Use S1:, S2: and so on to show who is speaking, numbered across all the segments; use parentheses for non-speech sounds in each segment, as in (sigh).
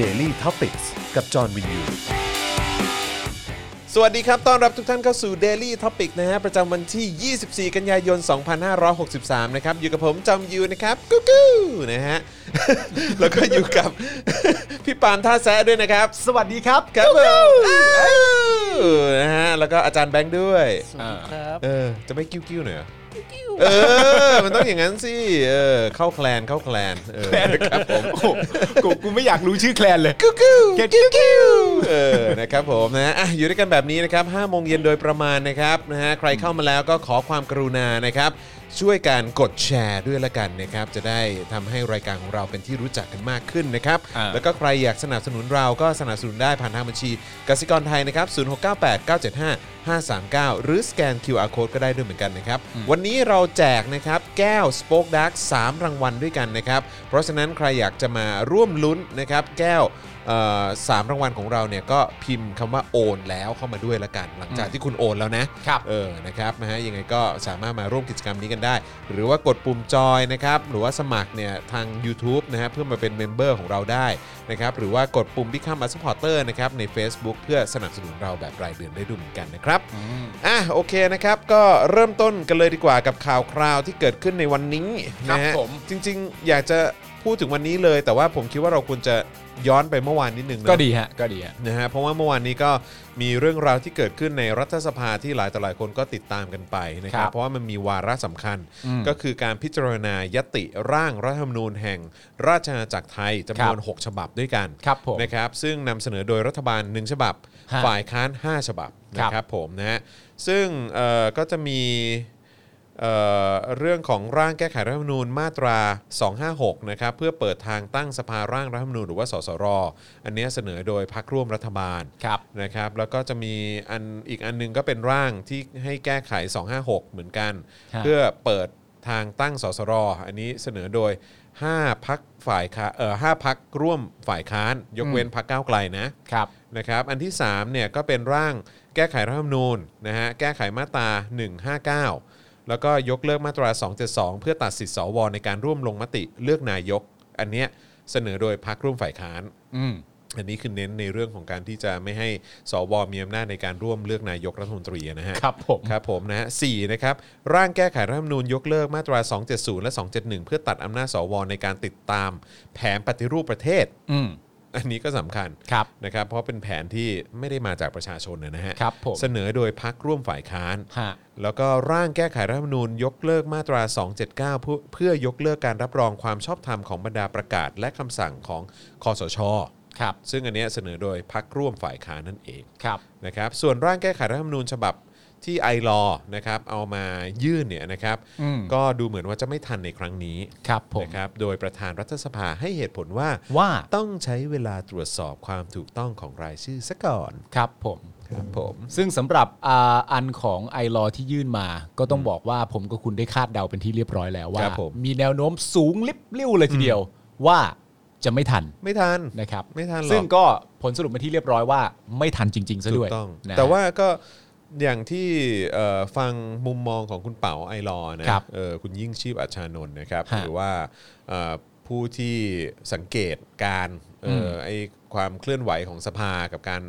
S1: Daily t o p i c กกับจอห์นวินยู
S2: สวัสดีครับ ต้อนรับทุกท่านเข้าสู่ Daily Topic นะฮะ ประจำวันที่ 24 กันยายน 2563 นะครับ อยู่กับผมจอมยูนะครับ กู้กูนะฮะ (laughs) แล้วก็อยู่กับ (laughs) พี่ปาล์มท่าแซะด้วยนะครับ
S3: สวัสดีครับ
S2: ครับผมอ้าวนะฮะ แล้วก็อาจารย์แบงค์ด้วย
S3: ครับ
S2: เออ จะไม่กิ้วกิ้วๆหน่อยเหรอเออ มันต้องอย่างนั้นสิ เออ เข้าแคลน เข้าแคลน เออ ครับผม
S3: กูกูไม่อยากรู้ชื่อแคลนเลย
S2: กิ้วกิ้วกิ้วกิ้วเออนะครับผมนะอ่ะอยู่ด้วยกันแบบนี้นะครับ5โมงเย็นโดยประมาณนะครับนะฮะใครเข้ามาแล้วก็ขอความกรุณานะครับช่วยการกดแชร์ด้วยละกันนะครับจะได้ทำให้รายการของเราเป็นที่รู้จักกันมากขึ้นนะครับ
S3: อ่า
S2: แล้วก็ใครอยากสนับสนุนเราก็สนับสนุนได้ผ่านทางบัญชีกสิกรไทยนะครับ0698 975 539 หรือสแกน QR Code ก็ได้ด้วยเหมือนกันนะครับ วันนี้เราแจกนะครับแก้ว Spoke Dark 3 รางวัลด้วยกันนะครับ เพราะฉะนั้นใครอยากจะมาร่วมลุ้นนะครับแก้วเอ่อสามรางวัลของเราเนี่ยก็พิมพ์คำว่าโอนแล้วเข้ามาด้วยละกัน หลังจากที่คุณโอนแล้วนะครับ เออนะครับนะฮะยังไงก็สามารถมาร่วมกิจกรรมนี้กันได้ หรือว่ากดปุ่มจอยนะครับหรือว่าสมัครเนี่ยทาง YouTube นะฮะเพื่อมาเป็นเมมเบอร์ของเราได้นะครับหรือว่ากดปุ่ม Become a supporter นะครับใน Facebook เพื่อสนับสนุนเราแบบรายเดือนได้ด้วยเหมือนกันนะครับ อ่ะโอเคนะครับก็เริ่มต้นกันเลยดีกว่ากับข่าวคราวที่เกิดขึ้นในวันนี้
S3: ครับ
S2: นะฮะ
S3: ผม
S2: จริง ๆ อยากจะพูดถึงวันนี้เลย แต่ว่าผมคิดว่าเราควรจะย้อนไปเมื่อวานนิดนึงเนอะ
S3: ก็ดีฮะ ก็ดีฮะ
S2: นะฮะเพราะว่าเมื่อวานนี้ก็มีเรื่องราวที่เกิดขึ้นในรัฐสภาที่หลายต่อหลายคนก็ติดตามกันไปนะค
S3: ค
S2: รั
S3: รับ บ
S2: เพราะว่ามันมีวาระสำคัญ
S3: อืม
S2: ก็คือการพิจารณายติร่างรัฐธรรมนูญแห่งราชอาณาจักรไทยจำนวน
S3: ครับ
S2: 6 ฉบับด้วยกัน
S3: ครับผม
S2: นะครับซึ่งนำเสนอโดยรัฐบาล 1 ฉบับ
S3: ฮะ
S2: ฝ่ายค้าน 5 ฉบับ
S3: ค
S2: นะ
S3: รับ
S2: ครับผมนะฮะซึ่งเอ่อก็จะมีเอ่อเรื่องของร่างแก้ไขรัฐธรรมนูญมาตรา 256 นะครับเพื่อเปิดทางตั้งสภาร่างรัฐธรรมนูญหรือว่าสสร อันเนี้ยเสนอโดยพักร่วมรัฐบาล
S3: ครับ
S2: นะครับแล้วก็จะมีอันอีกอันหนึงก็เป็นร่างที่ให้แก้ไข 256 เหมือนกัน
S3: ฮะ
S2: เพื่อเปิดทางตั้งสสรอันนี้เสนอโดย 5พักฝ่ายค้าเอ่อห้าพักร่วมฝ่ายค้าน ยก
S3: อืม
S2: เว้นพักก้าวไกลนะครับ นะครับอันที่3เนี่ยก็เป็นร่างแก้ไขรัฐธรรมนูญนะฮะแก้ไขมาตรา 159 แล้วก็ยกเลิกมาตรา 272 เพื่อตัดสิทธิสวในการร่วมลงมติเลือกนายก อันเนี้ยเสนอโดยพักร่วมฝ่ายค้าน
S3: อืม
S2: อันนี้คือเน้นในเรื่องของการที่จะไม่ให้สวมีอำนาจในการร่วมเลือกนายกรัฐมนตรีนะฮะ
S3: ครับผม
S2: ครับผมนะฮะสนะครับร่างแก้ไขรัฐธรรมนูญยกเลิกมาตรา 270 และ 271 เพื่อตัดอำนาจสวในการติดตาม แผนปฏิรูปประเทศ
S3: อืม
S2: อันนี้ก็สำคัญ
S3: ครับ
S2: นะครับเพราะเป็นแผนที่ไม่ได้มาจากประชาชนนะฮะ
S3: ครับผม
S2: เสนอโดยพักร่วมฝ่ายค้าน
S3: ฮะ
S2: แล้วก็ร่างแก้ไขรัฐธรรมนูญยกเลิกมาตรา 279 เพื่อเพื่อยกเลิกการรับรองความชอบธรรมของบรรดาประกาศ และคำสั่งของคสช
S3: ครับ
S2: ซึ่งอันเนี้ยเสนอโดยพักร่วมฝ่ายค้านนั่นเอง
S3: ครับ
S2: นะครับส่วนร่างแก้ไขรัฐธรรมนูญฉบับที่ไอรอนะครับเอามายื่นเนี่ยนะครับ
S3: อืม
S2: ก็ดูเหมือนว่าจะไม่ทันในครั้งนี้
S3: ครับผม
S2: นะครับโดยประธานรัฐสภาให้เหตุผลว่า
S3: ว่า
S2: ต้องใช้เวลาตรวจสอบความถูกต้องของรายชื่อซะก่อน
S3: ครับผม
S2: ครับผม
S3: ซึ่งสำหรับอ่าอันของไอรอที่ยื่นมา ก็ต้องบอกว่าผมกับคุณได้คาดเดาเป็นที่เรียบร้อยแล้วว่า มีแนวโน้มสูงลิบลิ่วเลยทีเดียว ว่าจะไม่ทัน
S2: ไม่ทัน
S3: นะครับ
S2: ไม่ทันหรอก
S3: ซึ่งก็ผลสรุปมาที่เรียบร้อยว่า ไม่ทันจริงๆซะ
S2: ถู
S3: ด้วย
S2: กต้อง
S3: นะ
S2: แต่ว่าก็อย่างที่เอ่อฟังมุมมองของคุณเป๋าไอรอว์นะครับ เอ่อคุณยิ่งชีพอัชชานนท์นะครับ
S3: ฮะ
S2: หรือว่าเอ่อผู้ที่สังเกตการเอ่ออ
S3: ม
S2: ไอความเคลื่อนไหวของสภากับการ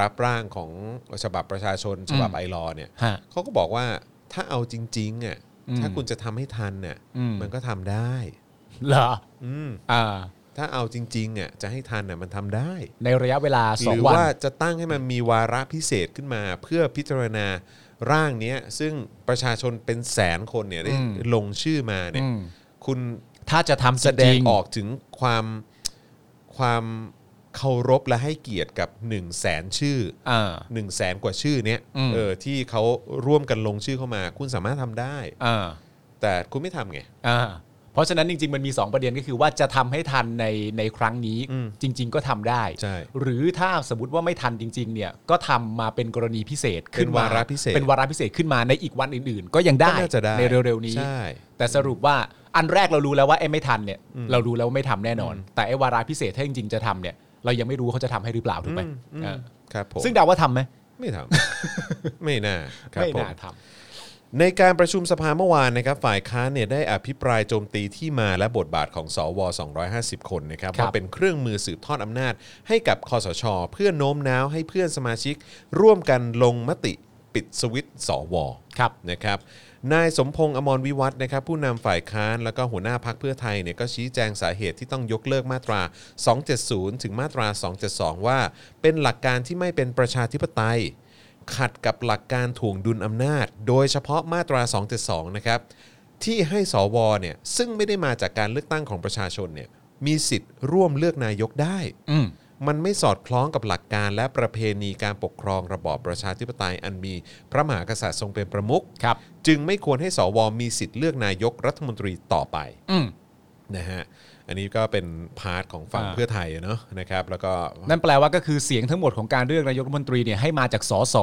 S2: รับร่างของฉบับประชาชน ฉบับ
S3: อืม
S2: ไอรอว์เนี่ย
S3: ฮะ
S2: เขาก็บอกว่าถ้าเอาจริงๆอ่ะ
S3: อืม
S2: ถ้าคุณจะทำให้ทันเนี่ย
S3: อืม
S2: มันก็ทำได้
S3: เหรอ
S2: อืม
S3: อ่า
S2: ถ้าเอาจริงๆอ่ะจะให้ทันน่ะมันทำได้
S3: ในระยะเวลา
S2: หรือ
S3: 2 วัน
S2: ว่าจะตั้งให้มันมีวาระพิเศษขึ้นมา เพื่อพิจารณาร่างเนี้ยซึ่งประชาชนเป็นแสนคนเนี่ยได้
S3: อืม
S2: ลงชื่อมาเนี่ย
S3: อืม
S2: คุณ
S3: ถ้าจะทำ
S2: แสดงออก
S3: จริ
S2: ถึงความความเคารพและให้เกียรติกับ1นึ่งแสนชื่อ
S3: อ่า
S2: หนึ่งแสนกว่าชื่อเนี้ย
S3: อืม
S2: เออที่เขาร่วมกันลงชื่อเข้ามา คุณสามารถทำได้
S3: งอ่า
S2: แต่คุณไม่ทำไง
S3: อ่าเพราะฉะนั้นจริง ๆ มันมี 2 ประเด็นก็คือว่าจะทำให้ทันในในครั้งนี้
S2: อืม
S3: จริง ๆ ก็ทำได้
S2: ใช่
S3: หรือถ้าสมมติว่าไม่ทันจริง ๆ เนี่ยก็ทำมาเป็นกรณีพิเศษขึ้น
S2: เป็นวาระพิเศษ
S3: เป็นวาระพิเศษขึ้นมาในอีกวันอื่น ๆ ก็ยังได้
S2: ก็น่าจะได้
S3: ในเร็วๆนี้
S2: ใช่
S3: แต่สรุปว่าอันแรกเรารู้แล้วว่าไอ้ไม่ทันเนี่ยเรารู้แล้วว่าไม่ทำแน่นอน แต่ไอ้วาระพิเศษถ้าจริงๆจะทำเนี่ยเรายังไม่รู้ว่าเขาจะทำให้หรือเปล่าถูกไหม
S2: อืมอืม
S3: อ่า
S2: ครับผม
S3: ซึ่งเดาว่าทำไหม
S2: (laughs) ไม่ทำ ไม่น่าครับ
S3: ไม่
S2: ผม
S3: น่าทำ
S2: ในการประชุมสภาเมื่อวานนะครับฝ่ายค้านเนี่ยได้อภิปรายโจมตีที่มาและบทบาทของสว 250 คนนะครับ
S3: ครับ
S2: ว่าเป็นเครื่องมือสืบทอดอำนาจ ให้กับคอสช เพื่อโน้มน้าวให้เพื่อนสมาชิก ร่วมกันลงมติปิดสวิตช์สว
S3: ครับ
S2: นะครับนายสมพงษ์อมรวิวัฒน์นะครับผู้นำฝ่ายค้านแล้วก็หัวหน้าพักเพื่อไทยเนี่ยก็ชี้แจงสาเหตุที่ต้องยกเลิกมาตรา 270 ถึงมาตรา 272 ว่า เป็นหลักการที่ไม่เป็นประชาธิปไตย ขัดกับหลักการถ่วงดุลอำนาจ โดยเฉพาะมาตรา 272 นะครับที่ให้สวเนี่ยซึ่งไม่ได้มาจากการเลือกตั้งของประชาชนเนี่ยมีสิทธิ์ร่วมเลือกนายกได้
S3: อืม
S2: มันไม่สอดคล้องกับหลักการและประเพณีการปกครองระบอบประชาธิปไตยอันมี พระมหากษัตริย์ทรงเป็นประมุข
S3: ครับ
S2: จึงไม่ควรให้สวมีสิทธิ์เลือกนายกรัฐมนตรีต่อไป
S3: อืม
S2: นะฮะ อันนี้ก็เป็นพาร์ทของฝั่ง
S3: อ่า
S2: เพื่อไทยอะเนาะนะครับ แล้วก็
S3: นั่นแปลว่าก็คือเสียงทั้งหมดของการเลือกนายกรัฐมนตรีเนี่ยให้มาจากสส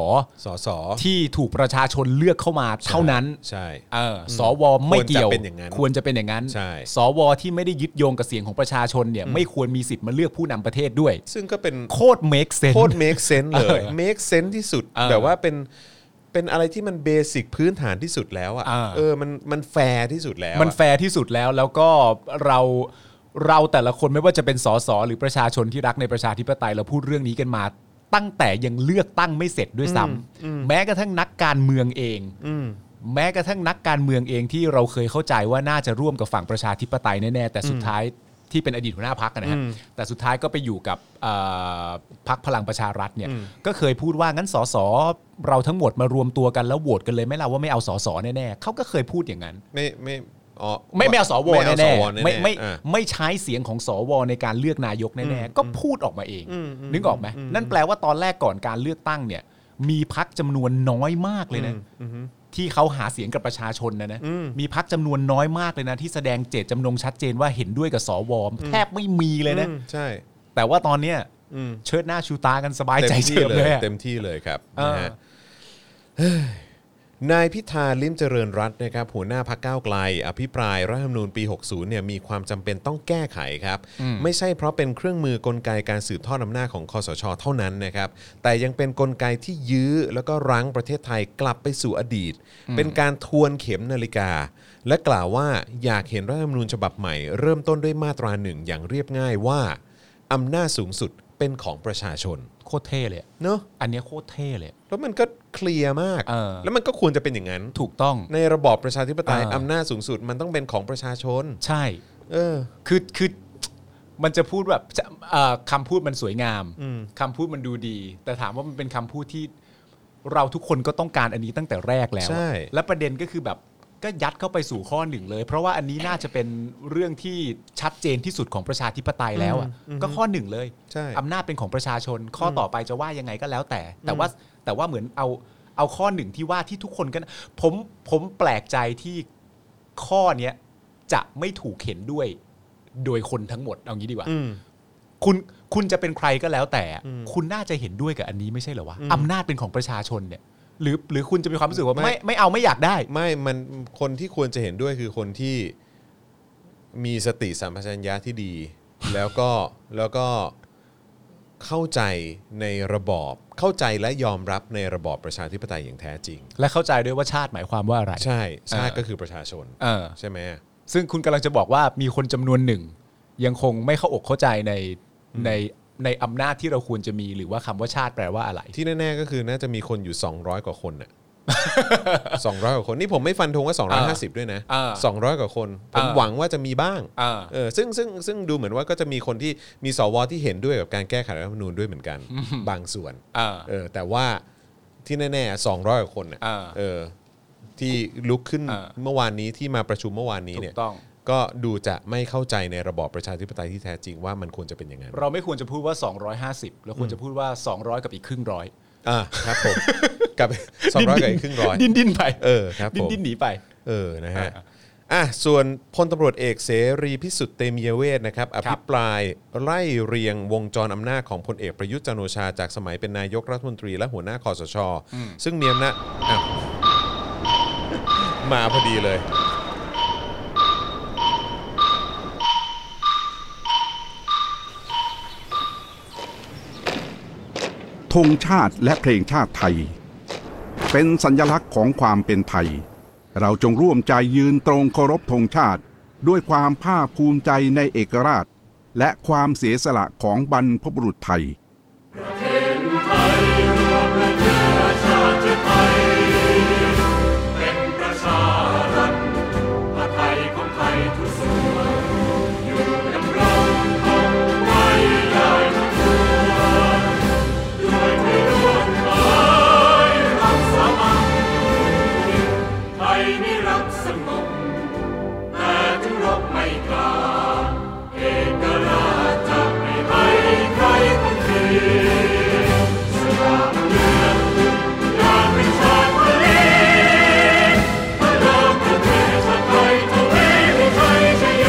S2: สส
S3: ที่ถูกประชาชนเลือกเข้ามาเท่านั้น
S2: ใช่
S3: เออสวไม่เกี่ยว
S2: ควรจะเป็นอย่างนั้น
S3: ควรจะเป็นอย่างนั้น
S2: ใช่
S3: สวที่ไม่ได้ยึดโยงกับเสียงของประชาชนเนี่ย ไม่ควรมีสิทธิ์มาเลือกผู้นำประเทศด้วย
S2: ซึ่งก็เป็น
S3: โคตร make sense
S2: โคตร make sense เลย
S3: เออ
S2: make sense ที่สุด
S3: เออ
S2: แบบว่าเป็นเป็นอะไรที่มันเบสิกพื้นฐานที่สุดแล้วอะ
S3: เออ
S2: เออมันมันแฟร์ที่สุดแล้วอะ
S3: มันแฟร์ที่สุดแล้วแล้วก็เราเราแต่ละคนไม่ว่าจะเป็นสสหรือประชาชนที่รักในประชาธิปไตยเราพูดเรื่องนี้กันมา ตั้งแต่ยังเลือกตั้งไม่เสร็จด้วยซ้ำแม้กระทั่งนักการเมืองเองแม้กระทั่งนักการเมืองเองที่เราเคยเข้าใจว่าน่าจะร่วมกับฝั่งประชาธิปไตยแน่ๆแต่สุดท้ายที่เป็นอดีตหัวหน้าพักนะฮะแต่สุดท้ายก็ไปอยู่กับเอ่อพักพลังประชารัฐเนี่ยก็เคยพูดว่างั้นสสเราทั้งหมดมารวมตัวกันแล้วโหวตกันเลยไหม่เราว่าไม่เอาสสแน่ๆเขาก็เคยพูดอย่างนั้น
S2: ไม่ไม่อ๋อ
S3: ไม่ไม่เอาสว
S2: ไม่เอา
S3: แน่
S2: สว
S3: ๆ
S2: แน่ๆ
S3: ไม่ไม่
S2: อ่ะ
S3: ไม่ใช้เสียงของสวในการเลือกนายกแน่ๆก็พูดออกมาเอง นึกออกไหมนั่นแปลว่าตอนแรกก่อนการเลือกตั้งเนี่ย มีพักจำนวนน้อยมากเลยนะที่เขาหาเสียงกับประชาชนนะนะมีพักจำนวนน้อยมากเลยนะ ที่แสดงเจตจำนงชัดเจนว่าเห็นด้วยกับสวแทบไม่มีเลยนะ
S2: อืมใช่
S3: แต่ว่าตอนเนี้ย
S2: อืม
S3: เชิดหน้าชูตากันสบาย
S2: เต็
S3: ใจ
S2: ม
S3: เฉ
S2: ที่
S3: ย
S2: เล
S3: เลย ยอะ
S2: เต็มที่เลยครับ
S3: เออ
S2: นะฮ (sighs) ะเฮ้ยนายพิธาลิมเจริญรัตน์นะครับหัวหน้าพักก้าวไกล อภิปรายรัฐธรรมนูญปี 60เนี่ยมีความจำเป็นต้องแก้ไขครับ ไม่ใช่เพราะเป็นเครื่องมือกลไกการสืบทอดอำนาจของคอสชเท่านั้นนะครับแต่ยังเป็นกลไกที่ยื้อแล้วก็รั้งประเทศไทยกลับไปสู่อดีต เป็นการทวนเข็มนาฬิกา และกล่าวว่าอยากเห็นรัฐธรรมนูญฉบับใหม่เริ่มต้นด้วยมาตราหนึ่งอย่างเรียบง่ายว่าอำนาจสูงสุดเป็นของประชาชน
S3: โคตรเท่เลยอะ
S2: เนอะ
S3: อันเนี้ยโคตรเท่เลยอะ
S2: แล้วมันก็เคลียร์มาก
S3: เออ
S2: แล้วมันก็ควรจะเป็นอย่างนั้น
S3: ถูกต้อง
S2: ในระบอบประชาธิปไตย
S3: เอออ
S2: อำนาจสูงสุดมันต้องเป็นของประชาชน
S3: ใช่
S2: เออ
S3: คือคือมันจะพูดแบบจะเอ่อคำพูดมันสวยงาม
S2: อืม
S3: คำพูดมันดูดี แต่ถามว่ามันเป็นคำพูดที่เราทุกคนก็ต้องการอันนี้ตั้งแต่แรกแล้วอะ
S2: ใช่
S3: และประเด็นก็คือแบบก็ยัดเข้าไปสู่ข้อหนึ่งเลย เพราะว่าอันนี้น่าจะเป็นเรื่องที่ชัดเจนที่สุดของประชาธิปไตยแล้วอ่ะก็ข้อหนึ่งเลย
S2: ใช่
S3: อำนาจเป็นของประชาชนข้อต่อไปจะว่ายังไงก็แล้วแต่ แต่ว่าแต่ว่าเหมือนเอาเอาข้อหนึ่งที่ว่าที่ทุกคนก็น่ะผมผมแปลกใจที่ข้อเนี้ยจะไม่ถูกเห็นด้วยโดยคนทั้งหมดเอางี้ดีกว่า
S2: อืม
S3: คุณคุณจะเป็นใครก็แล้วแต่ คุณน่าจะเห็นด้วยกับอันนี้ไม่ใช่เหรอวะอำนาจเป็นของประชาชนเนี่ย หรือหรือคุณจะมีความรู้สึกว่า
S2: ไม่
S3: ไม่ไม่เอาไม่อยากได้
S2: ไม่ มัน คนที่ควรจะเห็นด้วยคือคนที่มีสติสัมปชัญญะที่ดี แล้วก็ แล้วก็เข้าใจในระบอบ เข้าใจและยอมรับในระบอบประชาธิปไตยอย่างแท้จริง
S3: และเข้าใจด้วยว่าชาติหมายความว่าอะไร
S2: ใช่ ชาติ
S3: เออ
S2: ก็คือประชาชน
S3: เออ
S2: ใช่ไหม
S3: ซึ่งคุณกำลังจะบอกว่ามีคนจำนวนหนึ่ง ยังคงไม่เข้าอกเข้าใจในในในอำนาจที่เราควรจะมีหรือว่าคำว่าชาติแปลว่าอะไร
S2: ที่แน่ๆก็คือน่าจะมีคนอยู่ 200 กว่าคนน่ะ (laughs) 200 กว่าคน นี่ผมไม่ฟันธงว่า 250 ด้วยนะ
S3: อ่า
S2: 200 กว่าคน ผม
S3: อ่า
S2: หวังว่าจะมีบ้าง
S3: อ่า
S2: เออซึ่งซึ่งซึ่งดูเหมือนว่าก็จะมีคนที่มีสวที่เห็นด้วยกับการแก้ไขรัฐธรรมนูญด้วยเหมือนกัน บางส่วน
S3: อ่า
S2: เออแต่ว่าที่แน่ๆ200 กว่าคนน่ะ
S3: อ่า
S2: เออที่ลุกขึ้น
S3: อ่า
S2: เมื่อวานนี้ที่มาประชุมเมื่อวานนี้
S3: ถู
S2: เนี่ย
S3: กต้อง
S2: ก็ดูจะไม่เข้าใจในระบอบประชาธิปไตยที่แท้จริงว่ามันควรจะเป็นยังไง
S3: เราไม่ควรจะพูดว่า 250เราควรจะพูดว่า 200 กับอีกครึ่งร้อย
S2: อ่าครับ
S3: (laughs)
S2: ผมกับ200กับอีกครึ่งร้อย
S3: ดิ้นดิ้นไป
S2: เออครับ
S3: ดิ้
S2: ผ
S3: น
S2: ม
S3: ดิ้นหนีไป
S2: เออ นะฮะ
S3: อ่ะ
S2: อ่ะ ส่วนพลตำรวจเอกเสรีพิสุทธิ์เตมียเวทนะครับ อภิปรายไล่เรียงวงจรอำนาจของพลเอกประยุทธ์จันทร์โอชา จากสมัยเป็นนายกรัฐมนตรีและหัวหน้าคอสช ซึ่งมีอำนาจอ้าวมาพอดีเลย
S4: ธงชาติและเพลงชาติไทย เป็นสัญลักษณ์ของความเป็นไทย เราจงร่วมใจยืนตรงเคารพธงชาติ ด้วยความภาคภูมิใจในเอกราช และความเสียสละของบรรพบุรุษไทย
S5: ไทยไม่รักสงบแต่ถึงรบไม่กล้าเอกราชจะไม่ให้ใครคนดีสยามเมืองอยากเป็นชาติทะเลพระโลกประเทศชาติไทยทะเลให้ไทยชโย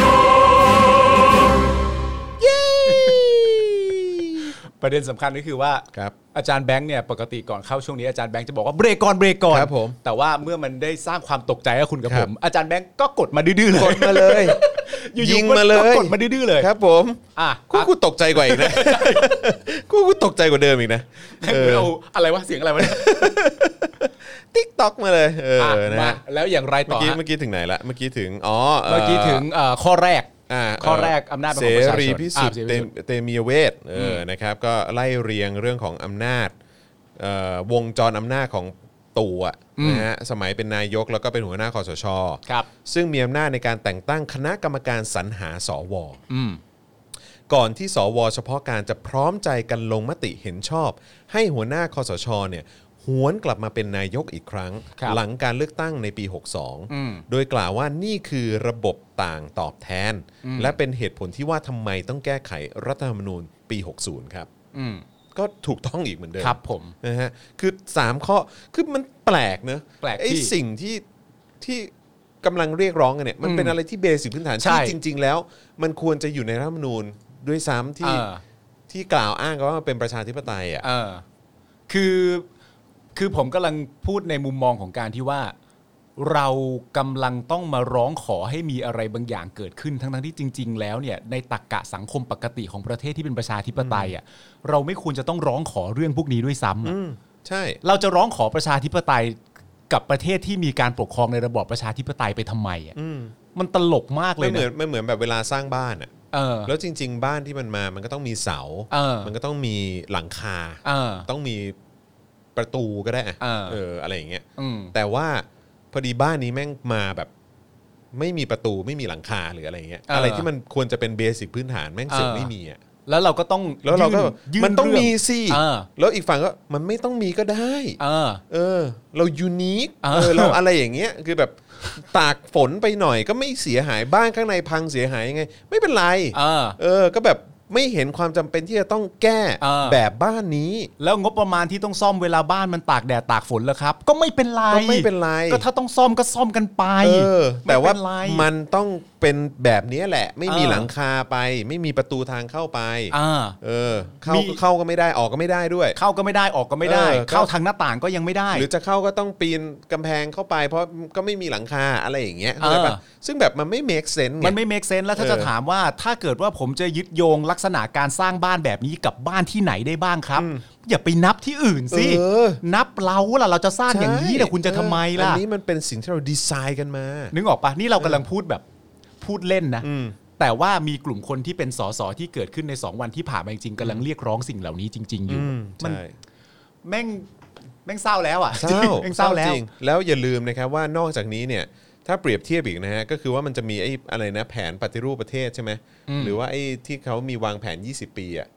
S3: ประเด็นสำคัญก็คือว่า
S2: ครับ
S3: อาจารย์แบงค์เนี่ยปกติก่อนเข้าช่วงนี้อาจารย์แบงค์จะบอกว่าเบรกก่อนเบรกก่อน
S2: ครับผม
S3: แต่ว่าเมื่อมันได้สร้างความตกใจให้คุณกับ
S2: ค
S3: ผ
S2: รับ
S3: ม อาจารย์แบงค์ก็กดมาดื้อๆเลย
S2: กดมาเลย
S3: (laughs) อยู่ๆ
S2: ยิงมาเลย
S3: ก็กดมาดื้อๆเลย
S2: ครับผม
S3: อ่ะ
S2: กูกูตกใจกว่าอีกนะกูกูตกใจกว่าเดิมอีกนะ
S3: แบงค์เราอะไรวะเสียงอะไรวะเนี่ย
S2: ติ๊กต็อกมาเลยเออนะ
S3: มา
S2: ฮะ
S3: แล้วอย่างไร
S2: เมื่
S3: ต่
S2: อ
S3: อ
S2: กี้
S3: ฮะ
S2: เมื่อกี้ถึงไหนละเมื่อกี้ถึงอ๋อ
S3: เมื่อกี้ถึงเอ่อข้อแรก
S2: า
S3: ข้อแรกอำนาจเป็นของประชาชน
S2: เสรีพิสุทธิ์
S3: อ่าเสรี
S2: เต
S3: พิ
S2: ม
S3: สุทธิ์
S2: เตมียเวทเอออนะครับก็ไล่เรียงเรื่องของอำนาจเอ่อวงจรอำนาจของตู่อะ
S3: อืม
S2: นะฮะสมัยเป็นนายกแล้วก็เป็นหัวหน้าคอสช
S3: ครับ
S2: ซึ่งมีอำนาจในการแต่งตั้งคณะกรรมการสรรหาสว
S3: อืม
S2: ก่อนที่สวเฉพาะการจะพร้อมใจกันลงมติเห็นชอบ ให้หัวหน้าคอสชเนี่ยหวนกลับมาเป็นนายกอีกครั้ง
S3: ครับ
S2: หลังการเลือกตั้งในปี
S3: อืม
S2: 62 โดยกล่าวว่านี่คือระบบต่างตอบแทน และเป็นเหตุผลที่ว่าทำไมต้องแก้ไขรัฐธรรมนูญปี 60 ครับ
S3: อืม
S2: ก็ถูกต้องอีกเหมือนเดิม
S3: ครับผม
S2: นะฮะคือ 3 ข้อคือมันแปลกเนอะ
S3: แปลกที่
S2: ไอ้สิ่งที่ที่กำลังเรียกร้องกันเนี่ยมัน
S3: อืม
S2: เป็นอะไรที่เบสิกพื้นฐาน
S3: ใช่
S2: ที่จริง ๆ แล้ว มันควรจะอยู่ในรัฐธรรมนูญด้วยซ้ำที่
S3: เออ
S2: ที่กล่าวอ้างกันว่ามันเป็นประชาธิปไตยอ่ะ
S3: เออคือคือผมกำลังพูดในมุมมองของการที่ว่า เรากำลังต้องมาร้องขอให้มีอะไรบางอย่างเกิดขึ้นทั้งทั้งๆที่จริง ๆ แล้วเนี่ยในตรกกะสังคมปกติของประเทศที่เป็นประชาธิปไตยอ่ะเราไม่ควรจะต้องร้องขอเรื่องพวกนี้ด้วยซ้ำอะ
S2: อืมใช่
S3: เราจะร้องขอประชาธิปไตยกับประเทศที่มีการปกครองในระบอบประชาธิปไตยไปทำไมอ่ะ
S2: อืม
S3: มันตลกมากเล
S2: ไม่
S3: ย
S2: เหมือ
S3: นะ
S2: นไม่เหมือนแบบเวลาสร้างบ้านอ่ะ
S3: เออ
S2: แล้วจริง ๆ บ้านที่มันมามันก็ต้องมีเสา
S3: เออ
S2: มันก็ต้องมีหลังคา
S3: เออ
S2: ต้องมีประตูก็ได้อะ
S3: เออ
S2: เอออะไรอย่างเงี้ย
S3: อืม
S2: แต่ว่าพอดีบ้านนี้แม่งมาแบบ ไม่มีประตูไม่มีหลังคาหรืออะไรเงี้ย
S3: เอออ
S2: อะไรที่มันควรจะเป็นเบสิกพื้นฐานแม่งเสือก
S3: เออ
S2: ไม่มีอ่ะ
S3: แล้วเราก็ต้อง
S2: แล้วเราก็
S3: ยื่
S2: มันต้อง
S3: เรื่
S2: มีสิ
S3: เออ
S2: แล้วอีกฝั่งก็มันไม่ต้องมีก็ได้
S3: เออ
S2: เออ เรายูนิค
S3: เออ
S2: เราอะไรอย่างเงี้ยคือแบบตากฝนไปหน่อยก็ไม่เสียหายบ้านข้างในพังเสียหายยังไง ไม่เป็นไร
S3: เออ
S2: เออ ก็แบบไม่เห็นความจำเป็นที่จะต้องแก้
S3: เออ
S2: แบบบ้านนี้
S3: แล้วงบประมาณที่ต้องซ่อมเวลาบ้านมันตากแดดตากฝนแล้วครับ ก็ไม่เป็นไร
S2: ก็ไม่เป็นไร
S3: ก็ถ้าต้องซ่อมก็ซ่อมกันไป
S2: เออแต่ว่า
S3: ไม่เป็นไร
S2: มันต้องเป็นแบบนี้แหละ ไม่มี
S3: เออ
S2: หลังคาไป ไม่มีประตูทางเข้าไป
S3: อ่า
S2: เออเข้า
S3: มี
S2: เข้าก็ไม่ได้ออกก็ไม่ได้ด้วย
S3: เข้าก็ไม่ได้ออกก็ไม่ได้
S2: เออก็
S3: เข้าทางหน้าต่างก็ยังไม่ได้
S2: หรือจะเข้าก็ต้องปีนกำแพงเข้าไป เพราะก็ไม่มีหลังคาอะไรอย่างเงี้ยเข้าใจปะ
S3: เออ
S2: ซึ่งแบบมันไม่ make sense ไง
S3: มันไม่ make sense แล้วถ้า
S2: เออ
S3: จะถามว่าถ้าเกิดว่าผมจะยึดโยงลักษณะการสร้างบ้านแบบนี้กับบ้านที่ไหนได้บ้างครับ อย่าไปนับที่อื่นสิ
S2: เออ
S3: นับเราล่ะเราจะสร้างอย่างนี้
S2: ใช่
S3: แต่คุณจะทำไมล่ะ
S2: อันนี้มันเป็นสิ่งที่เราดีไซน์กันมา
S3: นึกออกปะนี่เรากำลังพูดแบบพูดเล่นนะ
S2: อืม
S3: แต่ว่ามีกลุ่มคนที่เป็นสสที่เกิดขึ้นใน 2 วันที่ผ่านมาจริงๆกำลังเรียกร้องสิ่งเหล่านี้จริง ๆ อยู่
S2: อืม
S3: มัน
S2: ใช่
S3: แม่งแม่งเศร้าแล้วอ่ะ
S2: เศร้า
S3: (laughs) แม่งเศร้าแล้ว
S2: จริงแล้วอย่าลืมนะครับว่านอกจากนี้เนี่ยถ้าเปรียบเทียบอีกนะฮะก็คือว่ามันจะมีไอ้อะไรนะแผนปฏิรูปประเทศใช่ไหมหรือว่าไอ้ที่เขามีวางแผน 20 ปีอะ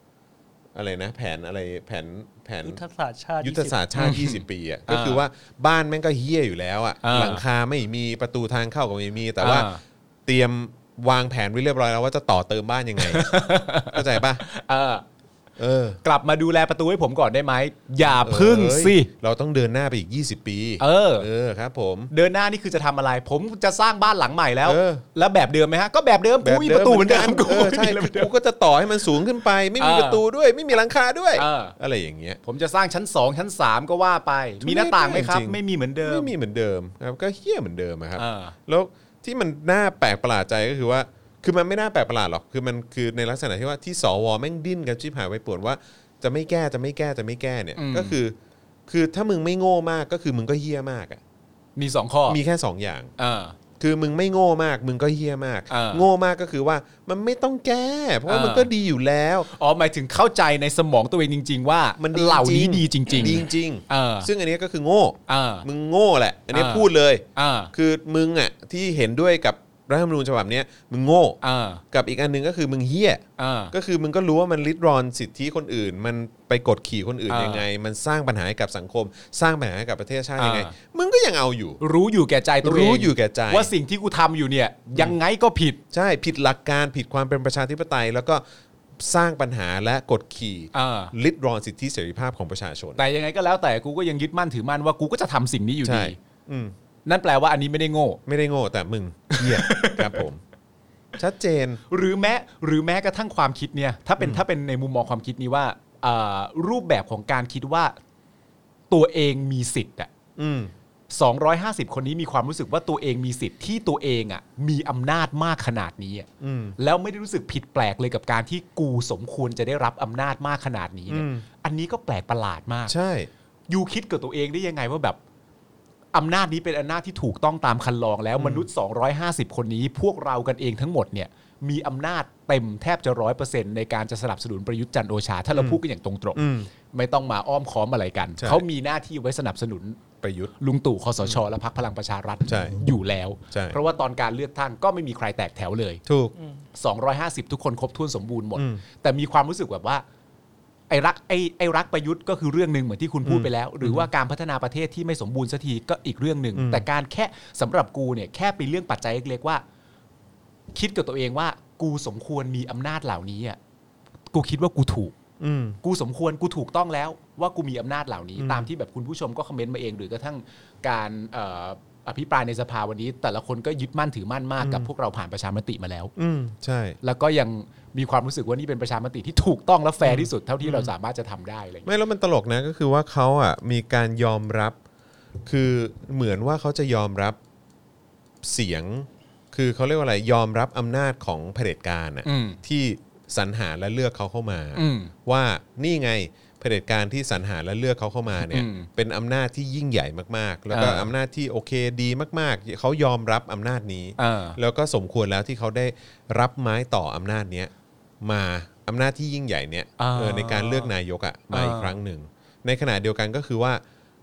S2: อะไรนะแผนอะไรแผนแผน
S6: ยุทธศาสตร์ชาติ
S2: ยุทธศาสตร์ชาติ 20 ปีอะก็คือว่าบ้านแม่งก็เฮี้ยอยู่แล้วอะ
S3: อ่า
S2: หลังคาไม่มีประตูทางเข้าก็ไม่มี แต่ว่า
S3: อ่า
S2: เตรียมวางแผนไว้เรียบร้อยแล้วว่าจะต่อเติมบ้าน
S3: (laughs)
S2: ยังไง เข้าใจปะ
S3: เออ
S2: เออก
S3: ลับมาดูแลประตูให้ผมก่อนได้ไหมอย่าพึ่ง
S2: เอ้ย
S3: สิ
S2: เราต้องเดินหน้าไปอีก 20 ปี
S3: เออ
S2: เออครับผม
S3: เดินหน้านี่คือจะทำอะไร ผมจะสร้างบ้านหลังใหม่แล้ว
S2: เออ
S3: แล้วแบบเดิมไหมฮะ ก็แบบเดิมกูมีประตูเหมือนเดิมกู
S2: เออใช่
S3: ไม่มีอะไรเหมือนเดิ
S2: กู
S3: ม
S2: ก็จะต่อให้มันสูงขึ้นไป ไม่มี
S3: เออ
S2: ประตูด้วย ไม่มีหลังคาด้วย
S3: เอออ
S2: อะไรอย่างเงี้ย
S3: ผมจะสร้างชั้น 2 ชั้น 3 ก็ว่าไป
S2: ทุเรศ
S3: มีหน้าต่างไหมครับ
S2: จริงๆ
S3: ไม่มีเหมือนเดิม
S2: ไม่มีเหมือนเดิมครับก็เฮี้ยเหมือนเดิมอะครับ
S3: เออ
S2: แล้วที่มันน่าแปลกประหลาดใจก็คือว่า คือมันไม่น่าแปลกประหลาดหรอกคือมันคือในลักษณะที่ว่าที่สวแม่งดิ้นกันชิบหายไปปวดว่า จะไม่แก้จะไม่แก้จะไม่แก้เนี่ย
S3: อืม
S2: ก็คือ คือถ้ามึงไม่โง่มากก็คือมึงก็เฮี้ยมากอะ
S3: มีสองข้อ
S2: มีแค่ 2 อย่าง
S3: เออ
S2: คือมึงไม่โง่มาก มึงก็เฮี้ยมาก
S3: เออ
S2: โง่มากก็คือว่ามันไม่ต้องแก้ เพราะว่า
S3: เออ
S2: มันก็ดีอยู่แล้ว
S3: อ๋อหมายถึงเข้าใจในสมองตัวเองจริง ๆ ว่า
S2: มันดี
S3: เหล่านี้
S2: จริง
S3: ดีจริง
S2: ดีจริง
S3: เออ
S2: ซึ่งอันเนี้ยก็คือโง่
S3: ๆอ่า
S2: มึงโง่แหละ อันเนี้ย
S3: เออ
S2: พูดเลย
S3: อ่า
S2: คือมึงอ่ะที่เห็นด้วยกับรัฐธรรมนูญฉบับเนี้ยมึงโง่
S3: อ่า
S2: กับอีกอันหนึงก็คือมึงเฮี้ย
S3: อ่า
S2: ก็คือมึงก็รู้ว่ามันริดรอนสิทธิคนอื่น มันไปกดขี่คนอื่น
S3: อ่ายั
S2: ยังไง มันสร้างปัญหาให้กับสังคม สร้างปัญหาให้กับประเทศชาติยังไง
S3: อ่า
S2: มึงก็ยังเอาอยู่
S3: รู้อยู่แก่ใจตัวเอง
S2: รู้อยู่แก่ใจ
S3: ว่าสิ่งที่กูทำอยู่เนี่ย ยังไงก็ผิด
S2: ใช่ผิดหลักการผิดความเป็นประชาธิปไตย แล้วก็สร้างปัญหาและกดขี่
S3: อ่า
S2: ลิดรอนสิทธิเสรีภาพของประชาชน
S3: แต่ยังไงก็แล้วแต่กูก็ยังยึดมั่นถือมั่นว่ากูก็จะทำสิ่งนี้อยู่ดี
S2: ใช่อืม
S3: นั่นแปลว่าอันนี้ไม่ได้โง่
S2: ไม่ได้โง่แต่มึงเหี้ย ครับผม ชัดเจน
S3: หรือแม้หรือแม้กระทั่งความคิดเนี่ย ถ้าเป็นถ้าเป็นในมุมมองความคิดนี้ว่าเอ่อรูปแบบของการคิดว่าตัวเองมีสิทธิ์อะ
S2: อืม
S3: 250 คนนี้มีความรู้สึกว่าตัวเองมีสิทธิ์ที่ตัวเองอะมีอำนาจมากขนาดนี้อะ
S2: อืม
S3: แล้วไม่ได้รู้สึกผิดแปลกเลยกับการที่กูสมควรจะได้รับอำนาจมากขนาดนี้เนี่ย
S2: อืม
S3: อันนี้ก็แปลกประหลาดมาก
S2: ใช่
S3: ยูคิดกับตัวเองได้ยังไงว่าแบบอำนาจนี้เป็นอำนาจที่ถูกต้องตามคันลองแล้วมนุษย์ 250 คนนี้พวกเรากันเองทั้งหมดเนี่ยมีอำนาจเต็มแทบจะร้อยเปอร์เซ็นต์ในการจะสนับสนุนประยุทธ์จันทร์โอชา ถ้าเราพูดกันอย่างตรงตรงๆ
S2: อืม
S3: ไม่ต้องมาอ้อมค้อมอะไรกัน
S2: ใช่
S3: เขามีหน้าที่ไว้สนับสนุน
S2: ประยุทธ์
S3: ลุงตู่คอสช และพักพลังประชารัฐ
S2: ใช่
S3: อยู่แล้ว
S2: ใช่
S3: เพราะว่าตอนการเลือกตั้งก็ไม่มีใครแตกแถวเลย
S2: ถูก
S3: 250 ทุกคนครบถ้วนสมบูรณ์หมด
S2: อืม
S3: แต่มีความรู้สึกแบบว่า ไอ้รักไอ้ไอ้รักประยุทธ์ก็คือเรื่องหนึ่งเหมือนที่คุณพูดไปแล้ว หรือว่าการพัฒนาประเทศที่ไม่สมบูรณ์สักทีก็อีกเรื่องหนึ่ง
S2: อืม
S3: แต่การแค่สำหรับกูเนี่ยแค่เป็นเรื่องปัจจัยเล็กๆว่า คิดกับตัวเองว่า กูสมควรมีอำนาจเหล่านี้อ่ะกูคิดว่ากูถูก
S2: อืม
S3: กูสมควรกูถูกต้องแล้วว่ากูมีอำนาจเหล่านี้ ตามที่แบบคุณผู้ชมก็คอมเมนต์มาเองหรือกระทั่งการเอ่ออภิปรายในสภาวันนี้ แต่ละคนก็ยึดมั่นถือมั่นมากกับพวกเราผ่านประชามติมาแล้ว
S2: อืมใช่
S3: แล้วก็ยังมีความรู้สึกว่านี่เป็นประชามติที่ถูกต้องและแฟร์ที่สุดเท่าที่เราสามารถจะทำได้อะไรอย่างเงี้ย
S2: ไม่แล้วมันตลกนะก็คือว่าเขาอ่ะมีการยอมรับ คือเหมือนว่าเขาจะยอมรับเสียง คือเขาเรียกว่าอะไรยอมรับอำนาจของเผด็จการอ่ะ
S3: อืม
S2: ที่สรรหาและเลือกเขาเข้ามา
S3: อืม
S2: ว่านี่ไงเผด็จการที่สรรหาและเลือกเขาเข้ามาเนี่ย
S3: อืม
S2: เป็นอำนาจที่ยิ่งใหญ่มากๆ แล้วก็
S3: เอออ
S2: อำนาจที่โอเคดีมากๆเขายอมรับอำนาจนี้
S3: เออ
S2: แล้วก็สมควรแล้วที่เขาได้รับไม้ต่ออำนาจเนี้ยมาอำนาจที่ยิ่งใหญ่เนี้ย
S3: อ่า
S2: เออในการเลือกนายกอะมา
S3: อ่า
S2: อีกครั้งหนึ่ง ในขณะเดียวกันก็คือว่า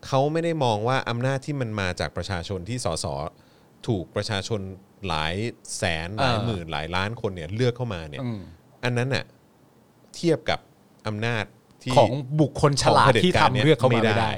S2: เขาไม่ได้มองว่าอำนาจที่มันมาจากประชาชนที่สสถูกประชาชนหลายแสนหลายหมื่นหลายล้านคนเนี่ยเลือกเข้ามาเนี่ย
S3: อืม
S2: อันนั้นน่ะเทียบกับอำนาจที่
S3: ของบุคคลฉลาด
S2: ของเผด็
S3: ที่
S2: จกา
S3: ทำ
S2: รเนี่ย
S3: เลือกเข้ามา
S2: ไม่
S3: ไม่
S2: ได้
S3: ได้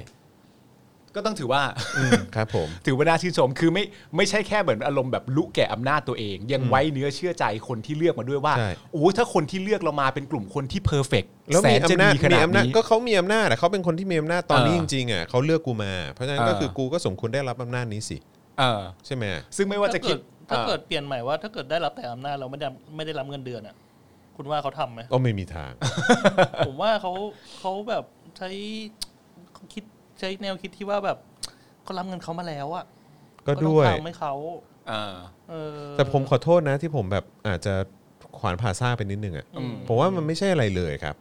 S3: ก็ต้องถือว่า (laughs)
S2: อืมครับผม
S3: ถือว่าน่าชื่นชม คือไม่ไม่ใช่แค่เหมือนอารมณ์แบบลุแก่อำนาจตัวเอง ยังไว้เนื้อเชื่อใจคนที่เลือกมาด้วยว่า
S2: ใช่
S3: โอ้ยถ้าคนที่เลือกเรามาเป็นกลุ่มคนที่เพอร์เฟกต์
S2: แล้ว
S3: แส
S2: มี
S3: นจะ
S2: อำนา
S3: ดี
S2: จ
S3: ข
S2: มี
S3: นาด
S2: อำนาจ
S3: นี้
S2: ก็เขามีอำนาจอะเขาเป็นคนที่มีอำนาจตอนนี้
S3: เออ
S2: จริงๆอะเขาเลือกกูมา เพราะฉะนั้นก็
S3: เออ
S2: คือกูก็สมควรได้รับอำนาจนี้สิ
S3: เออ
S2: ใช่ไหมอะ
S3: ซึ่งไม่ว่าจะคิด
S6: ถ้าเกิดถ้าเกิด
S3: เอ
S6: เปลี่ยนใหม่ว่าถ้าเกิดได้รับแต่อำนาจเราไม่ได้ไม่ได้รับเงินเดือนอ่ะ คุณว่าเขาทำไหม
S2: ก็ไม่มีทาง
S6: ผมว่าเขาเขาแบบใช้เขาคิดใช้แนวคิดที่ว่าแบบเขารับเงินเขามาแล้วอ่ะ
S2: ก็ด้วย
S6: ก็ต้องทำให้เขา
S3: อเออ
S6: เออ
S2: แต่ผมขอโทษนะที่ผมแบบอาจจะขวานผ่าซ่าไปนิดนึงอ่ะ
S3: อืม
S2: ผมว่ามันไม่ใช่อะไรเลยครับ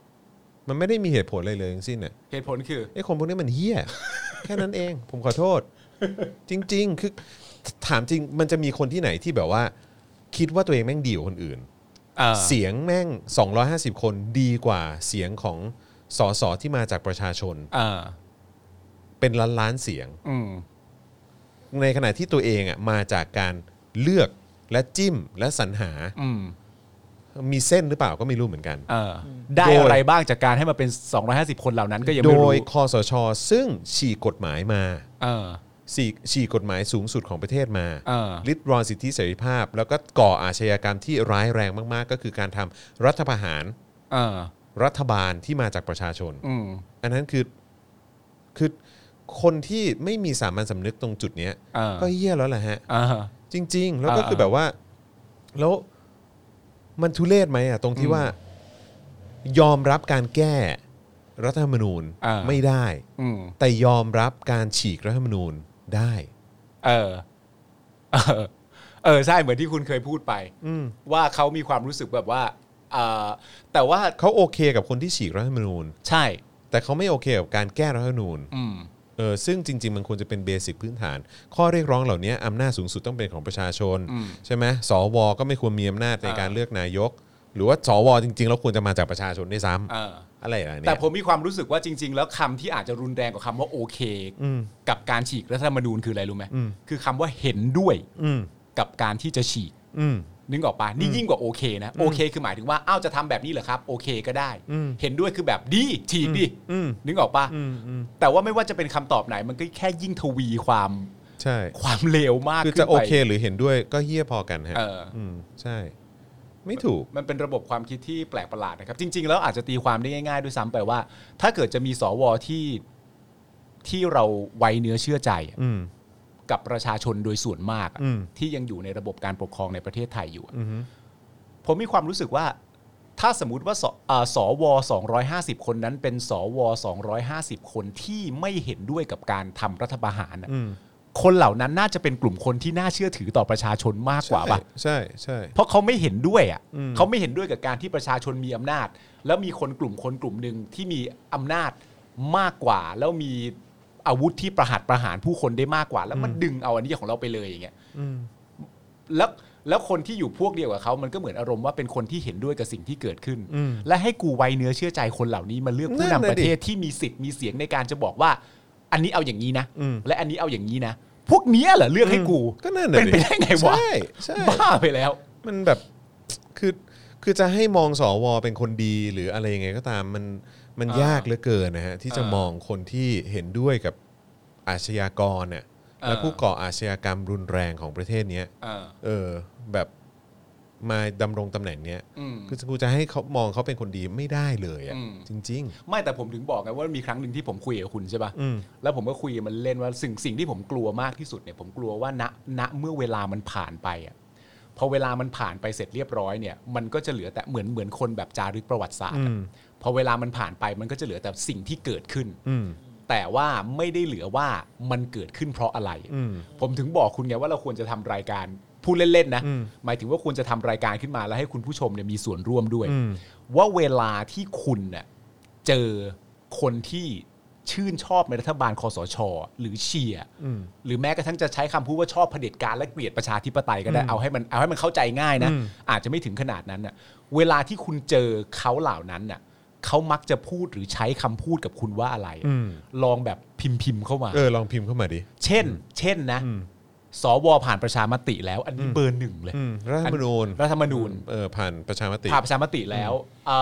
S2: มันไม่ได้มีเหตุผลอะไรเลยทั้งสิ้นน่ะ
S3: เหตุผลคือ
S2: ไอ้คนพวกนี้มันเฮี้ย (laughs) แค่นั้นเอง ผมขอโทษ จริง ๆ คือถามจริงมันจะมีคนที่ไหนที่แบบว่า คิดว่าตัวเองแม่งดีกว่าคนอื่น
S3: เออ
S2: เสียงแม่ง 250 คนดีกว่าเสียงของสสที่มาจากประชาชน
S3: เออ
S2: เป็นล้านล้านๆเสียง
S3: อืม
S2: ในขณะที่ตัวเองอ่ะมาจากการเลือกและจิ้มและสรรหา
S3: อืม
S2: มีเส้นหรือเปล่าก็ไม่รู้เหมือนกัน
S3: เออได้
S2: โดย
S3: อะไรบ้างจากการให้มาเป็น 250 คนเหล่านั้นก็ยัง
S2: โด
S3: ไม่รู้
S2: ยคอสช ซึ่งฉีกกฎหมายมา
S3: เออ
S2: ฉีกฉีกกฎหมายสูงสุดของประเทศมา
S3: อ่า
S2: ลิดรอนสิทธิเสรีภาพ แล้วก็ก่ออาชญากรรมที่ร้ายแรงมากๆ ก็คือการทำรัฐประหาร
S3: เออ
S2: รัฐบาลที่มาจากประชาชน
S3: อืม
S2: อันนั้นคือคือคนที่ไม่มีสามัญสำนึกตรงจุดเนี้ย
S3: อ่า
S2: ก็เหี้ยแล้วแหละฮะ
S3: อ่า
S2: จริง ๆ แล้วก็
S3: อ่า
S2: คือแบบว่า แล้วมันทุเลศไหมอ่ะ ตรงที่
S3: อืม
S2: ว่า ยอมรับการแก้รัฐธรรมนูญ
S3: อ่า
S2: ไม่ได้
S3: อืม
S2: แต่ยอมรับการฉีกรัฐธรรมนูญได้
S3: เออ เออ เออ ใช่ เหมือนที่คุณเคยพูดไป
S2: อืม
S3: ว่าเขามีความรู้สึกแบบว่าเออแต่ว่า
S2: เขาโอเคกับคนที่ฉีกรัฐธรรมนูญ
S3: ใช่
S2: แต่เขาไม่โอเคกับการแก้รัฐธรรมนูญ
S3: อืม
S2: เ เออซึ่งจริง ๆ มันควรจะเป็นเบสิกพื้นฐาน ข้อเรียกร้องเหล่านี้อำนาจสูงสุดต้องเป็นของประชาชน ใช่ไหมสวก็ไม่ควรมีอำนาจในการเลือกนายก หรือว่าสวจริงๆแล้วควรจะมาจากประชาชนด้วยซ้
S3: เออ
S2: ำอะไรอะไรเนี่ย
S3: แต่ผมมีความรู้สึกว่าจริง ๆ แล้วคำที่อาจจะรุนแรงกว่าคำว่าโอเค กับการฉีกรัฐธรรมนูญคืออะไรรู้ไหม
S2: อืม
S3: คือคำว่าเห็นด้วย
S2: อืม
S3: กับการที่จะฉีก
S2: อืม
S3: นึกออกปะนี่ยิ่งกว่าโอเคนะโอเคคือหมายถึงว่าอ้าวจะทำแบบนี้เหรอครับโอเคก็ได้
S2: อืม
S3: เห็นด้วยคือแบบดีฉีกดิ
S2: อืม
S3: นึกออกปะ
S2: อืมอืม
S3: แต่ว่าไม่ว่าจะเป็นคำตอบไหนมันก็แค่ยิ่งทวีความ
S2: ใช่
S3: ความเลวมาก
S2: คือ
S3: ขึ้น
S2: จะ
S3: ไป
S2: โอเคหรือเห็นด้วยก็เฮี้ยพอกันฮะ
S3: เออ
S2: มใช่ ไม่ถูก
S3: มันเป็นระบบความคิดที่แปลกประหลาดนะครับ จริง ๆ แล้วอาจจะตีความได้ง่าย ๆ ด้วยซ้ำไปว่า ถ้าเกิดจะมีสวที่ที่เราไว้เนื้อเชื่อใจอะ
S2: อืม
S3: กับประชาชนโดยส่วนมากอะ
S2: อืม
S3: ที่ยังอยู่ในระบบการปกครองในประเทศไทยอยู่อะ
S2: อืม
S3: ผมมีความรู้สึกว่า ถ้าสมมติว่าสอ่าสว250 คนนั้นเป็นสว250 คนที่ไม่เห็นด้วยกับการทำรัฐประหารอะ
S2: อืม
S3: คนเหล่านั้นน่าจะเป็นกลุ่มคนที่น่าเชื่อถือต่อประชาชนมากกว่าปะ
S2: ใช่ใช่
S3: เพราะเขาไม่เห็นด้วยอ่ะ
S2: อืม
S3: เขาไม่เห็นด้วยกับการที่ประชาชนมีอำนาจ แล้วมีคนกลุ่มคนกลุ่มหนึ่งที่มีอำนาจมากกว่า แล้วมีอาวุธที่ประหัตประหารผู้คนได้มากกว่า แล้วมันดึงเอาอันนี้ของเราไปเลยอย่างเงี้ย
S2: อืม
S3: แล้วแล้วคนที่อยู่พวกเดียวกับเขามันก็เหมือนอารมณ์ว่าเป็นคนที่เห็นด้วยกับสิ่งที่เกิดขึ้น
S2: อืม
S3: และให้กูไว้เนื้อเชื่อใจคนเหล่านี้มาเลือกผู้
S2: นั่
S3: นำ
S2: นน่ะ
S3: ประเทศ
S2: ดิ
S3: ที่มีสิทธิ์มีเสียงในการจะบอกว่า อันนี้เอาอย่างนี้นะ
S2: อืม
S3: และอันนี้เอาอย่างนี้นะ พวกเนี้ยเหรอเลือกให้กู
S2: ก็นั่น
S3: เป็นไปได้ไงวะ
S2: ใช่ใช่
S3: บ้าไปแล้ว
S2: มันแบบคือคือจะให้มองสวเป็นคนดีหรืออะไรยังไงก็ตามมันมัน
S3: อ่าย
S2: ยากเหลือเกินนะฮะที่จะ
S3: อ่าม
S2: มองคนที่เห็นด้วยกับอาชญากรเนี่ย
S3: อ่า
S2: และผู้ก่ออาชญากรรมรุนแรงของประเทศเนี้ย
S3: เออ
S2: เออแบบมาดำรงตำแหน่งเนี้ย
S3: อืม
S2: คือจะกูจะให้เขามองเขาเป็นคนดีไม่ได้เลยอะ
S3: อืม
S2: จริง
S3: ไม่แต่ผมถึงบอกไงว่ามีครั้งหนึ่งที่ผมคุยกับคุณใช่
S2: ๆ
S3: ปะ่ะ
S2: อืม
S3: แล้วผมก็คุยกับมันเล่นว่าสิ่งสิ่งที่ผมกลัวมากที่สุดเนี่ยผมกลัวว่าณณเมื่อเวลามันผ่านไปอ่ะพอเวลามันผ่านไปเสร็จเรียบร้อยเนี่ยมันก็จะเหลือแต่เหมือนเหมือนคนแบบจารึกประวัติศาสตร์อะ
S2: อืม
S3: พอเวลามันผ่านไปมันก็จะเหลือแต่สิ่งที่เกิดขึ้น
S2: อืม
S3: แต่ว่าไม่ได้เหลือว่ามันเกิดขึ้นเพราะอะไร
S2: อืม
S3: ผมถึงบอกคุณไงว่าเราควรจะทำรายการพูดเล่นๆนะ
S2: อืม
S3: หมายถึงว่าควรจะทำรายการขึ้นมาแล้วให้คุณผู้ชมเนี่ยมีส่วนร่วมด้วย
S2: อืม
S3: ว่าเวลาที่คุณเน่ะเจอคนที่ชื่นชอบในรัฐบาลคอสช หรือเชียร์
S2: อืม
S3: หรือแม้กระทั่งจะใช้คำพูดว่าชอบเผด็จการและเกลียดประชาธิปไตยก็ได้เอาให้มันเอาให้มันเข้าใจง่ายนะ
S2: อืม
S3: อาจจะไม่ถึงขนาดนั้นน่ะเวลาที่คุณเจอเขาเหล่านั้นน่ะเขามักจะพูดหรือใช้คำพูดกับคุณว่าอะไรอะ
S2: อืม
S3: ลองแบบพิมพ์พิมพ์ๆเข้ามา
S2: เออลองพิมพ์เข้ามาดิ
S3: เช่น เช่นนะ
S2: อืม
S3: สวผ่านประชามติแล้ว อันนี้เบอร์หนึ่งเลย
S2: อืมรัฐธรรมนูญ
S3: รัฐธรรมนูญ
S2: เออผ่านประชามติ
S3: ผ่านประชามติแล้วเอ่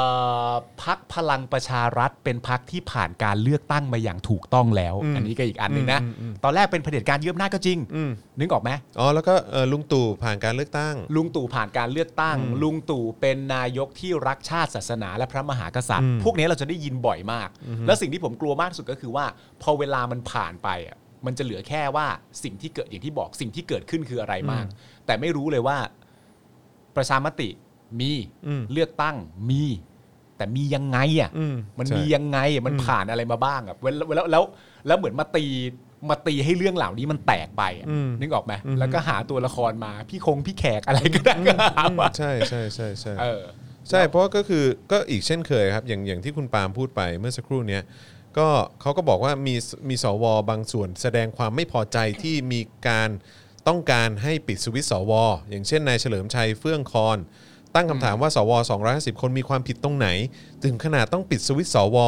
S3: อพักพลังประชารัฐเป็นพักที่ผ่านการเลือกตั้งมาอย่างถูกต้องแล้ว อันนี้ก็อีกอันหนึ่งนะ ตอนแรกเป็นเผด็จการยืมหน้าจก็จริง
S2: อืม
S3: นึกออกไหม
S2: อ๋อแล้วก็เออลุงตู่ผ่านการเลือกตั้ง
S3: ลุงตู่ผ่านการเลือกตั้ง ลุงตู่เป็นนายกที่รักชาติศาสนาและพระมหากษัตริย์ พวกนี้เราจะได้ยินบ่อยมาก แล้วสิ่งที่ผมกลัวมากที่สุดก็คือว่า พอเวลามันผ่านไปอ่ะมันจะเหลือแค่ว่าสิ่งที่เกิดอย่างที่บอกสิ่งที่เกิดขึ้นคืออะไรมาก แต่ไม่รู้เลยว่า ประชามติมี
S2: อืม
S3: เลือกตั้งมี แต่มียังไงอ่ะ
S2: อืม
S3: มัน
S2: ใช่
S3: มียังไงอะมันผ่านอะไรมาบ้างอ่ะเวลาแล้วแล้วแล้วเหมือนมาตีมาตีให้เรื่องเหล่านี้มันแตกไปอะนึกออกไหมแล้วก็หาตัวละครมาพี่คงพี่แขกอะไร (laughs) ก็ได้ก็หามา
S2: ใช่ใช่ใช่ใช่
S3: เออ
S2: ใช่เพราะก็คือก็อีกเช่นเคยครับ อย่างอย่างที่คุณปาล์มพูดไปเมื่อสักครู่เนี้ยก็เขาก็บอกว่ามีมีสวบางส่วนแสดงความไม่พอใจที่มีการต้องการให้ปิดสวิตช์สวอย่างเช่นนายเฉลิมชัยเฟื่องคอน ตั้งคำถามว่าสว250 คนมีความผิดตรงไหน ถึงขนาดต้องปิดสวิตช์สว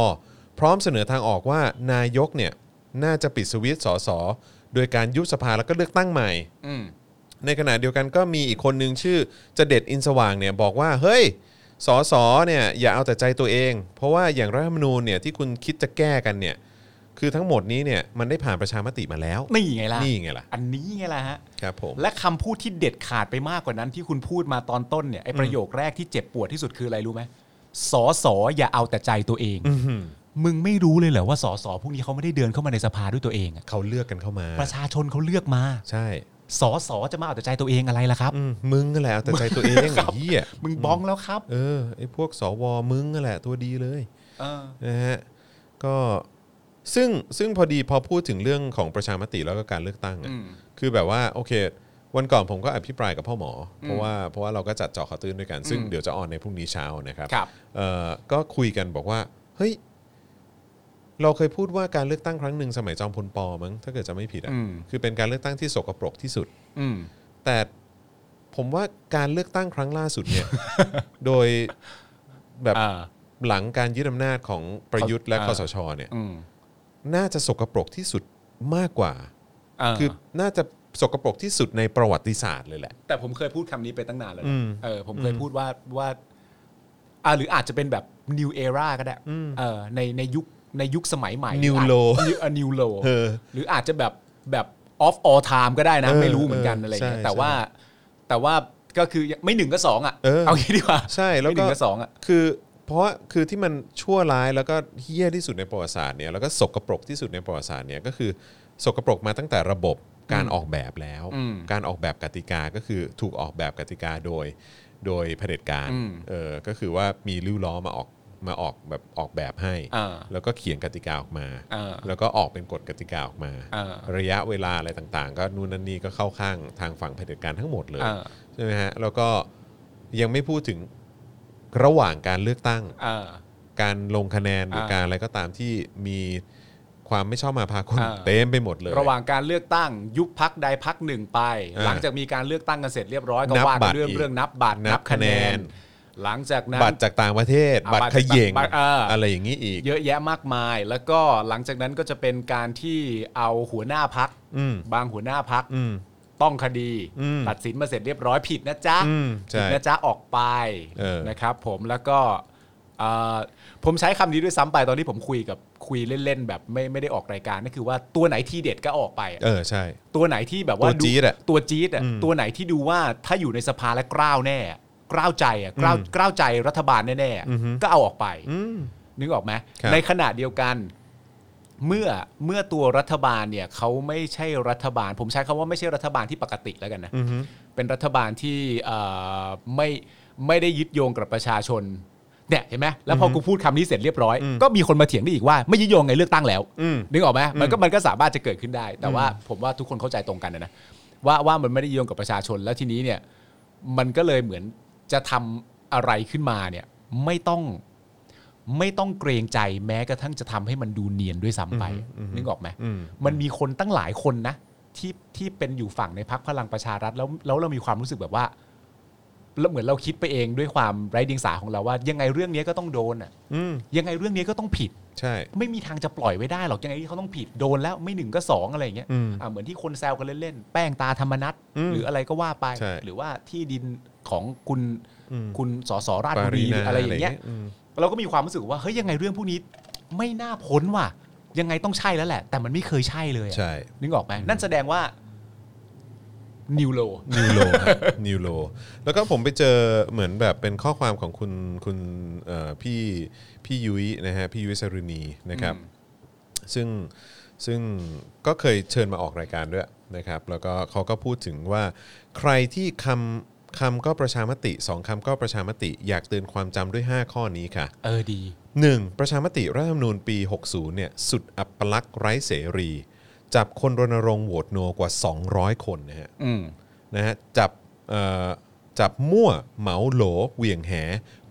S2: พร้อมเสนอทางออกว่านายกเนี่ยน่าจะปิดสวิตช์สสโดยการยุบสภาแล้วก็เลือกตั้งใหม่
S3: อืม
S2: ในขณะเดียวกันก็มีอีกคนนึงชื่อจะเด็ดอินสว่างเนี่ยบอกว่าเฮ้ยสอสอเนี่ยอย่าเอาแต่ใจตัวเอง เพราะว่าอย่างรัฐธรรมนูญเนี่ยที่คุณคิดจะแก้กันเนี่ยคือทั้งหมดนี้เนี่ยมันได้ผ่านประชามติมาแล้ว
S3: นี่ไงล่ะ
S2: นี่ไงล่ะ
S3: อันนี้ไงล่ะฮะ
S2: ครับผม
S3: และคำพูดที่เด็ดขาดไปมากกว่านั้นที่คุณพูดมาตอนต้นเนี่ยไอประโยคแรกที่เจ็บปวดที่สุดคืออะไรรู้ไหมสอสออย่าเอาแต่ใจตัวเอง มึงไม่รู้เลยเหรอว่าสอสอพวกนี้เขาไม่ได้เดินเข้ามาในสภาด้วยตัวเองอะ
S2: เขาเลือกกันเข้ามา
S3: ประชาชนเขาเลือกมา
S2: ใช่
S3: สอสอจะมาเอาแต่ใจตัวเองอะไรล่ะครับ
S2: อืมมึงนั่นแหละเอาแต่ใจตัวเองไอ้เหี้ย
S3: มึงบ้องแล้วครับ
S2: เออไอ้พวกสวมึงนั่นแหละตัวดีเลย
S3: เออ
S2: นะฮะก็ซึ่งซึ่งพอดีพอพูดถึงเรื่องของประชามติแล้วก็การเลือกตั้ง
S3: อื
S2: อะ
S3: ม
S2: คือแบบว่าโอเค วันก่อนผมก็อภิปรายกับพ่อหมออเพราะว่าเพราะว่าเราก็จัดเจาะข่าวตื้นด้วยกัน ซึ่ง
S3: อืม
S2: เดี๋ยวจะออนในพรุ่งนี้เช้านะครับ
S3: ครับ
S2: เอ่อก็คุยกันบอกว่าเฮ้ย เราเคยพูดว่าการเลือกตั้งครั้งหนึ่งสมัยจอมพลปอมั้งถ้าเกิดจะไม่ผิดอ่ะ
S3: อืม
S2: คือเป็นการเลือกตั้งที่สกปรกที่สุด
S3: อืม
S2: แต่ผมว่าการเลือกตั้งครั้งล่าสุด
S3: (laughs)
S2: เนี่ย โดยแบบ
S3: อ่า
S2: หลังการยึดอำนาจของประยุทธ์และ
S3: อ่า
S2: คอสชเนี่ย
S3: อืม
S2: น่าจะสกปรกที่สุดมากกว่า
S3: า
S2: คือน่าจะสกปรกที่สุดในประวัติศาสตร์เลยแหละ
S3: แต่ผมเคยพูดคำนี้ไปตั้งนานแล้วนะ
S2: อืม
S3: เออผมเคยพูดว่าว่าอ่าหรืออาจจะเป็นแบบ new era ก็ได้เออในในยุคในยุคสมัยใหม่
S2: New
S3: อาจ
S2: low
S3: เออ new low
S2: เออ
S3: หรืออาจจะแบบแบบ off all time ก็ได้นะ
S2: เออ
S3: ไม่รู้เหมือนกัน
S2: เอออ
S3: อะไรเงี้ย
S2: ใช่
S3: แต่ว่าแต่ว่าก็คือไม่หนึ่งก็สองอ่ะ
S2: เออ
S3: งี้ดีกว่า
S2: ใช่แล้ว
S3: ไม่ห
S2: ก็
S3: นึ่งก็สองอ่ะ
S2: คือเพราะคือที่มันชั่วร้ายแล้วก็เฮี้ยที่สุดในประวัติศาสตร์เนี่ยแล้วก็สกปรกที่สุดในประวัติศาสตร์เนี่ยก็คือสกปรกมาตั้งแต่ระบบการออกแบบแล้ว
S3: อืม
S2: การออกแบบกติกาก็คือถูกออกแบบกติกาโดยโดยเผด็จการ
S3: อืม
S2: เออก็คือว่ามีริ้วล้อมาออกมาออกแบบออกแบบให้
S3: อ่า
S2: แล้วก็เขียนกติกาออกมา
S3: อ่า
S2: แล้วก็ออกเป็นกฎกติกาออกมา
S3: อ่า
S2: ระยะเวลาอะไรต่างๆ ก็นู่นนั่นนี่ก็เข้าข้างทางฝั่งเผด็จการทั้งหมดเลย
S3: อ่า
S2: ใช่ไหมฮะแล้วก็ยังไม่พูดถึง ระหว่างการเลือกตั้ง
S3: อ่า
S2: การลงคะแนนหรือ
S3: อ่า
S2: การอะไรก็ตามที่มีความไม่ชอบมาพากล
S3: อ่า
S2: เต็มไปหมดเลย
S3: ระหว่างการเลือกตั้งยุบพักใดพักหนึ่งไป
S2: เออ
S3: หลังจากมีการเลือกตั้งกันเสร็จเรียบร้อยก็
S2: นับ
S3: ว่า
S2: บั
S3: กัน
S2: ตร
S3: เรื่อง
S2: อีก
S3: เรื่องนับบัตร
S2: นับ
S3: นับคะแน
S2: คะแนน
S3: น หลังจากนั้น
S2: บัตรจากต่างประเทศ
S3: อ่า
S2: บัต
S3: บัตร
S2: รเขย่ง
S3: บัตรอ่า
S2: อะไรอย่างนี้อีก
S3: เยอะแยะมากมาย แล้วก็หลังจากนั้นก็จะเป็นการที่เอาหัวหน้าพัก
S2: อืม
S3: บางหัวหน้าพัก
S2: อืม
S3: ต้องคดี
S2: อืม
S3: ตัดสินมาเสร็จเรียบร้อยผิดนะจ๊ะ
S2: อืมใช่
S3: ผิดนะจ๊ะออกไป
S2: เออ
S3: นะครับ ผมแล้วก็เอ่อผมใช้คำนี้ด้วยซ้ำไปตอนที่ผมคุยกับคุยเล่นๆแบบไม่ไม่ได้ออกรายการนั่นคือว่าตัวไหนที่เด็ดก็ออกไปอะ
S2: เออใช่
S3: ตัวไหนที่แบบว่า
S2: ตัวจี๊ดอะ
S3: ตัวจี๊ดอะตัวไหนที่ดูว่าถ้าอยู่ในสภาและกล้าวแน่อะกล้าวใจอะกล้าวกล้าวใจรัฐบาลแน่ๆอะก็เอาออกไปนึกออกไหม
S2: ครับ
S3: ในขณะเดียวกัน เมื่อเมื่อตัวรัฐบาลเนี่ยเขาไม่ใช่รัฐบาล ผมใช้คำว่าไม่ใช่รัฐบาลที่ปกติแล้วกันนะเป็นรัฐบาลที่เอ่อไม่ไม่ได้ยึดโยงกับประชาชนเนี่ยเห็นไหมแล้วพออกูพูดคำนี้เสร็จเรียบร้อย ก็มีคนมาเถียงได้อีกว่าไม่ยึดโยงไงเลือกตั้งแล้วนึกออกไหมมันก็มันก็สามารถจะเกิดขึ้นได้ แต่ว่าผมว่าทุกคนเข้าใจตรงกันนะนะว่าว่ามันไม่ได้ยึดโยงกับประชาชนแล้วทีนี้เนี่ย มันก็เลยเหมือนจะทำอะไรขึ้นมาเนี่ย ไม่ต้อง ไม่ต้องเกรงใจแม้กระทั่งจะทำให้มันดูเนียนด้วยซ้ำไปนึกออกไหมมันมีคนตั้งหลายคนนะ ที่ที่เป็นอยู่ฝั่งในพักพลังประชารัฐแล้วแล้วเรามีความรู้สึกแบบว่าแล้วเหมือนเราคิดไปเองด้วยความไร้เดียงสาของเราว่า ยังไงเรื่องนี้ก็ต้องโดนอ่ะ
S2: อืม
S3: ยังไงเรื่องนี้ก็ต้องผิด
S2: ใช่
S3: ไม่มีทางจะปล่อยไว้ได้หรอกยังไงเขาต้องผิดโดนแล้วไม่หนึ่งก็สองอะไรอย่างเงี้ย
S2: อืม
S3: อ่าเหมือนที่คนแซวกันเล่นๆแป้งตาธรรมนัต
S2: อืม
S3: หรืออะไรก็ว่าไป
S2: ใช่
S3: หรือว่าที่ดินของคุณคุณสสราช
S2: ปา
S3: บุ
S2: รี
S3: รีหรือ
S2: นา
S3: อะไรอย่างเงี้ย
S2: อะไรอย่างเงี้ยอืม
S3: เราก็มีความรู้สึกว่าเฮ้ยยังไงเรื่องพวกนี้ไม่น่าพ้นว่ะยังไงต้องใช่แล้วแหละ แต่มันไม่เคยใช่เลยอะ
S2: ใช่
S3: นึกออกไหมนั่นแสดงว่านิวโล
S2: นิวโลนิวโลแล้วก็ผมไปเจอเหมือนแบบเป็นข้อความของคุณคุณเอ่อพี่พี่ยุ้ยนะฮะพี่ยุ้ยสรุณีนะครับ ซึ่งซึ่งก็เคยเชิญมาออกรายการด้วยนะครับ แล้วก็เขาก็พูดถึงว่า ใครที่คำคำก็ประชามติสองคำก็ประชามติ อยากเตือนความจำด้วย 5 ข้อนี้ค่ะ
S3: เออดี
S2: 1. ประชามติรัฐธรรมนูญปี 60 เนี่ย สุดอัปลักษณ์ไร้เสรี จับคนรณรงค์โหวตโนกว่า 200 คนนะฮะ
S3: อืม
S2: นะฮะจับเอ่อจับมั่วเหมาโหลเหวี่ยงแห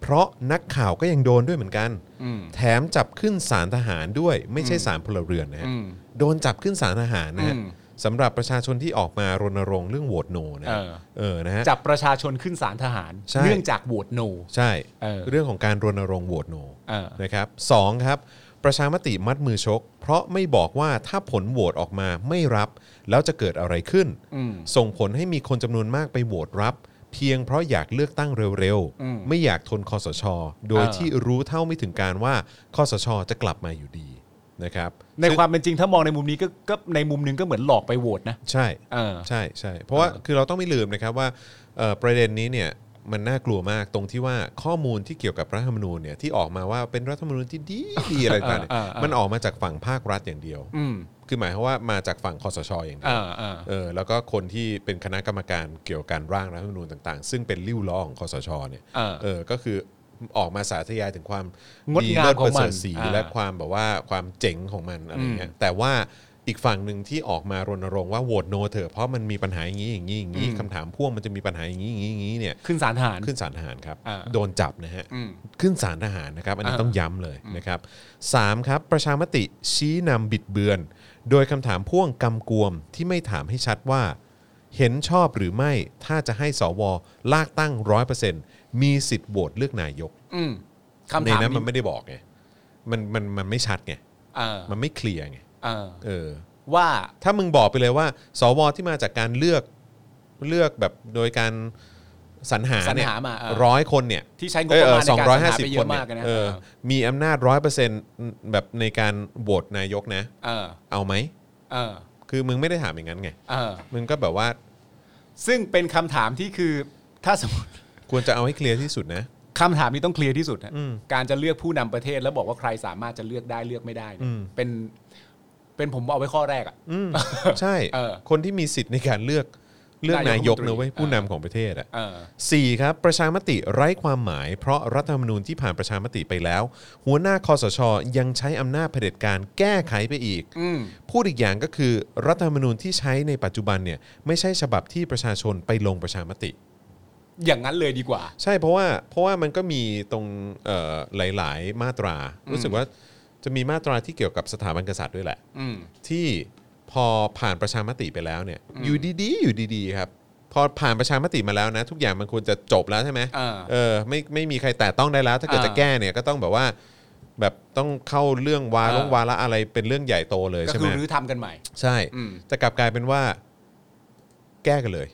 S2: เพราะนักข่าวก็ยังโดนด้วยเหมือนกัน
S3: อืม
S2: แถมจับขึ้นศาลทหารด้วย ไม่ใช่ศาลพลเรือนนะฮะ
S3: อืม
S2: โดนจับขึ้นศาลทหารนะฮะ
S3: อืม
S2: สำหรับประชาชนที่ออกมารณรงค์เรื่องโหวตโนนะฮะ
S3: เออ
S2: เออนะฮะ
S3: จับประชาชนขึ้นศาลทหาร
S2: ใช่
S3: เนื่องจากโหวตโน
S2: ใช่
S3: เออ
S2: เรื่องของการรณรงค์โหวตโน
S3: เออ
S2: นะครับสองครับ ประชามติมัดมือชก เพราะไม่บอกว่าถ้าผลโหวตออกมาไม่รับ แล้วจะเกิดอะไรขึ้น ส่งผลให้มีคนจำนวนมากไปโหวตรับ เพียงเพราะอยากเลือกตั้งเร็วๆ ไม่อยากทนคอสช โดยที่รู้เท่าไม่ถึงการว่าคอสช จะกลับมาอยู่ดีนะครับ
S3: ในความเป็นจริงถ้ามองในมุมนี้ก็ก็ในมุมหนึงก็เหมือนหลอกไปโหวตนะ
S2: ใช่
S3: เออ
S2: ใช่ใช่เพราะว่าคือเราต้องไม่ลืมนะครับว่าเอ่อประเด็นนี้เนี่ยมันน่ากลัวมากตรงที่ว่าข้อมูลที่เกี่ยวกับรัฐธรรมนูญเนี่ยที่ออกมาว่าเป็นรัฐธรรมนูญที่ดีดีอะไรต่างๆเนี่ย
S3: เออเออเออ
S2: มันออกมาจากฝั่งภาครัฐอย่างเดียว
S3: อืม
S2: คือหมายความว่ามาจากฝั่งคอสชอย่างเดียว
S3: อ่าอ่า
S2: เออแล้วก็คนที่เป็นคณะกรรมการเกี่ยวกับการร่างรัฐธรรมนูญต่าง ๆ ซึ่งเป็นริ้วล้อของคอสชเนี่ย
S3: เออ
S2: เออก็คือออกมาสาธยายถึงความ
S3: งดงาม
S2: เลิศ
S3: ของมัน
S2: ประเสริฐศรี
S3: อ่า
S2: และความแบบว่าความเจ๋งของมันอะไรเงี้ยแต่ว่า อีกฝั่งหนึ่งที่ออกมารณรงค์ว่าโหวตโนเถอะเพราะมันมีปัญหาอย่างนี้อย่างนี้อย่างนี้
S3: อืม
S2: คำถามพ่วงมันจะมีปัญหาอย่างนี้อย่างนี้อย่างนี้เนี่ย
S3: ขึ้นสารทหาร
S2: ขึ้นศาลทหารครับ
S3: อ่า
S2: โดนจับนะฮะ
S3: อืม
S2: ขึ้นศาลทหารนะครับ อันนี้
S3: อ่า
S2: ต้องย้ำเลยนะครับสามครับ ประชามติชี้นำบิดเบือน โดยคำถามพ่วงกำกวมที่ไม่ถามให้ชัดว่า เห็นชอบหรือไม่ถ้าจะให้สวลากตั้งร้อยเปอร์เซ็นต์มีสิทธิ์โหวตเลือกนายก
S3: อืมคำ
S2: ใน
S3: ถาม
S2: นั้นมันไม่ได้บอกไง มันมันมันไม่ชัดไง
S3: เออ
S2: มันไม่เคลียร์ไง
S3: เออ
S2: เออ
S3: ว่า
S2: ถ้ามึงบอกไปเลยว่า สวที่มาจากการเลือกเลือกแบบโดยการสรรหาเนี่
S3: สรร
S2: ย
S3: หามาเออ
S2: ร้อยคนเนี่ย
S3: ที่ใช้งบ
S2: เอ
S3: ประมา
S2: อ
S3: ณใน
S2: สอง
S3: การ
S2: ร้อย
S3: สรร
S2: ห้า
S3: หา
S2: สิบ
S3: ไปเย
S2: คน
S3: อะ
S2: เนี่
S3: มาก
S2: ย
S3: เลยนะ
S2: เออ
S3: เออ
S2: มีอำนาจร้อยเปอร์เซ็นต์แบบในการโหวตนายกนะ
S3: เออ
S2: เอาไหม
S3: เออ
S2: คือมึงไม่ได้ถามอย่างนั้นไง
S3: เออ
S2: มึงก็แบบว่า
S3: ซึ่งเป็นคำถามที่คือถ้าสมมติ (laughs)
S2: ควรจะเอาให้เคลียร์ที่สุดนะ
S3: คำถามนี้ต้องเคลียร์ที่สุดนะการจะเลือกผู้นำประเทศแล้วบอกว่าใครสามารถจะเลือกได้เลือกไม่ได้เนี่
S2: อื
S3: ย
S2: ม
S3: เป็นเป็นผมเอาไว้ข้อแรกอ่ะ
S2: อื
S3: (laughs)
S2: ม ใช่
S3: เออ
S2: คนที่มีสิทธิ์ในการเลือกเลือกนาน
S3: าย ย
S2: ก
S3: ก
S2: นะเว้ย
S3: รัฐมนตรี
S2: ผู้นำของประเทศอ่ะ
S3: เออ
S2: สี่ครับประชามติไร้ความหมาย เพราะรัฐธรรมนูญที่ผ่านประชามติไปแล้ว หัวหน้าคอสช ยังใช้อำนาจเผด็จการแก้ไขไปอีก
S3: อืม
S2: พูดอีกอย่างก็คือ รัฐธรรมนูญที่ใช้ในปัจจุบันเนี่ยไม่ใช่ฉบับที่ประชาชนไปลงประชามติ
S3: อย่างนั้นเลยดีกว่า
S2: ใช่เพราะว่าเพราะว่ามันก็มีตรงเอ่อหลาย ๆ มาตรา รู้สึกว่าจะมีมาตราที่เกี่ยวกับสถาบันกษัตริย์ด้วยแหละ
S3: อืม
S2: ที่พอผ่านประชามติไปแล้วเนี่ยอยู่ดีๆอยู่ดีๆครับพอผ่านประชามติมาแล้วนะ ทุกอย่างมันควรจะจบแล้วใช่ไหม
S3: อ่า
S2: เออไม่ไม่มีใครแตะต้องได้แล้ว ถ้าเกิด
S3: อ่า
S2: จะแก้เนี่ยก็ต้องแบบว่าแบบต้องเข้าเรื่องวาระ
S3: อ่า
S2: วาระอะไรเป็นเรื่องใหญ่โตเลย
S3: ก็
S2: ใช่
S3: คื
S2: ไหม
S3: อรื้อทำกันใหม่
S2: ใช่
S3: อืม
S2: แต่กลับกลายเป็นว่า แก้กันเลย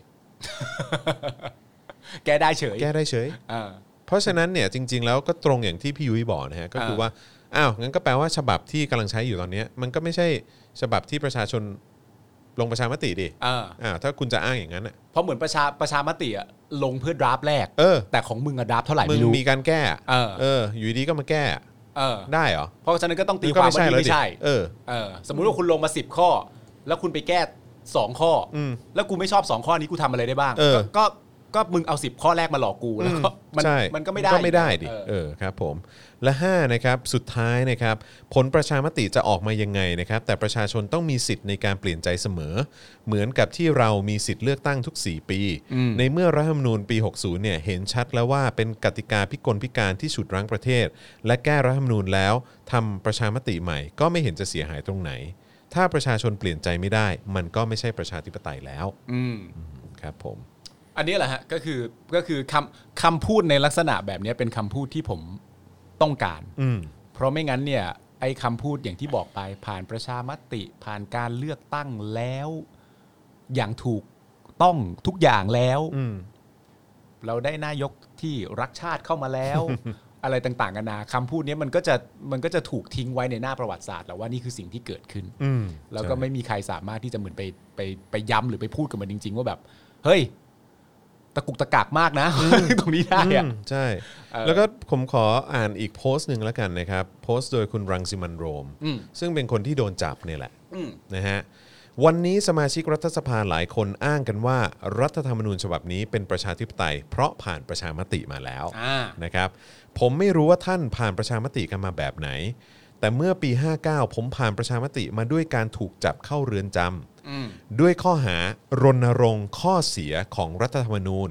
S3: แกได้เฉย
S2: แก้ได้เฉย
S3: เออ
S2: เพราะฉะนั้นเนี่ยจริง ๆ แล้วก็ตรงอย่างที่พี่ยุ้ยบอกนะฮะก็คือว่าอ้าวงั้นก็แปลว่าฉบับที่กำลังใช้อยู่ตอนเนี้ยมันก็ไม่ใช่ฉบับที่ประชาชนลงประชามติดิ
S3: อ่า
S2: อ่าวถ้าคุณจะอ้างอย่างนั้นน่ะ
S3: เพราะเหมือนประชาประชามติอะลงเพื่อดราฟต์แรก
S2: เออ
S3: แต่ของมึงอะดราฟต์เท่าไหร่
S2: มึง
S3: ไม่รู้
S2: มีการแก้
S3: เออ
S2: เออ อยู่ดีก็มาแก้อะ
S3: เออ
S2: ได้เหรอ
S3: เพราะฉะนั้นก็ต้องตีความว่านี่
S2: แล้วดิ
S3: ไม่ใช่
S2: เออ
S3: เออ สมมุติว่าคุณลงมาสิบข้อ แล้วคุณไปแก้สองข้ออ
S2: ม
S3: แล้วกูไม่ชอบสองข้อนี้กูทำอะไรได้บ้าง
S2: เออ
S3: ก็ก็ก็มึงเอาสิบข้อแรกมาหลอกกูแล้วก็มัน
S2: ใช่
S3: มันก็ไม่ได้
S2: ก็ไม่ได้ดิ
S3: เออ
S2: เออครับผมและ5นะครับสุดท้ายนะครับผลประชามติจะออกมายังไงนะครับ แต่ประชาชนต้องมีสิทธิ์ในการเปลี่ยนใจเสมอ เหมือนกับที่เรามีสิทธิ์เลือกตั้งทุก 4 ปี ในเมื่อรัฐธรรมนูญปี 60เนี่ยเห็นชัดแล้วว่าเป็นกติกาพิกลพิการที่ฉุดรั้งประเทศ และแก้รัฐธรรมนูญแล้วทำประชามติใหม่ ก็ไม่เห็นจะเสียหายตรงไหน ถ้าประชาชนเปลี่ยนใจไม่ได้ มันก็ไม่ใช่ประชาธิปไตยแล้ว
S3: อืม
S2: ครับ ผม
S3: อันนี้แหละฮะก็คือก็คือคำคำพูดในลักษณะแบบนี้เป็นคำพูดที่ผมต้องการ
S2: อืม
S3: เพราะไม่งั้นเนี่ยไอ้คำพูดอย่างที่บอกไปผ่านประชามติผ่านการเลือกตั้งแล้ว อย่างถูกต้องทุกอย่างแล้ว
S2: อืม
S3: เราได้นายกที่รักชาติเข้ามาแล้ว
S2: (laughs)
S3: อะไรต่างๆกันานาคำพูดเนี้ยมันก็จะมันก็จะถูกทิ้งไว้ในหน้าประวัติศาสตร์แล้วว่านี่คือสิ่งที่เกิดขึ้น
S2: อืม
S3: แล้วก็
S2: ใช่
S3: ไม่มีใครสามารถที่จะเหมือนไปไปไปย้ำหรือไปพูดกับมันจริง ๆ ว่าแบบ เฮ้ย ตะกุกตะกากมากนะ (laughs) ตรงนี้ได้อะ
S2: อืมใช่
S3: เออ
S2: แล้วก็ผมขออ่านอีกโพสต์หนึ่งแล้วกันนะครับ โพสต์โดยคุณรังสิมันต์โรม
S3: อืม
S2: ซึ่งเป็นคนที่โดนจับเนี่ยแหละ
S3: อืม
S2: นะฮะวันนี้สมาชิกรัฐสภาหลายคนอ้างกันว่า รัฐธรรมนูญฉบับนี้เป็นประชาธิปไตย เพราะผ่านประชามติมาแล้ว
S3: อ่า
S2: นะครับผมไม่รู้ว่าท่านผ่านประชามติกันมาแบบไหน แต่เมื่อปี 59 ผมผ่านประชามติมาด้วยการถูกจับเข้าเรือนจำด้วยข้อหารณรงค์ข้อเสียของรัฐธรรมนูญ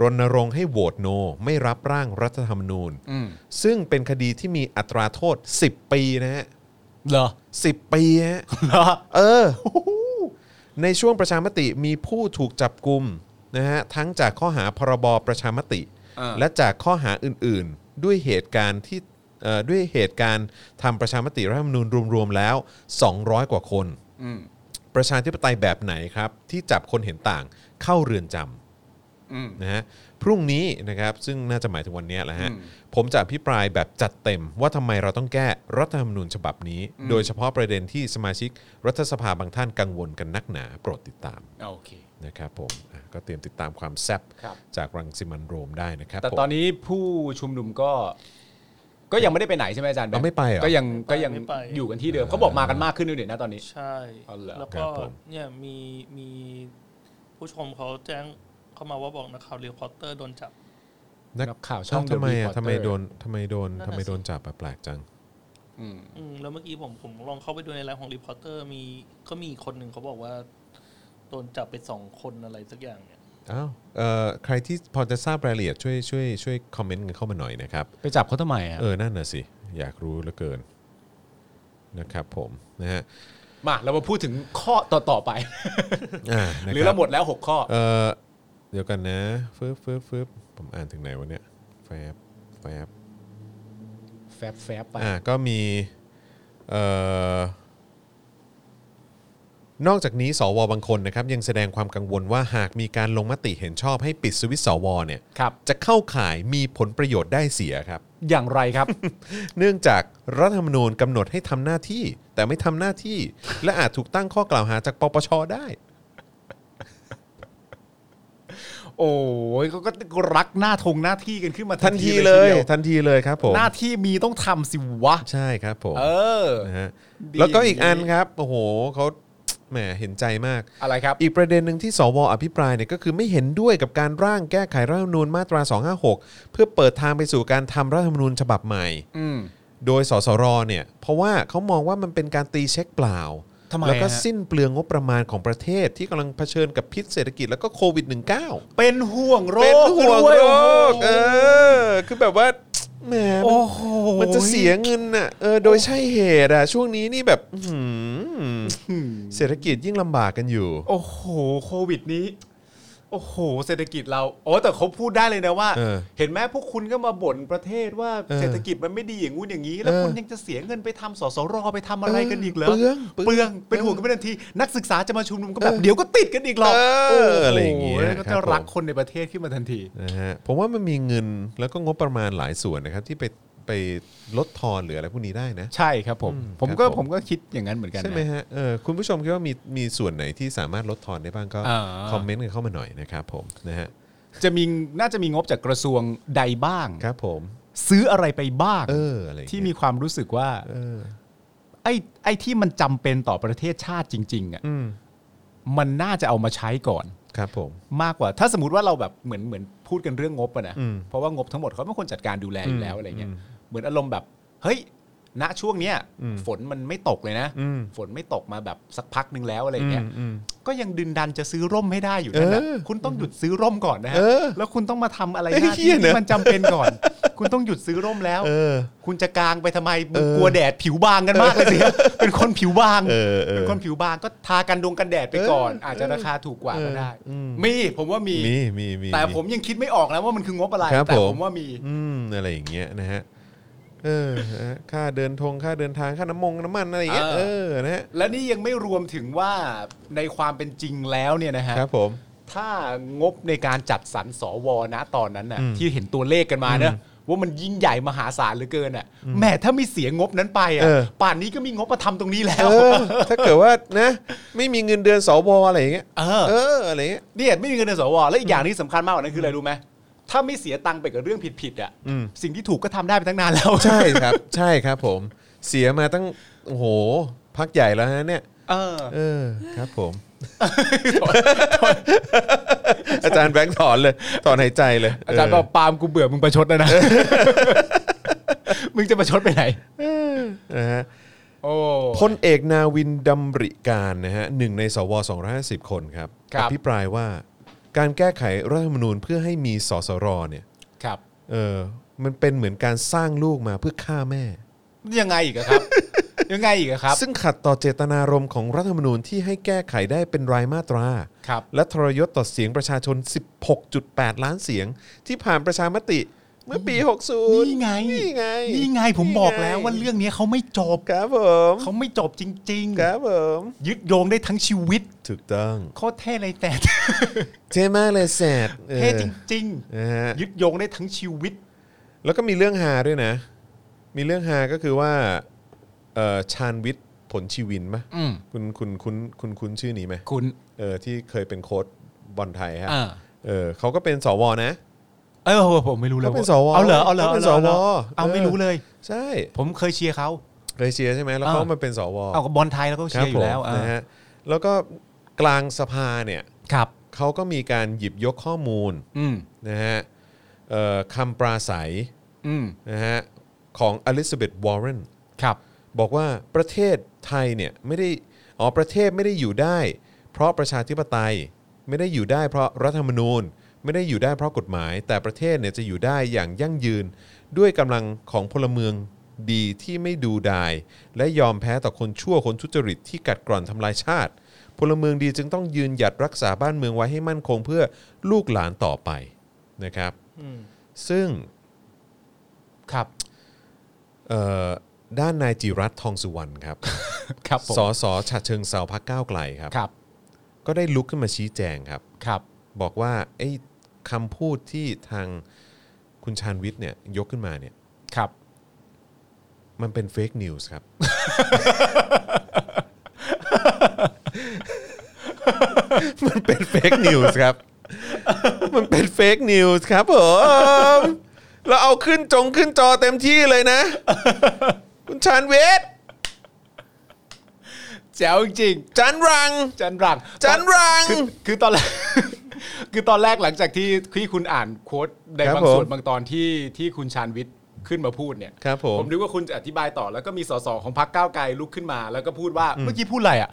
S2: รณรงค์ให้โหวตโน ไม่รับร่างรัฐธรรมนูญ ซึ่งเป็นคดีที่มีอัตราโทษ 10 ปีนะฮะ
S3: เหรอ (laughs)
S2: 10 ปีฮะ
S3: เหรอ
S2: เออ ในช่วงประชามติมีผู้ถูกจับกลุ่มนะฮะทั้งจากข้อหาพรบประชามติ
S3: อ่า
S2: และจากข้อหาอื่นๆ ด้วยเหตุการณ์ที่เอ่อด้วยเหตุการณ์ทำประชามติรัฐธรรมนูญรวมๆแล้ว 200 กว่าคน
S3: อืม
S2: ประชาธิปไตยแบบไหนครับ ที่จับคนเห็นต่างเข้าเรือนจ
S3: อืม
S2: ำนะฮะพรุ่งนี้นะครับซึ่งน่าจะหมายถึงวันเนี้ยแหละฮะ
S3: อืม
S2: ผมจะอภิปรายแบบจัดเต็ม ว่าทำไมเราต้องแก้รัฐธรรมนูญฉบับนี้ โดยเฉพาะประเด็นที่สมาชิกรัฐสภาบางท่านกังวลกันนักหนา โปรดติดตาม
S3: โอเค
S2: นะครับผมอ่ะก็เตรียมติดตามความแซบ
S3: ครับ
S2: จากรังสิมันต์โรมได้นะครับ
S3: แต่
S2: ผม
S3: ตอนนี้ผู้ชุมนุมก็ ก็ยังไม่ได้ไปไหนใช่ไหมอาจารย์แบง
S2: เอา
S3: ค์
S2: ไม่ไปเหรอ
S3: ก็ยัง
S6: ไม่ไป
S3: ก็ยัง
S6: ไม่ไป
S3: อยู่กันที่เดิมเขาบอกมากันมากขึ้นด้วยเนี่ยนะตอนนี้
S6: ใช่
S3: อ๋อเหรอ
S6: แล้ว
S2: ครั
S6: ก็
S2: บผม
S6: เนี่ยมีมีผู้ชมเขาแจ้งเข้ามาว่าบอกนักข่าวเรียพอตเตอร์โดนจับ
S2: นัก
S3: นักข่าวช่
S2: ช่อ
S3: อง ง
S2: ทำไม
S3: The
S2: อ่ะ
S3: Reporter
S2: ทำไมโดนทำไมโดน
S6: นั่นน่ะ
S2: ทำไมโดน
S6: สิ
S2: จับอ่ะแปลกจัง
S3: อืม
S6: อืมแล้วเมื่อกี้ผมผมลองเข้าไปดูในไลน์ของรีพอร์เตอร์มีก็มีคนหนึ่งเขาบอกว่าโดนจับไปสองคนอะไรสักอย่างเนี่ย
S2: อ้าวเอ่อใครที่พอจะทราบรายละเอียดช่วยช่วยช่วยคอมเมนต์กันเข้ามาหน่อยนะครับ
S3: ไปจับเขาทำไมอ่ะ
S2: เออ นั่นน่ะสิ อยากรู้เหลือเกินนะครับผมนะฮะ
S3: มาเรามาพูดถึงข้อต่อต่อไป
S2: อ่านะคบ
S3: หรือเราหมดแล้ว 6 ข้อ
S2: เออเดี๋ยวกันนะฟึบฟึบฟึบผมอ่านถึงไหนวะเนี่ยแฟบแฟบ
S3: แฟบแฟบไป
S2: อ่าก็มีเอ่อนอกจากนี้สวบางคนนะครับ ยังแสดงความกังวลว่าหากมีการลงมติเห็นชอบให้ปิดสวิตช์สวเนี่ย
S3: ครับ
S2: จะเข้าข่ายมีผลประโยชน์ได้เสียครับ
S3: อย่างไรครับ
S2: เนื่องจากรัฐธรรมนูญกำหนดให้ทำหน้าที่ แต่ไม่ทำหน้าที่ และอาจถูกตั้งข้อกล่าวหาจากปปชได้
S3: (laughs) โอ้ยเขาก็รักหน้าทงหน้าที่กันขึ้นมา
S2: ทันทีเลย
S3: ทีดีว
S2: ทันทีเลยครับผม
S3: หน้าที่มีต้องทำสิวะ
S2: ใช่ครับผม
S3: เออ
S2: นะฮะ
S3: ดี
S2: แล้วก็อีกอันครับโอ้โหเขาแหมเห็นใจมาก
S3: อะไรครับ
S2: อีกประเด็นหนึ่งที่สวอภิปรายเนี่ยก็คือไม่เห็นด้วยกับการร่างแก้ไขรัฐธรรมนูญมาตรา 256 เพื่อเปิดทางไปสู่การทำรัฐธรรมนูญฉบับใหม่
S3: อืม
S2: โดยสสรเนี่ยเพราะว่าเขามองว่ามันเป็นการตีเช็คเปล่า
S3: ทำไม
S2: แล้วก็
S3: ฮะ
S2: สิ้นเปลืองงบประมาณของประเทศที่กำลังเผชิญกับพิษเศรษฐกิจแล้วก็โควิด -19
S3: เป็นห่วงโรค
S2: เป็นห่วง
S3: ด้วย
S2: โร
S3: โอ้โห
S2: คเออคือแบบว่าแหม
S3: โอ้โห
S2: มันจะเสียเงินน่ะเออโดยใช่เหตุอ่ะช่วงนี้นี่แบบอื้อหือเศรษฐกิจยิ่งลำบากกันอยู่
S3: โอ้โหโควิดนี้ โอ้โห เศรษฐกิจเราโอ้แต่เขาพูดได้เลยนะว่า
S2: เออ
S3: เห็นไหมพวกคุณก็มาบ่นประเทศว่า
S2: เออ
S3: เศรษฐกิจมันไม่ดีอย่างงู้นอย่างนี้ แล้ว
S2: เออ
S3: คุณยังจะเสียเงินไปทำสสรไปทำอะไรกันอีกเหรอ
S2: เปลืองเปลือง
S3: เปลืองเป็นห่วงกันไม่ทันที นักศึกษาจะมาชุมนุมก็แบบ
S2: เออ
S3: เดี๋ยวก็ติดกันอีกหรอก
S2: เออ
S3: โโห
S2: อะไรอย่างเงี้ย
S3: แล้วก็
S2: ค
S3: จะ
S2: รับผม
S3: รักคนในประเทศขึ้นมาทันที
S2: นะฮะผมว่ามันมีเงินแล้วก็งบประมาณหลายส่วนนะครับ ที่ไปไปลดทอนหรืออะไรพวกนี้ได้นะ
S3: ใช่ครับผม
S2: อืม
S3: ผมก็
S2: ครับผม
S3: ผมก็คิดอย่างนั้นเหมือนกัน
S2: ใช่ไหม
S3: นะ
S2: ฮะเออคุณผู้ชมคิดว่ามีมีส่วนไหนที่สามารถลดทอนได้บ้างก็
S3: อ่า
S2: คอมเมนต์กันเข้ามาหน่อยนะครับผมนะฮะ
S3: จะมีน่าจะมีงบจากกระทรวงใดบ้าง
S2: ครับผม
S3: ซื้ออะไรไปบ้าง
S2: เอออะไรอย่าง
S3: ที่
S2: เงี้ย
S3: มีความรู้สึกว่า
S2: เออ
S3: ไอ้ไอ้ที่มันจำเป็นต่อประเทศชาติจริงๆอะ่ะ
S2: อืม
S3: มันน่าจะเอามาใช้ก่อน
S2: ครับผม
S3: มากกว่า ถ้าสมมติว่าเราแบบเหมือนเหมือนพูดกันเรื่องงบอะนะ
S2: อืม
S3: เพราะว่างบทั้งหมดเขาเป็นคนจัดการดูแลอ
S2: อื
S3: ยู่
S2: ม
S3: แล้วอะไรเงี้ย
S2: อืม
S3: เหมือนอารมณ์แบบเฮ้ย ณช่วงเนี้ย
S2: อืม
S3: ฝนมันไม่ตกเลยนะ
S2: อืม
S3: ฝนไม่ตกมาแบบสักพักหนึ่งแล้วอะไรเงี้ย
S2: อืมอืม
S3: ก็ยังดึงดันจะซื้อร่มให้ได้อยู่นั่นแหละ
S2: เออ
S3: คุณต้องหยุดซื้อร่มก่อนนะฮะ
S2: เออ
S3: แล้วคุณต้องมาทำอะไรห
S2: ไอ้
S3: น้า
S2: เหี้
S3: ที่
S2: ยเนอะ
S3: ที่มันจำเป็นก่อน คุณต้องหยุดซื้อร่มแล้ว
S2: เออ
S3: คุณจะกางไปทำไมมึง
S2: เออก
S3: ลัวแดดผิวบางกันมากเลยสิ เป็นคนผิวบาง
S2: เออเออ
S3: เป็นคนผิวบางก็ทากันดงกันแดดไปก่อน
S2: เอออ
S3: อาจจะราคาถูกกว่าก็ได้
S2: เอออืม
S3: มีผมว่ามี
S2: มีมีมี
S3: แต่ผมยังคิดไม่ออกนะว่ามันคืองบอะไร
S2: ครับ
S3: แต่
S2: ผม
S3: ผมว่ามี
S2: อืมอะไรอย่างเงี้ยนะฮะเออนะฮะค่าเดินทงค่าเดินทางค่าน้ำมงน้ำมันอะไรอย่างเงี้ยเออนะฮะ
S3: และนี่ยังไม่รวมถึงว่าในความเป็นจริงแล้วเนี่ยนะฮะ
S2: ครับผม
S3: ถ้างบในการจัดสรรสวนะตอนนั้นน่ะ
S2: อืม
S3: ที่เห็นตัวเลขกันมาเนอะว่ามันยิ่งใหญ่มหาศาลเหลือเกินอ่ะแหม่ถ้าไม่เสียงบนั้นไปอ่ะ
S2: เออ
S3: ป่านนี้ก็มีงบมาทำตรงนี้แล้ว
S2: เออถ้าเกิดว่านะ ไม่มีเงินเดือนสวอะไรอย่างเงี้ย
S3: เออ
S2: เอออะไรอย่างเงี้ย
S3: เนี่ยไม่มีเงินเดือนสวและอีกอย่างที่สำคัญมากกว่านั้นคืออะไรรู้ไหมถ้าไม่เสียตังค์ไปกับเรื่องผิดๆอ่ะ
S2: อืม
S3: สิ่งที่ถูกก็ทำได้ไปตั้งนานแล้ว
S2: ใช่
S3: (laughs)
S2: ครับ ใช่ครับผมเสียมาตั้งโอ้โหพักใหญ่แล้วฮะเนี่ย
S3: เออ
S2: เออครับผม อาจารย์แบงค์ถอนเลย ถอนหายใจเลย
S3: อาจารย์บอกปาล์มกูเบื่อมึงประชดแล้วนะ มึงจะประชดไปไหน
S2: เออนะฮะ
S3: โอ้
S2: พลเอกนาวินดำริการนะฮะหนึ่งในสว250 คนครับ
S3: ครั
S2: อบ ภิปรายว่าการแก้ไขรัฐธรรมนูญเพื่อให้มีสสรเนี่ย
S3: ครับ
S2: เออมันเป็นเหมือนการสร้างลูกมาเพื่อฆ่าแม่
S3: ยังไงอีกอะครับ ยังไงอีกอะครับ
S2: ซึ่งขัดต่อเจตนารมณ์ของรัฐธรรมนูญที่ให้แก้ไขได้เป็นรายมาตรา
S3: ครับ
S2: และทรยศต่อเสียงประชาชน 16.8 ล้านเสียง ที่ผ่านประชามติเมื่อปี 60
S3: นี่ไง
S2: นี่ไง
S3: นี่ไงผมบอกแล้วว่าเรื่องเนี้ยเขาไม่จบ
S2: ครับผม
S3: เขาไม่จบจริง
S2: ครับผม
S3: ๆ ยึดโยงได้ทั้งชีวิต
S2: ถูกต้อง
S3: โคตรเท่เลยแต่
S2: เท่มากเลยแสบออ
S3: เท่จริง
S2: นะฮะ
S3: ๆ ยึดโยงได้ทั้งชีวิต
S2: แล้วก็มีเรื่องฮาด้วยนะ มีเรื่องฮาก็คือว่าเอ่อชาญวิทย์ผลชีวินมะ
S3: อืม
S2: คุณคุณคุณคุณคุณชื่อนี้ไหม
S3: คุณ
S2: เออที่เคยเป็นโค้ชบอลไทยฮะ
S3: อ่า
S2: เออเขาก็เป็นสวนะ
S3: เออผมไม่รู้เลย
S2: เขาเป็นสว
S3: เอาเหรอเอาเหรอ
S2: เขาเป็น
S3: อาหร
S2: สว
S3: เอา
S2: เออ
S3: ไม่รู้เลย
S2: ใช่
S3: ผมเคยเชียร์เขา
S2: เคยเชียร์ใช่ไหมแล้วเขา
S3: อ่าม
S2: มาเป็นสว
S3: เอากับบอลไทยแล้วก็
S2: ค
S3: เชี
S2: รั
S3: ยร์อยู่
S2: ผม
S3: แล้วอ่า
S2: นะฮะแล้วก็กลางสภาเนี่ย
S3: ครับ
S2: เขาก็มีการหยิบยกข้อมูล
S3: อืม
S2: นะฮะเอ่อคำปราศัย
S3: อืม
S2: นะฮะของอลิซาเบธวอร์เรน
S3: ครับ
S2: บอกว่าประเทศไทยเนี่ยไม่ได้อ๋อประเทศไม่ได้อยู่ได้ เพราะประชาธิปไตยไม่ได้อยู่ได้เพราะรัฐธรรมนูญ ไม่ได้อยู่ได้เพราะกฎหมาย แต่ประเทศเนี่ยจะอยู่ได้อย่างยั่งยืน ด้วยกำลังของพลเมืองดีที่ไม่ดูดาย และยอมแพ้ต่อคนชั่วคนทุจริตที่กัดกร่อนทำลายชาติ พลเมืองดีจึงต้องยืนหยัดรักษาบ้านเมืองไว้ให้มั่นคงเพื่อลูกหลานต่อไปนะครับ
S6: อืม
S2: ซึ่ง
S3: ครับ
S2: เอ่อด้านนายจิรัตน์ทองสุวรรณครับ
S3: ครับผม
S2: สสฉะเชิงเซาพักก้าวไกลครับ
S3: ครับ
S2: ก็ได้ลุกขึ้นมาชี้แจงครับ
S3: ครับ
S2: บอกว่าไอ้คำพูดที่ทางคุณชานวิทย์เนี่ยยกขึ้นมาเนี่ย
S3: ครับ
S2: มันเป็นเฟกนิวส์ครับ มันเป็นเฟกนิวส์ครับ มันเป็นเฟกนิวส์ครับผมเราเอาขึ้นจงขึ้นจอเต็มที่เลยนะ คุณชานวิทย์
S3: แจ๋วจริง
S2: จันรัง
S3: ๆจันรัง
S2: จันรัง
S3: คือคือตอนแรก คือตอนแรกหลังจากที่ที่คุณอ่านโค้ดใน
S2: ครับ
S3: บางส่ว
S2: ผ
S3: น
S2: ม
S3: บางตอนที่ที่คุณชานวิทย์ขึ้นมาพูดเนี่ย
S2: ครับผม
S3: ผมนึกว่าคุณจะอธิบายต่อแล้วก็มีสสของพรรคก้าวไกลลุกขึ้นมาแล้วก็พูดว่าเมื่อกี้พูดอะไรอ่ะ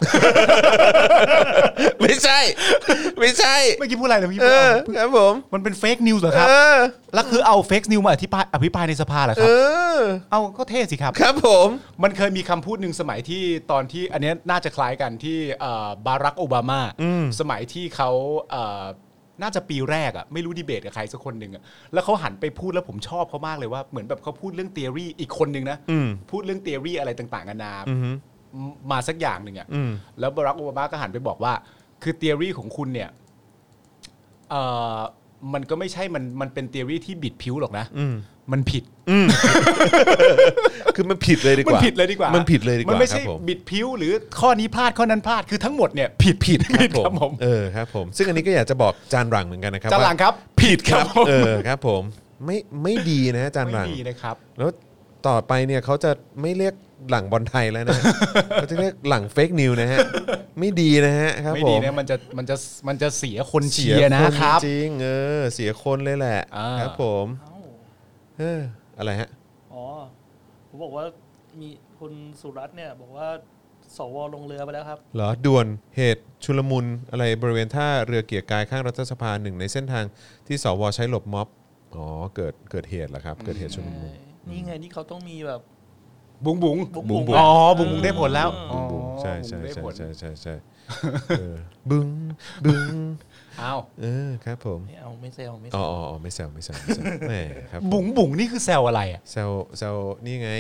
S2: ไม่ใช่ ไม่ใช่
S3: เมื่อกี้พูดอะไรนะพี่
S2: เออครับผม
S3: มันเป็นเฟกนิวส์เหรอค
S2: เอ
S3: รับ
S2: อ
S3: แล้วคือเอาเฟกนิวส์มาอธิบายอภิปรายในสภาเหรอค
S2: เอ
S3: รับ
S2: อ
S3: เอาก็เท่สิครับ
S2: ครับผม
S3: มันเคยมีคำพูดหนึ่งสมัยที่ตอนที่อันเนี้ยน่าจะคล้ายกันที่บารักโอบามาสมัยที่เขาเอ่อน่าจะปีแรกอะไม่รู้ดีเบตกับใครสักคนหนึ่งอะแล้วเขาหันไปพูดแล้วผมชอบเขามากเลยว่าเหมือนแบบเขาพูดเรื่องเทอรี่อีกคนหนึ่งนะ
S2: อืม
S3: พูดเรื่องเทอรี่อะไรต่างๆกันานา
S2: อืม
S3: มาสักอย่างหนึ่งอะ
S2: อืม
S3: แล้วบารักโอบามาก็หันไปบอกว่า คือเทอรี่ของคุณเนี่ยเอ่อมันก็ไม่ใช่มันมันเป็นเทอรี่ที่บิดผิวหรอกนะ
S2: อืม
S3: มันผิด
S2: คือมันผิดเลยดีกว่า
S3: มัน
S2: มั
S3: ผิดเลยดีกว่า
S2: มันผิดเลยดีกว่า
S3: มันไม่ใช่
S2: ครับผม
S3: บิดผิวหรือข้อนี้พลาดข้อนั้นพลาดคือทั้งหมดเนี่ยผิดผิดผิดครับผม
S2: เออครับผม ซึ่งอันนี้ก็อยากจะบอกจานรังเหมือนกันนะครับ
S3: จานรัง
S2: ว่
S3: ครับ
S2: ผิดครับ
S3: ครับผม
S2: เออครับผมไม่ไม่ดีนะฮะจาน
S3: ไม่
S2: รัง
S3: ดีนะครับ
S2: แล้วต่อไปเนี่ยเขาจะไม่เรียกหลังบอลไทยแล้วนะ
S3: (laughs)
S2: เขาจะเรียกหลังเฟกนิวนะฮะไม่ดีนะฮะครับ
S3: ไม่
S2: ผ
S3: ดี
S2: ม
S3: นะมันจะมันจะมันจะเสียคนเชียร์นะครับ
S2: จริงเออเสียคนเลยแหละ
S3: อ่า
S2: ครับผม
S6: เอ้า
S2: เอออะไรฮะ
S6: อ๋อ ผมบอกว่ามีคุณสุรัตน์เนี่ย บอกว่า สวลงเรือไปแล้วครับ
S2: เหรอด่วนเหตุชุลมุนอะไรบริเวณท่าเรือเกียรติกายข้างรัฐสภาหนึ่งในเส้นทางที่สวใช้หลบม็อบอ๋อเกิดเกิดเหตุเหรอครับ เกิดเหตุชุลมุน
S6: นี่ไงนี่เขาต้องมีแบบ
S3: บุ๋งบุ๋ง
S6: บุ๋งบุ๋ง
S3: อ๋อบุ๋งบุ๋งได้ผลแล้ว
S2: บุ้งบุ้งใช่ใช่
S3: บุ๋งบุ๋งได้ผล
S2: ใช่ใช่ใช่ใช่เออบึ้งบึ้ง
S3: อ้าว
S2: เออครับผม
S6: ไม่เอาไม่เซลไม่
S2: อ๋
S6: เซ
S2: อ
S6: ล
S2: อ๋ออ๋อไม่แซวไม่แซวไม่แซวแหมครับ
S3: บุ๋งบุ๋งนี่คือแซวอะไรอ่ะ
S2: แซวแซวนี่ไง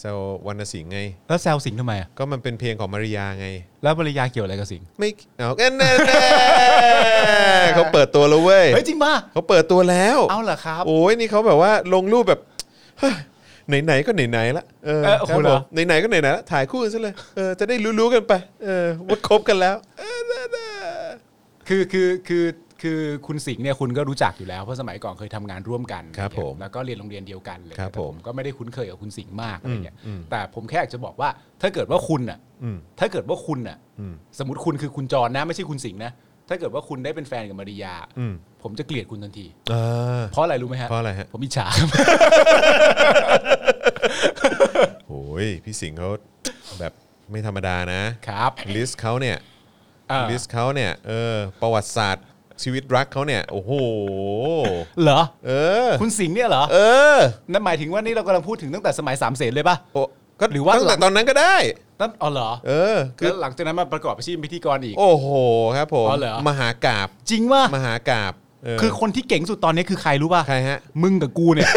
S2: แซววรรณสิงห์ไง
S3: แล้วแซวสิงห์ทำไมอะ
S2: ก็มันเป็นเพลงของมาริยาไง
S3: แล้วภรรยาเกี่ยวอะไรกับสิงห์
S2: ไม่เอาแน่แน่แน่เขาเปิดตัวแล้วเว้ย
S3: เฮ้ยจริงป่ะ
S2: เขาเปิดตัวแล้ว
S3: เอาเหรอครับ
S2: โอ้ยนี่เขาแบบว่าลงรูปแบบ (sighs) เฮ้ยไหนๆก็ไหนๆละเออ
S3: เออโอ้
S2: ค
S3: โห
S2: รับ
S3: เหร
S2: ผ
S3: อ
S2: มไหนๆก็ไหนๆละถ่ายคู่กันซะเลยเออจะได้รู้ๆกันไปเออว่าคบกันแล้วเออแน่
S3: คือคือคือคือคุณสิงห์เนี่ยคุณก็รู้จักอยู่แล้วเพราะสมัยก่อนเคยทำงานร่วมกัน
S2: ครับผม
S3: แล้วก็เรียนโรงเรียนเดียวกันเลย
S2: ครับ
S3: แต่
S2: ผม
S3: ก็ไม่ได้คุ้นเคยกับคุณสิงห์มากอะไรเงี้ย
S2: อืมอืม
S3: แต่ผมแค่อยากจะบอกว่า ถ้าเกิดว่าคุณอ่ะ
S2: ๆอืม
S3: ถ้าเกิดว่าคุณอ่ะ
S2: อืม
S3: สมมติคุณคือคุณจรนะไม่ใช่คุณสิงห์นะถ้าเกิดว่าคุณได้เป็นแฟนกับมาริยา
S2: อืม
S3: ผมจะเกลียดคุณทันที
S2: อ่า
S3: เพราะอะไรรู้ไหมฮะ
S2: เพราะอะไรฮะ
S3: ผมอิจฉา (laughs)
S2: โอ้ยพี่สิงห์เขาแบบไม่ธรรมดานะครับ ลิสต์เขาเนี่ย
S3: เอ่อ
S2: ลิสต์เขาเนี่ยเออประวัติศาสตร์ชีวิตรักเขาเนี่ยโอ้โห
S3: เหรอ
S2: เออ
S3: คุณสิงห์เนี่ยเหรอ
S2: เออ
S3: นั่นหมายถึงว่านี่เรากำลังพูดถึงตั้งแต่สมัยสามเสนเลยป่ะ
S2: โอ้ก็
S3: หรือว่า
S2: ตั้ง
S3: หลั
S2: แต่
S3: ง
S2: ตอนนั้นก็ได้
S3: นั่นอ๋อเหรอ
S2: เออ คือ
S3: แล้วหลังจากนั้นมาประกอบอาชีพพิธีกรอีก
S2: โอ้โหครับผม
S3: อ๋อเหรอ
S2: มหากาบ
S3: จริงว่าม
S2: หากาบเ
S3: คือคนที่เก่งสุดตอนนี้คือใครรู้ป่ะ
S2: ใครฮะ
S3: มึงกับกู
S2: (laughs)
S3: เนี่ย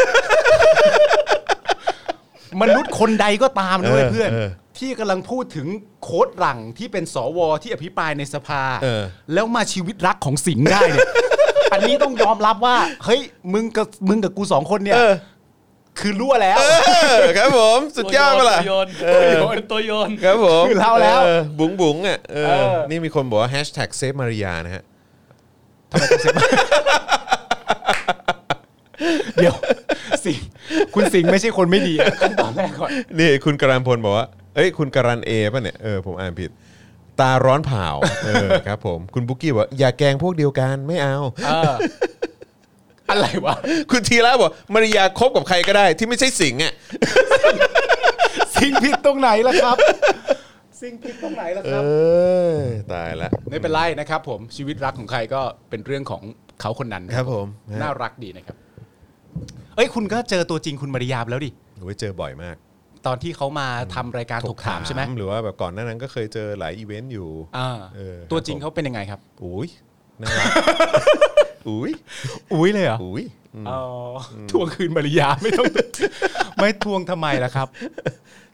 S3: มนุษย์คนใดก็ตามนะเว้ย
S2: เออ
S3: เพื่อน
S2: เออ
S3: ที่กำลังพูดถึงโค้ดหลังที่เป็นสวที่อภิปรายในสภา
S2: เออ
S3: แล้วมาชีวิตรักของสิงห์ได้
S2: (laughs)
S3: เนี่ย อันนี้ต้องยอมรับว่า เฮ้ย มึงกับมึงกับกูสองคนเนี่ย
S2: เออ
S3: คือรั่วแล้ว
S2: เออครับผม
S3: (laughs)
S2: สุดยอด
S6: ตั
S2: ไปะ
S6: ว
S2: ล่ะ
S6: โยน
S2: เอ
S6: ตั
S2: อ
S6: วโยนเป็นตัวโยน
S2: ครับผม
S3: คือเล่าแล้ว
S2: ออบุ๋งบุ๋งอ่ะเออ
S3: เออ
S2: นี่มีคนบอกว่าแฮชแท็กเซฟมาริยานะฮะ
S3: (laughs) เดี๋ยว สิงห์คุณสิงห์ไม่ใช่คนไม่ดีอะขั้นตอนแรกก่อน
S2: นี่คุณกรันพลบอกว่า เอ้ยคุณกรันเอป่ะเนี่ย เออผมอ่านผิด ตาร้อนเผาเออ (laughs) ครับผม คุณบุ๊กกี้บอกว่าอย่าแกล้งพวกเดียวกันไม่เอา (laughs)
S3: เออ อะไรวะ
S2: คุณทีละบอกมาริยาคบกับใครก็ได้ ที่ไม่ใช่สิงห์อ่ะ
S3: สิ สิ่งผิดตรงไหนล่ะครับ สิ่งผิดตรงไหนล่ะ
S2: เอ
S3: ครับ
S2: อตายละ
S3: ไม่เป็นไรนะครับผมชีวิตรักของใครก็เป็นเรื่องของเขาคนนั้น
S2: ครับผมฮะ
S3: น่ารักดีนะครับ เอ้ยคุณก็เจอตัวจริงคุณมาริยาไปแล้วดิ
S2: โอ้ยเจอบ่อยมาก
S3: ตอนที่เขามาทำรายการถกถามใช่ไหม
S2: หรือว่าแบบก่อนหน้านั้นก็เคยเจอหลายอีเวนต์อยู่
S3: อ่า
S2: เออ
S3: ตัวจริงเขาเป็นยังไงครับ
S2: อุ้ย
S3: (laughs)
S2: น่ารักอุ้ย
S3: อุ้ยเลยเหรอ
S2: อุ้ยอืม
S3: อ๋อทวงคืนมาริยาไม่ต้อง (laughs) ไม่ทวงทำไมล่ะครับ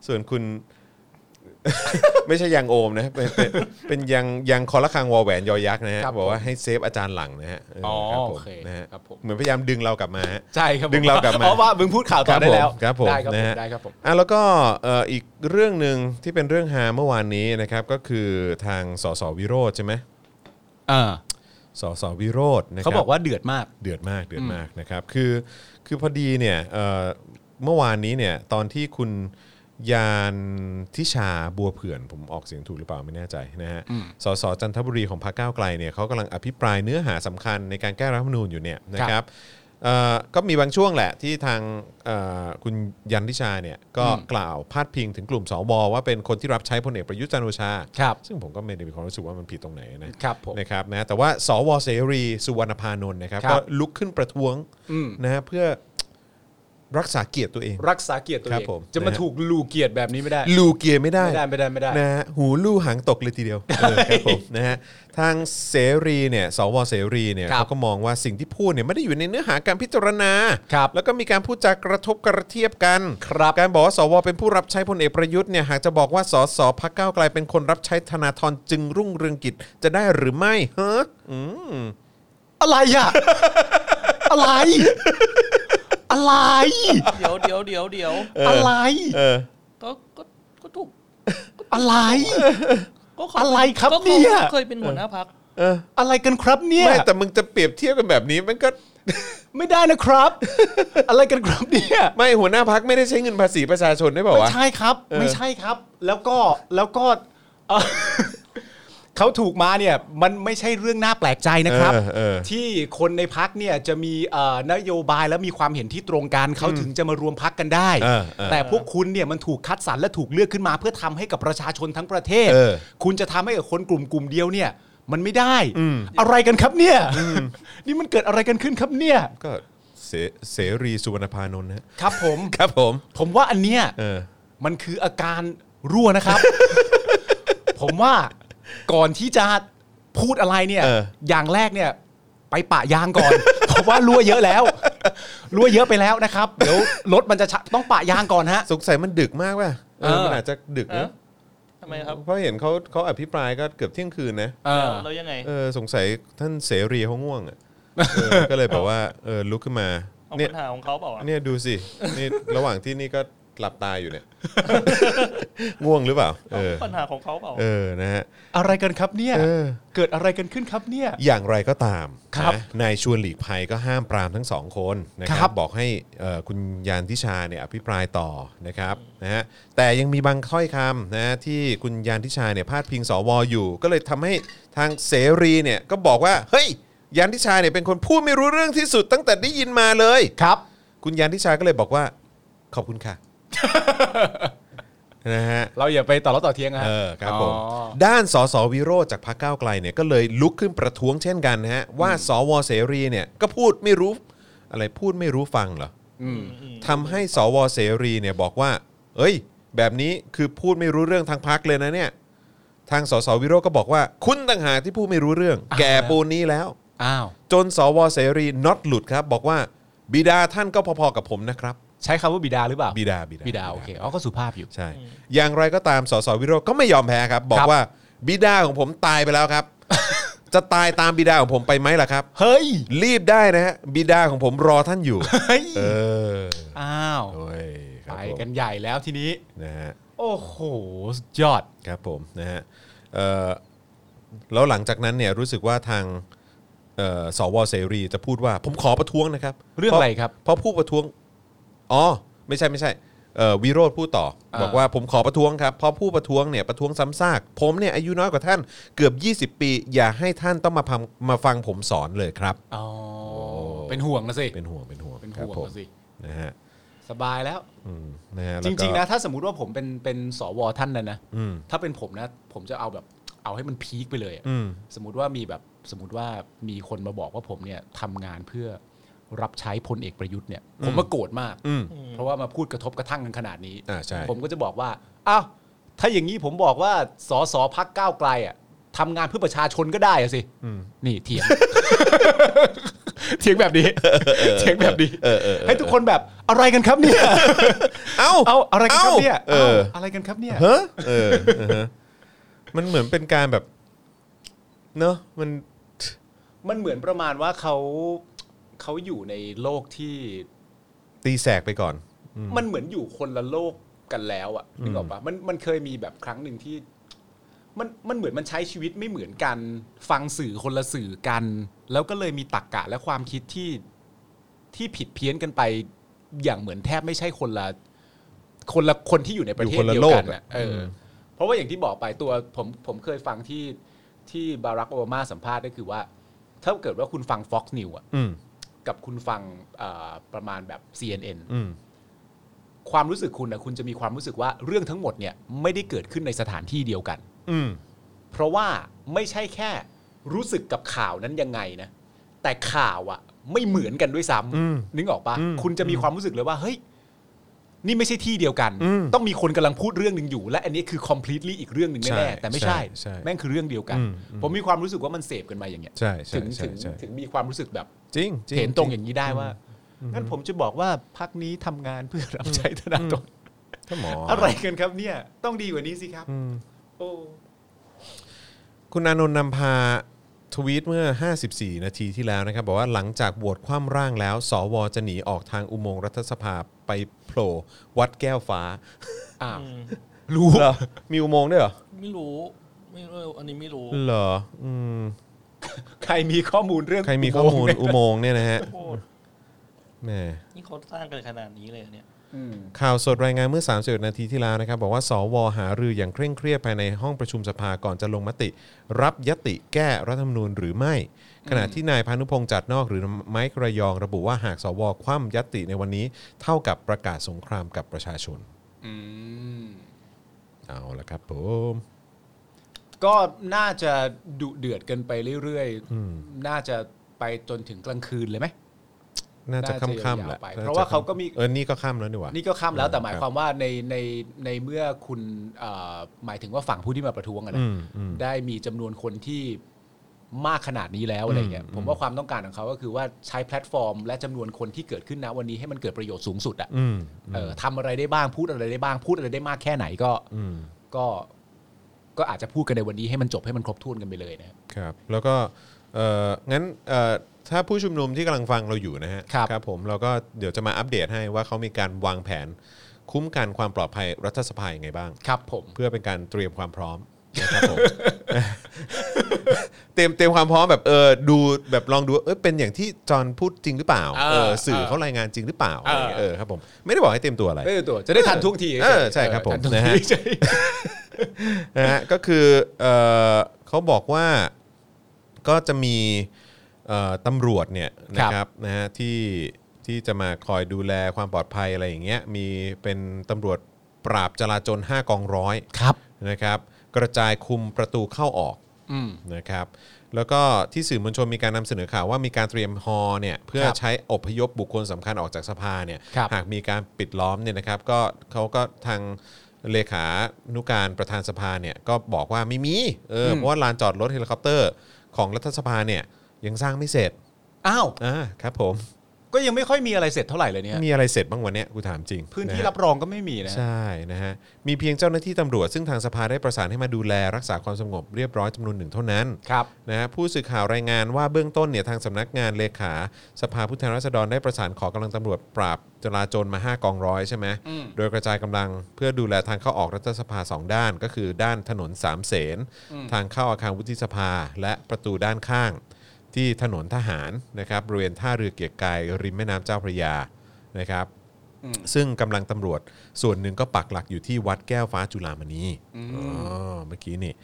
S2: ส่วนคุณ (laughs) ไม่ใช่ยังโอมนะเป็นเป็นเป็นยังยังคอละคังวอแหวนยอยักษ์นะฮะ
S3: ครับผม
S2: บอกว่าให้เซฟอาจารย์หลังนะฮะเ
S3: อ๋อ
S2: รับผม
S3: โอเค
S2: นะฮะ
S3: ครับผม
S2: เหมือนพยายามดึงเรากลับมาฮะ
S3: ใช่ครับผ
S2: ดึงเรากลับมา
S3: เพราะว่ามึงพูดข่าวต่อได้แล้ว
S2: ครับผม
S3: ได้ครับผ
S2: นะ
S3: ม
S2: ฮะ
S3: ได้ครับผม
S2: อ่ะแล้วก็เอ่ออีกเรื่องหนึ่งที่เป็นเรื่องฮาเมื่อวานนี้นะครับ ก็คือทางสสวิโรธใช่ไหม
S3: อ่า
S2: สสวิโรธนะครั
S3: เขาบอกว่าเดือดมาก
S2: เดือดมากเดือดมากนะครับคือคือพอดีเนี่ยเอ่อเมื่อวานนี้เนี่ยตอนที่คุณยานทิชาบัวเผื่อน ผมออกเสียงถูกหรือเปล่าไม่แน่ใจนะฮะสสจันทบุรีของพรรคก้าวไกลเนี่ยเขากำลังอภิปรายเนื้อหาสำคัญในการแก้รัฐธรรมนูญอยู่เนี่ยนะค
S3: ครั
S2: รับบ เอ่อก็มีบางช่วงแหละที่ทางเอ่อคุณยันทิชาเนี่ยก็
S3: อืม
S2: กล่าวพาดพิงถึงกลุ่มสวว่าเป็นคนที่รับใช้พลเอกประยุทธ์จันทร์โอชา
S3: ครับ
S2: ซึ่งผมก็ไม่ได้มีความรู้สึกว่ามันผิดตรงไหนนะครับ
S3: ผม
S2: นะครับนะแต่ว่าสวเสรีสุวรรณพานนท์นะครับ
S3: ครับ
S2: ก็ลุกขึ้นประท้วง
S3: อืม
S2: นะฮะเพื่อรักษาเกียรติตัวเอง
S3: รักษาเกียรติตัว
S2: ครั
S3: เอบ
S2: ผม
S3: งจะมา
S2: นะฮะ
S3: ถูกลูเกียรติแบบนี้ไม่ได้
S2: ลูเกียร์ไม่ได้
S3: ไม่ได้ไม่ได้ไม่ได้
S2: นะฮะหูลู่หางตกเลยทีเดียวเออครับผม (laughs) นะฮะทางเสรีเนี่ยสวเสรีเนี่ย
S3: ครับ
S2: เขาก็มองว่าสิ่งที่พูดเนี่ยไม่ได้อยู่ในเนื้อหาการพิจารณา
S3: ครับ
S2: แล้วก็มีการพูดจากกระทบกระเทียบกัน
S3: ครับ
S2: การบอกว่าสวเป็นผู้รับใช้พลเอกประยุทธ์เนี่ยหากจะบอกว่าสสพักเก้าวไกลเป็นคนรับใช้ธนาธรจึงรุ่งเรืองกิจจะได้หรือไม่ฮะอืม
S3: อะไรอ่ะ อะไร อะไร
S6: เดี๋ยวเดี๋ยวเดี๋ยวเดี๋ยว
S3: อะไร
S2: เออ
S6: ก็ก็ก็ถูก
S3: อะไร
S6: ก็เขา
S3: อะไรครับ
S6: ก็ขา
S3: เนี่ย
S6: เคยเป็นหัวหน้าพัก
S2: เออ
S3: อะไรกันครับเนี่ย
S2: ไม่แต่มึงจะเปรียบเทียบกันแบบนี้มันก็
S3: ไม่ได้นะครับ อะไรกันครับเนี่ย
S2: ไม่หัวหน้าพักไม่ได้ใช้เงินภาษีประชาชนได้เปล่า
S3: ไม่
S2: วะ
S3: ใช่ครับ
S2: เออ
S3: ไม่ใช่ครับ แล้วก็แล้วก็เอ่อ (laughs) เขาถูกมาเนี่ย มันไม่ใช่เรื่องน่าแปลกใจนะครับ
S2: เออเออ
S3: ที่คนในพักเนี่ยจะมีเอ่อนโยบายและมีความเห็นที่ตรงกันเขาถึงจะมารวมพักกันได้
S2: เออเออ
S3: แต่พวกคุณเนี่ยมันถูกคัดสรรและถูกเลือกขึ้นมา เพื่อทำให้กับประชาชนทั้งประเทศ
S2: เออ
S3: คุณจะทำให้กับคนกลุ่มกลุ่มเดียวเนี่ย มันไม่ได้ อะไรกันครับเนี่ย นี่มันเกิดอะไรกันขึ้นครับเนี่ย
S2: ก็เสเสรีสุวรรณพานนท์นะครับ
S3: ผม
S2: ครับผม
S3: ผมว่าอันเนี้ย
S2: เออ
S3: มันคืออาการรั่วนะครับ (laughs) ผมว่าก่อนที่จะพูดอะไรเนี่ย
S2: เออ
S3: อย่างแรกเนี่ย ไปปะยางก่อน (laughs) เพราะว่ารั่วเยอะแล้วรั่วเยอะไปแล้วนะครับ เดี๋ยวรถมันจะชะต้องปะยางก่อนฮะ
S2: สงสัยมันดึกมากป่ะเออ
S3: เออ
S2: มันอาจจะดึก
S6: เออ
S2: นะ
S6: ทำไมครับ
S2: เพราะเห็นเขาเขาอภิปรายก็เกือบเที่ยงคืนนะ
S3: เออ
S6: แล้วยังไง
S2: เออสงสัยท่านเสรีเขาง่วงอ่ะเออก็เลยแบบว่าเออลุกขึ้นมา
S6: เอา
S2: เนี่ย
S6: ปัญหาของเขาเปล่าอะ
S2: เนี่ยดูสินี่ระหว่างที่นี่ก็หลับตาอยู่เนี่ย ง่วงหรือเปล่า เออ
S6: ปัญหาของเขาเปล่า
S2: เออนะฮะ
S3: อะไรกันครับเนี่ย
S2: เออ
S3: เกิดอะไรกันขึ้นครับเนี่ย
S2: อย่างไรก็ตาม
S3: ครับ
S2: นะนายชวนหลีกภัยก็ห้ามปรามทั้งสองคนนะค
S3: ครั
S2: รับบ บอกให้เอ่อคุณยานทิชาเนี่ยอภิปรายต่อนะครับนะฮะแต่ยังมีบางถ้อยคำนะที่คุณยานทิชาเนี่ยพาดพิงสวอยู่ ก็เลยทำให้ทางเสรีเนี่ยก็บอกว่าเฮ้ยยานทิชาเนี่ยเป็นคนพูดไม่รู้เรื่องที่สุดตั้งแต่ได้ยินมาเลย
S3: ครับ
S2: คุณยานทิชาก็เลยบอกว่าขอบคุณค่ะ (laughs) นะฮะ
S3: เราอย่าไปต่อแล้วต่อเทียงนะฮะ
S2: เออครับผม
S3: อ๋อ
S2: ด้านสสวิโรจน์จากพรรคก้าวไกลเนี่ยก็เลยลุกขึ้นประท้วงเช่นกันนะฮะว่าสวเสรีเนี่ยก็พูดไม่รู้ อะไรพูดไม่รู้ฟังเหรอทำให้สวเสรีเนี่ยบอกว่า เอ้ย แบบนี้คือพูดไม่รู้เรื่องทางพรรคเลยนะเนี่ย ทางสสวิโรจน์ก็บอกว่า คุณต่างหากที่พูดไม่รู้เรื่อง
S3: อ่า
S2: แก่ปูนนี้แล้ว
S3: อ้าว
S2: จนสวเสรีน็อตหลุดครับ บอกว่าบิดาท่านก็พอๆกับผมนะครับ
S3: ใช้คำว่าบิดาหรือเปล่า
S2: บิดา
S3: บิดาโอเคอ๋อก็สุภาพอยู่
S2: ใช่ อย่างไรก็ตาม สสวิโรจน์ก็ไม่ยอมแพ้ครับ บ
S3: ค
S2: อก
S3: รับ
S2: ว่าบิดาของผมตายไปแล้ว
S3: (laughs)
S2: ครับ จะตายตามบิดาของผมไปไหมล่ะครับ
S3: เฮ้ย
S2: รีบได้นะฮะ บิดาของผมรอท่านอยู่
S3: เฮ้ย
S2: เออ
S3: อ้าว
S2: โอ้ยค
S3: ไป
S2: รับผม
S3: กันใหญ่แล้วทีนี้
S2: นะฮะ
S3: โอ้โหสุดยอด
S2: ครับผมนะฮะเอ่อแล้วหลังจากนั้นเนี่ยรู้สึกว่าทางเอ่อสวเสรีจะพูดว่าผมขอประท้วงนะครับ
S3: เรื่องอะไรครับ
S2: เพราะผู้ประท้วงอ๋อไม่ใช่ไม่ใช่เอ่อวิโรธพูดต่อ
S3: อ่า
S2: บอกว่าผมขอประท้วงครับเพราะผู้ประท้วงเนี่ยประท้วงซ้ำซากผมเนี่ยอายุน้อยกว่าท่านเกือบ 20 ปี อย่าให้ท่านต้องมาพังมาฟังผมสอนเลยครับ
S3: อ๋อเป็นห่วงนะสิ
S2: เป็นห่วงเป็นห่วง
S3: เป็น
S2: ครับ
S3: ห่วง
S2: ผม
S3: นะสิ
S2: นะฮะ
S3: สบายแล้ว
S2: อืมนะฮะ
S3: จ
S2: แล้วก็
S3: ริงๆนะถ้าสมมติว่าผมเป็นเป็นสวท่านนะนะ
S2: อืม
S3: ถ้าเป็นผมนะผมจะเอาแบบเอาให้มันพีคไปเลยอะ
S2: อืม
S3: สมมติว่ามีแบบสมมติว่ามีคนมาบอกว่าผมเนี่ยทำงานเพื่อรับใช้พลเอกประยุทธ์เนี่ย ผมก็โกรธมาก
S2: อืม
S3: เพราะว่ามาพูดกระทบกระทั่งกันขนาดนี้
S2: อ่าใช่
S3: ผมก็จะบอกว่า อ้าว ถ้าอย่างนี้ผมบอกว่า สสพักก้าวไกลอ่ะทำงานเพื่อประชาชนก็ได้อะสิ นี่เถียง เถียงแบบนี้ เถียงแบบนี้ ให้ทุกคนแบบอะไรกันครับเนี่ย
S2: เอ้า
S3: เอาอะไรกันครับเนี่ย
S2: เอ้าเอ
S3: า
S2: อ
S3: อะไรกันครับเนี่ย
S2: เฮ้อเออเออฮะมันเหมือนเป็นการแบบ เนอะมัน
S3: มันเหมือนประมาณว่าเขาเขาอยู่ในโลกที่
S2: ตีแสกไปก่อน
S3: มันเหมือนอยู่คนละโลกกันแล้วอะนึกออกปะมันมันเคยมีแบบครั้งหนึ่งที่ มันมันเหมือนมันใช้ชีวิตไม่เหมือนกัน ฟังสื่อคนละสื่อกัน แล้วก็เลยมีตรกกะและความคิดที่ที่ผิดเพี้ยนกันไป อย่างเหมือนแทบไม่ใช่คนละคนละคนที่อยู่ในประเทศเดียวกัน
S2: อยู่คนละโลก
S3: อะ
S2: อะ
S3: เอออ
S2: ม
S3: เพราะว่าอย่างที่บอกไปตัวผมผมเคยฟังที่ที่บารักโอบามาสัมภาษณ์ก็คือว่า ถ้าเกิดว่าคุณฟัง Fox News อะ
S2: อืม
S3: กับคุณฟังเอ่อประมาณแบบ CNN
S2: อืม
S3: ความรู้สึกคุณนะคุณจะมีความรู้สึกว่าเรื่องทั้งหมดเนี่ยไม่ได้เกิดขึ้นในสถานที่เดียวกัน
S2: อืม
S3: เพราะว่าไม่ใช่แค่รู้สึกกับข่าวนั้นยังไงนะแต่ข่าวอะไม่เหมือนกันด้วยซ้
S2: อืม
S3: ำนึกออกปะ
S2: อืม
S3: คุณจะมีความรู้สึกเลยว่าเฮ้ยนี่ไม่ใช่ที่เดียวกัน
S2: อืม
S3: ต้องมีคนกำลังพูดเรื่องหนึ่งอยู่ และอันนี้คือ completely อีกเรื่องหนึ่ง
S2: ใช่
S3: แน่ๆแต่ไม่ใช่
S2: ใช่ใช่
S3: แม่งคือเรื่องเดียวกัน
S2: อืมอืม
S3: ผมมีความรู้สึกว่ามันเสพกันมาอย่างเงี้ย
S2: ใช่ใช่
S3: ถึง
S2: ใช่
S3: ถึง
S2: ใช่
S3: ถึงมีความรู้สึกแบบ
S2: จริงจริง
S3: เห็นตรงอ
S2: จ
S3: ย่างนี้ได้ว่างั้นผมจะบอกว่าพักนี้ทำงานเพื่อรับใช้ธนาธร
S2: ถ้าหมออ
S3: อะไรกันครับเนี่ย ต้องดีกว่านี้สิครับ
S2: อืม
S3: โอ้
S2: คุณอานนท์นำพาทวีตเมื่อ 54 นาทีที่แล้วนะครับ บอกว่าหลังจากบวชคว่ำร่างแล้ว สวจะหนีออกทางอุโมงค์รัฐสภาไปโผล่วัดแก้วฟ้า
S3: อ้าว
S6: อืม
S3: รู้
S2: เหรอ มีอุโมงค์ด้วยเหรอ
S6: ไม่รู้ไม่รู้อันนี้ไม่รู้
S2: เหรออื
S3: (laughs)
S2: ม
S3: ใครมีข้อมูลเรื่อง
S2: ใครมีข้อมูล
S3: อุโงค์เนี่ย
S2: อุโมงค์เนี่ยนะฮะ
S6: โคตร
S2: แหม
S6: นี่เขาสร้างกันขนาดนี้เลยเนี่ย
S3: อืม
S2: ข่าวสดรายงานเมื่อ 31 นาทีที่แล้วนะครับ บอกว่า สว หารืออย่างเคร่งเครียดภายในห้องประชุมสภาก่อนจะลงมติ รับยติแก้รัฐธรรมนูญหรือไม่ ขณะที่นายพานุพงษ์จัดนอกหรือไมค์ระยองระบุว่าหากสว คว่ำยติในวันนี้ เท่ากับประกาศสงครามกับประชาชน
S3: อืม
S2: เอาละครับผม
S3: ก็น่าจะดุเดือดกันไปเรื่อยๆ น่าจะไปจนถึงกลางคืนเลยไหม
S2: น่าจะค่ำๆแห
S3: น่าจะยา
S2: ละ
S3: วๆไปเพราะว่าเขาก็มี
S2: เออนี่ก็ค่ำแล้วนี่หว่า
S3: นี่ก็ข้ามแล้วแต่หมาย
S2: ครับ
S3: ความว่าในในในเมื่อคุณเอ่อหมายถึงว่าฝั่งผู้ที่มาประท้วงอะนะ
S2: อืมอืม
S3: ได้มีจำนวนคนที่มากขนาดนี้แล้วอะไรเงี้ยผมว่าความต้องการของเขาก็คือว่าใช้แพลตฟอร์ม และจำนวนคนที่เกิดขึ้นนะวันนี้ให้มันเกิดประโยชน์สูงสุดอะ
S2: อืม
S3: เออทำอะไรได้บ้างพูดอะไรได้บ้างพูดอะไรได้มากแค่ไหนก็
S2: อืม
S3: ก็ก็อาจจะพูดกันในวันนี้ให้มันจบให้มันครบถ้วนกันไปเลยนะครับ
S2: ครับแล้วก็เอ่องั้นเอ่อถ้าผู้ชุมนุมที่กำลังฟังเราอยู่นะฮะ
S3: ครับ
S2: ผมเราก็เดี๋ยวจะมาอัปเดตให้ว่าเขามีการวางแผน คุ้มกันความปลอดภัยรัฐสภายังไงบ้าง
S3: ครับผม
S2: เพื่อเป็นการเตรียมความพร้อมนะครับผม (laughs) เตรียมเตรียมความพร้อมแบบเออดูแบบลองดูเอยเป็นอย่างที่จอห์นพูดจริงหรือเปล่า
S3: เออ
S2: เออสื่อ
S3: เออ
S2: เขารายงานจริงหรือเปล่าอะไรอย่างเงี้ย
S3: เออ
S2: เออครับผมไม่ได้บอกให้เตรียมตัวอะไร
S3: เออตัวจะได้ทันท่วงที
S2: เออใช่ครับผม
S3: ทันท่วง
S2: นะ
S3: ที
S2: ฮะ
S3: ใช่
S2: นะฮะก็คือเอ่อเขาบอกว่าก็จะมีเอ่อตำรวจเนี่ยนะครับนะฮะที่ที่จะมาคอยดูแลความปลอดภัยอะไรอย่างเงี้ยมีเป็นตำรวจปราบจราจร5กองร้อย
S3: ครับ
S2: นะครับกระจายคุมประตูเข้าออก
S3: อืม
S2: นะครับแล้วก็ที่สื่อมวลชนมีการนำเสนอข่าวว่ามีการเตรียมฮอเนี่ยเพื่อ
S3: ครับ
S2: ใช้อพยพบุคคลสำคัญออกจากสภาเนี่ย
S3: ครับ
S2: หากมีการปิดล้อมเนี่ยนะครับก็เขาก็ทางเลขานุการประธานสภาเนี่ยก็บอกว่าไม่มีเอออ
S3: ม
S2: เพราะว่าลานจอดรถเฮลิคอปเตอร์ของรัฐสภาเนี่ยยังสร้างไม่เสร็จ
S3: อ้าว
S2: อ่าครับผม
S3: ก็ยังไม่ค่อยมีอะไรเสร็จเท่าไหร่เลยเนี่ย
S2: มีอะไรเสร็จบ้างวันเนี้ยกูถามจริง
S3: พื้นที่
S2: ะฮะ
S3: รับรองก็ไม่มีนะ
S2: ใช่นะฮะ มีเพียงเจ้าหน้าที่ตำรวจซึ่งทางสภาได้ประสานให้มาดูแลรักษาความสงบเรียบร้อยจำนวนหนึ่งเท่านั้น
S3: ครับ
S2: นะฮะผู้สื่อข่าวรายงานว่าเบื้องต้นเนี่ยทางสำนักงานเลขาสภาผู้แทนราษฎรได้ประสานขอกำลังตำรวจปราบจราจรมา 5 กองร้อยใช่ไหม
S3: อืม
S2: โดยกระจายกำลังเพื่อดูแลทางเข้าออกรัฐสภาสองด้าน ก็คือด้านถนนสามเสนทางเข้าอาคารวุฒิสภาและประตูด้านข้าง ที่ถนนทหารนะครับบริเวณท่าเรือเกียรติกายริมแม่น้ำเจ้าพระยานะครับ ซึ่งกำลังตำรวจส่วนหนึ่งก็ปักหลักอยู่ที่วัดแก้วฟ้าจุฬามณีอ๋อเมื่อกี้นี่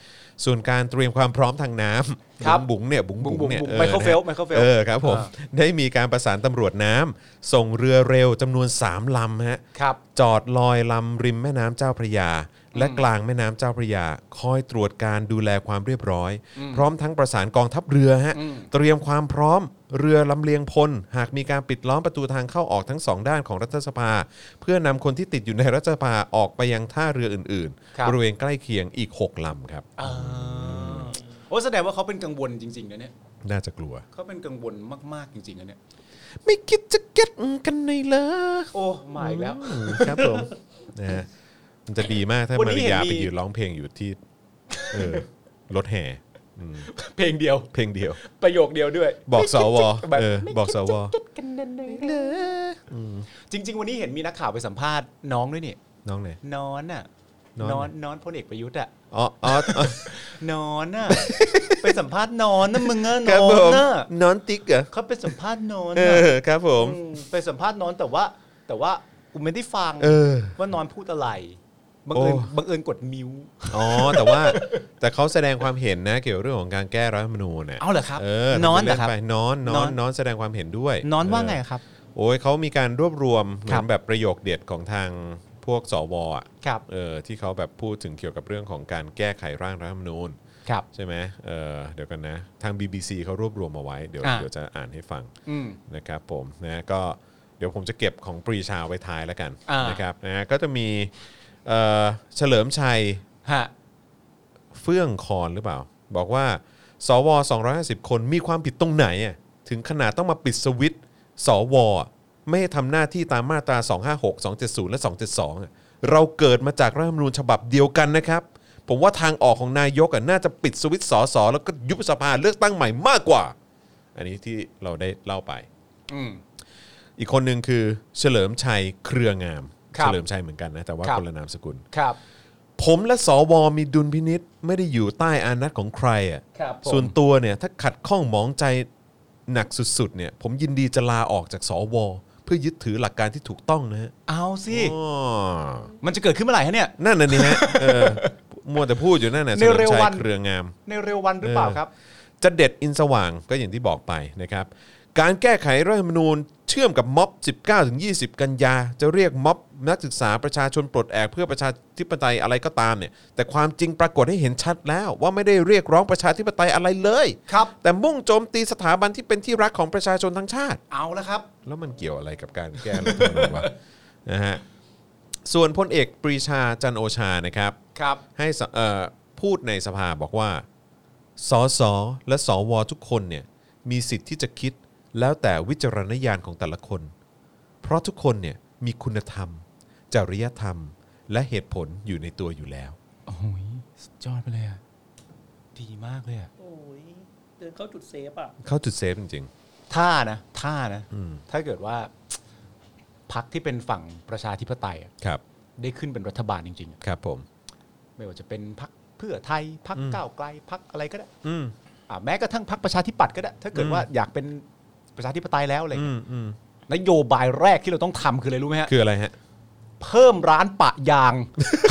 S2: ส่วนการเตรียมความพร้อมทางน้ำ
S7: ครับ
S2: บุ๋งเนี่ยบุ๋งบุ๋งเนี่ย
S7: บุ๋งบุ๋ง
S2: ออ
S7: Michael
S2: นะ
S7: Phelps Michael Phelps
S2: เออครับผม
S7: อ่า
S2: ได้มีการประสานตำรวจน้ำส่งเรือเร็วจำนวน 3ลำฮะ
S7: ครับ
S2: จอดลอยลำริมแม่น้ำเจ้าพระยา และกลางแม่น้ำเจ้าพระยา คอยตรวจการดูแลความเรียบร้อย พร้อมทั้งประสานกองทัพเรือฮะเตรียมความพร้อมเรือลำเลียงพล หากมีการปิดล้อมประตูทางเข้าออกทั้งสองด้านของรัฐสภา เพื่อนำคนที่ติดอยู่ในรัฐสภาออกไปยังท่าเรืออื่น
S7: ครับ
S2: ๆ บริเวณใกล้เคียงอีก 6ลำครับ
S7: อ่า
S3: โอ้แสดงว่าเขาเป็นกังวลจริงๆนะเนี่ย
S2: น่าจะกลัว
S3: เขาเป็นกังวลมากๆจริงๆนะเนี่ย
S2: ไม่คิดจะเก็ตกันในเหรอ
S7: โอ้มาอีกแล้ว
S2: อืมครับผม (laughs) นะฮะมันจะดีมากถ้า
S7: วัน
S2: มา
S7: นี้
S2: ริ
S7: เห็น
S2: ยา
S7: มี
S2: ไปยืนร้องเพลงอยู่ที่เอ
S3: (laughs)
S2: อรถแห่
S3: เพลงเดียว
S2: เพลงเดียว
S3: ประโยคเดียวด้วย
S2: บอกสว
S3: แบบ
S2: เออบอกสว
S3: จริง ๆ วันนี้เห็นมีนักข่าวไปสัมภาษณ์น้องด้วยนี่
S2: น้องไหน
S3: นอนอ่ะ
S2: นอน
S3: นอนนอนพลเอกประยุทธ์อ่ะ
S2: อ๋ออ๋
S3: (laughs)
S2: อน
S3: อนอ่ะ ไปสัมภาษณ์นอนนะมึงอ่ะ
S2: ครับ
S3: นอ
S2: ผ
S3: น
S2: ม
S3: อ่ะ
S2: นอนติ๊กเหรอ
S3: เขาไปสัมภาษณ์นอน
S2: เอ
S3: อ่ะ
S2: อครับผม
S3: มไปสัมภาษณ์นอนแต่ว่า แต่ว่ากูไม่ได้ฟัง
S2: เออ
S3: ว่านอนพูดอะไรบังเอิญ
S2: โอ้
S3: บังเอิญกดมิว
S2: อ๋อแต่ว่าแต่เขาแสดงความเห็นนะเกี่ยวเรื่องของการแก้รัฐธรรมนูญเนี่ย
S3: เอาเหรอครับ
S2: เออ
S3: น้อนเหรอ
S2: ทำป็ล่
S3: ครับ
S2: ไปนอนน
S3: น
S2: อ
S3: อน น
S2: นอนแสดงความเห็นด้วย
S3: นอนว่า
S2: เ
S3: ไงครับ
S2: โอ้ยเขามีการรวบรวมเหมื
S3: ครั
S2: อน
S3: บ
S2: แบบประโยคเด็ดของทางพวกสวอ่ะ
S3: ครับ
S2: เออที่เขาแบบพูดถึงเกี่ยวกับเรื่องของการแก้ไขร่างรัฐธรรมนูญ
S3: ครับ
S2: ใช่ไหมเออเดี๋ยวกันนะ ทาง BBC เขารวบรวมมาไว้ เดี๋ยว
S3: อ่ะ
S2: เดี๋ยวจะอ่านให้ฟัง
S3: อืม
S2: นะครับผมนะก็เดี๋ยวผมจะเก็บของปรีชาไว้ท้ายแล้วกัน
S3: อ่าน
S2: นะครับนะก็จะมีเอ่อเฉลิมชัย
S3: ฮะ
S2: เฟื่องคอนหรือเปล่า บอกว่า สว 250 คนมีความผิดตรงไหนอะถึงขนาดต้องมาปิดสวิตช์สว ไม่ให้ทำหน้าที่ตามมาตรา 256 270 และ 272อะเราเกิดมาจากรัฐธรรมนูญฉบับเดียวกันนะครับ ผมว่าทางออกของนายกอะน่าจะปิดสวิตช์สสแล้วก็ยุบสภาเลือกตั้งใหม่มากกว่า อันนี้ที่เราได้เล่าไป
S3: อืม
S2: อีกคนหนึ่งคือเฉลิมชัยเครืองาม
S3: ครั
S2: เฉ
S3: บ
S2: ลิมชัยเหมือนกันนะแต่ว่า
S3: ครับ
S2: คนละนามสกุล
S3: ครับ
S2: ผมและสวมีดุลพินิษไม่ได้อยู่ใต้อานัตของใครอ่ะ
S3: ครับผม
S2: ส่วนตัวเนี่ยถ้าขัดข้องหมองใจหนักสุดๆเนี่ย ผมยินดีจะลาออกจากสว เพื่อยึดถือหลักการที่ถูกต้องนะฮะ
S3: เอาสิ
S2: อ๋อ
S3: มันจะเกิดขึ้นเมื่อไหร่ฮะเนี่ย
S2: นั่นน่ะนี่ฮะเออมัวแต่พูดอยู่นั่นน่ะ
S3: ใน
S2: เฉลิม
S3: เร็ว
S2: ชัย
S3: วัน
S2: เครืองาม
S3: ในเร็ววันหรือเปล่าครับ
S2: จะเด็ดอินสว่างก็อย่างที่บอกไปนะครับ การแก้ไขรัฐธรรมนูญเชื่อมกับม็อบ 19-20 กันยา จะเรียกม็อบนักศึกษาประชาชนปลดแอกเพื่อประชาธิปไตยอะไรก็ตามเนี่ย แต่ความจริงปรากฏให้เห็นชัดแล้ว ว่าไม่ได้เรียกร้องประชาธิปไตยอะไรเลย
S3: ครับ
S2: แต่มุ่งโจมตีสถาบันที่เป็นที่รักของประชาชนทั้งชาติ
S3: เอาแล้วครับ
S2: แล้วมันเกี่ยวอะไรกับการแก้รัฐธรรมนูญวะ นะฮะส่วนพลเอกปรีชาจันทร์โอชานะครับ
S3: ครับ
S2: ให้สเอ่อพูดในสภาบอกว่า สส และสว ทุกคนเนี่ยมีสิทธิ์ที่จะคิดแล้วแต่วิจารณญาณของแต่ละคน เพราะทุกคนเนี่ยมีคุณธรรม จริยธรรม และเหตุผลอยู่ในตัวอยู่แล้ว
S3: โอ้ยสุดยอดไปเลยอ่ะ ดีมากเลยอ่ะ
S6: โอ้ยเดินเข้าจุดเซฟอ่ะ
S2: เข้าจุดเซฟจริง
S3: ท่านะ ท่านะ
S2: อืม
S3: ถ้าเกิดว่า พักที่เป็นฝั่งประชาธิปไตยอะ
S2: ๆ ครับ
S3: ได้ขึ้นเป็นรัฐบาลจริงๆอะ
S2: ครับผม
S3: ไม่ว่าจะเป็นพักเพื่อไทย พัก
S2: อืม
S3: ก้าวไกล พักอะไรก็ได้
S2: อืม
S3: อ่ะแม้กระทั่งพักประชาธิปัตย์ก็ได้ ถ้าเกิด
S2: อืม
S3: ว่าอยากเป็นประชาธิปไตยแล้วอะไร
S2: อื
S3: เงี้ย
S2: มอืม
S3: นโยบายแรกที่เราต้องทำคืออะไรรู้ไหมฮะ
S2: คืออะไรฮะ
S3: เพิ่มร้านปะยาง (laughs)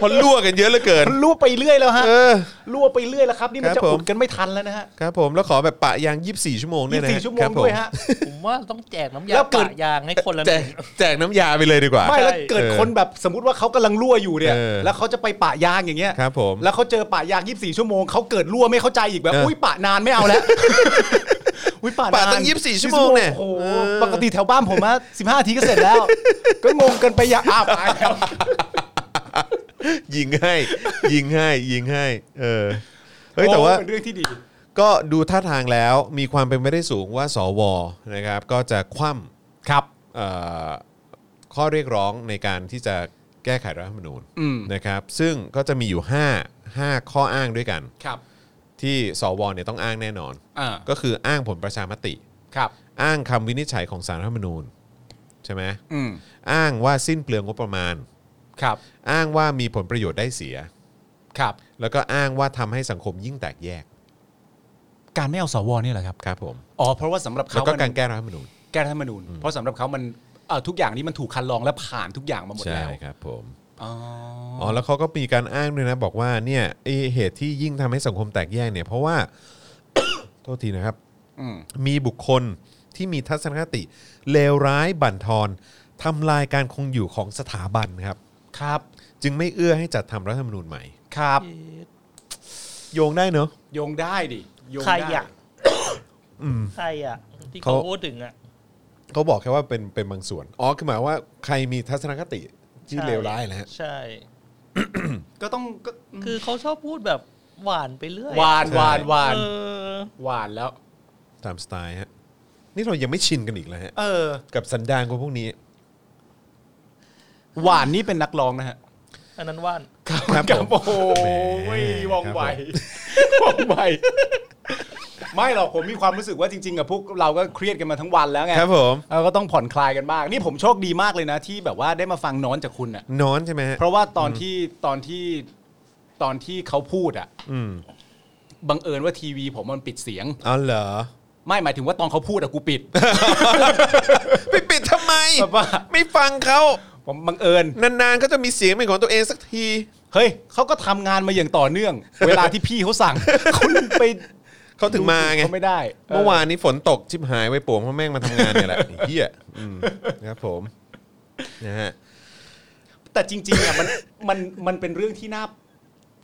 S2: พอลั่วกันเยอะเหลือเกิน
S3: มันรั่วไป (laughs) เรื่อยแล้วฮะ
S2: เออ
S3: รั่วไปเรื่อยแล้วครับ นี่มัน
S2: ครั
S3: จะ
S2: บผม
S3: อุดกันไม่ทันแล้วนะฮะ
S2: ครับผมแล้วขอแบบปะยาง 24 ชั่วโมงเนี่
S3: ยี่
S2: ย
S3: สิบ
S2: นะ
S3: สี่ชั่วโม
S2: ครั
S3: ง
S2: บผ
S3: ด้วยฮะ
S6: ผมว่าต้องแจกน้ำยา
S3: แล้วเกิด
S6: ปะยางให้คนละห
S2: แจ
S6: นึ่
S2: ก
S6: ง
S2: แจกน้ำยาไปเลยดีกว่า
S3: ไม่แล้ว
S6: ใช่
S3: เกิดคนแบบสมมติว่าเขากำลังรั่วอยู่เนี่ย
S2: เออ
S3: แล้วเขาจะไปปะยางอย่างเงี้ย
S2: ครับผม
S3: แล้วเขาเจอปะยาง 24 ชั่วโมงเขาเกิดรั่วไม่เข้าใจอีกแบบ
S2: เอออุ้
S3: อุ้ยปะนานไม่เอาแล้ว
S2: (laughs)
S3: อุ้ยปะ
S2: ปะ
S3: นาน
S2: ตั้ง24ชั่วโมงเนี่ย
S3: โอ้โห
S2: เออ
S3: ปกติแถวบ้านผมอะ15นาทีก็เสร็จแล้ว ก็งงกันไปอยางอ้าวปะยาง
S2: ยิงให้ (laughs) ยิงให้ยิงให้เออเฮ้ยแต่ว่า
S3: โอ้เป็นเรื่องที่ดี
S2: ก็ดูท่าทางแล้วมีความเป็นไปได้สูงว่าสวนะครับ ก็จะคว่ำครับข้อเรียกร้องในการที่จะแก้ไขรัฐธรรมนูญ
S3: อืม
S2: นะครับ ซึ่งก็จะมีอยู่ 5 5 ข้ออ้างด้วยกัน
S3: ครับ
S2: ที่สวเนี่ยต้องอ้างแน่นอน
S3: อ่า
S2: ก็คืออ้างผลประชามติ
S3: ครับ
S2: อ้างคำวินิจฉัยของสารรัฐธรรมนูญใช่ไหม
S3: อืม
S2: อ้างว่าสิ้นเปลืองงบประมาณ
S3: ครับ
S2: อ้างว่ามีผลประโยชน์ได้เสีย
S3: ครับ
S2: แล้วก็อ้างว่าทำให้สังคมยิ่งแตกแยก
S3: การไม่เอาสวเนี่ยเหรอครับ
S2: ครับผม
S3: อ๋อเพราะว่าสำหรับ
S2: แล้ว
S3: เขา
S2: ก็
S3: มัน
S2: การแก้รัฐธรรมนูญ
S3: แก้รัฐธรรมนูญเพราะสำหรับเขามันเอ่อทุกอย่างนี้มันถูกคันลองและผ่านทุกอย่างมาหมด
S2: ใช่
S3: แล้ว
S2: ครับผม
S3: อ๋อ
S2: อ๋อแล้วเขาก็มีการอ้างด้วยนะ บอกว่าเนี่ยไอเหตุที่ยิ่งทำให้สังคมแตกแยกเนี่ยเพราะว่า (coughs) โทษทีนะครับ
S3: อืม
S2: มีบุคคลที่มีทัศนคติ เลวร้ายบั่นทอนทำลายการคงอยู่ของสถาบันครับ
S3: ครับ
S2: จึงไม่เอื้อให้จัดทำรัฐธรรมนูญใหม่
S3: ครับ
S6: เอ๊ะ
S2: โยงได้เนอะ
S3: โยงได้ดิ โยง
S6: ใคร
S3: ได้
S6: อ่ะใครอ่ะ ที่เขา
S2: เขา
S6: พูดถึงอ่ะ
S2: เขาบอกแค่ว่าเป็นเป็นบางส่วน อ๋อคือหมายว่าใครมีทัศนคติที่
S6: ใช่
S2: เลวร้ายนะฮะ
S6: ใช่
S3: ก็ต้องก็
S6: คือเขาชอบพูดแบบหวานไปเรื่อย
S3: หวาน
S2: ใช่
S3: หวานหวาน
S6: เออ
S3: หวานแล้ว
S2: ตามสไตล์ฮะนี่เรายังไม่ชินกันอีกเลยฮะ
S3: เออ
S2: กับสันดานของพวกนี้
S3: หวานนี่เป็นนักร้องนะฮะ
S6: อันนั้นหวาน
S2: ครับ
S3: กับ
S2: ผ
S3: โอ้
S2: ม
S3: โห
S2: แหม
S3: ว่องไว
S2: ครับผ
S3: ว่องไว ไม่หรอกผมมีความรู้สึกว่าจริงๆกับพวกเราก็เครียดกันมาทั้งวันแล้วไง
S2: ครับผม
S3: เราก็ต้องผ่อนคลายกันบ้าง นี่ผมโชคดีมากเลยนะ ที่แบบว่าได้มาฟังน้อนจากคุณอ่ะ
S2: นอนใช่ไหมฮะ
S3: เพราะว่าตอนที่ตอนที่ตอนที่เขาพูดอ่ะ
S2: อืม
S3: บังเอิญว่าทีวีผมมันปิดเสียง
S2: อ๋อเหรอ
S3: ไม่หมายถึงว่าตอนเขาพูดอะกู
S2: (laughs)
S3: ปิด
S2: ไปปิดทำไม
S3: แบบว่า
S2: ไม่ฟังเขา
S3: ผมบังเอิญ
S2: นานๆก็จะมีเสียงเป็นของตัวเองสักที
S3: เฮ้ยเขาก็ทำงานมาอย่างต่อเนื่อง
S2: (laughs)
S3: เวลาที่พี่เขาสั่ง เขาไป
S2: เขาถึงมาไง
S3: เขไม่ได้
S2: เมื่อวานนี้ฝนตกชิบหายไว้โป่งเพราะแม่งมาทำงานเนี่ยแหละ ไอ้เฮียอืมนะครับผมนะฮะ
S3: แต่จริงๆอะมันมันมันเป็นเรื่องที่น่า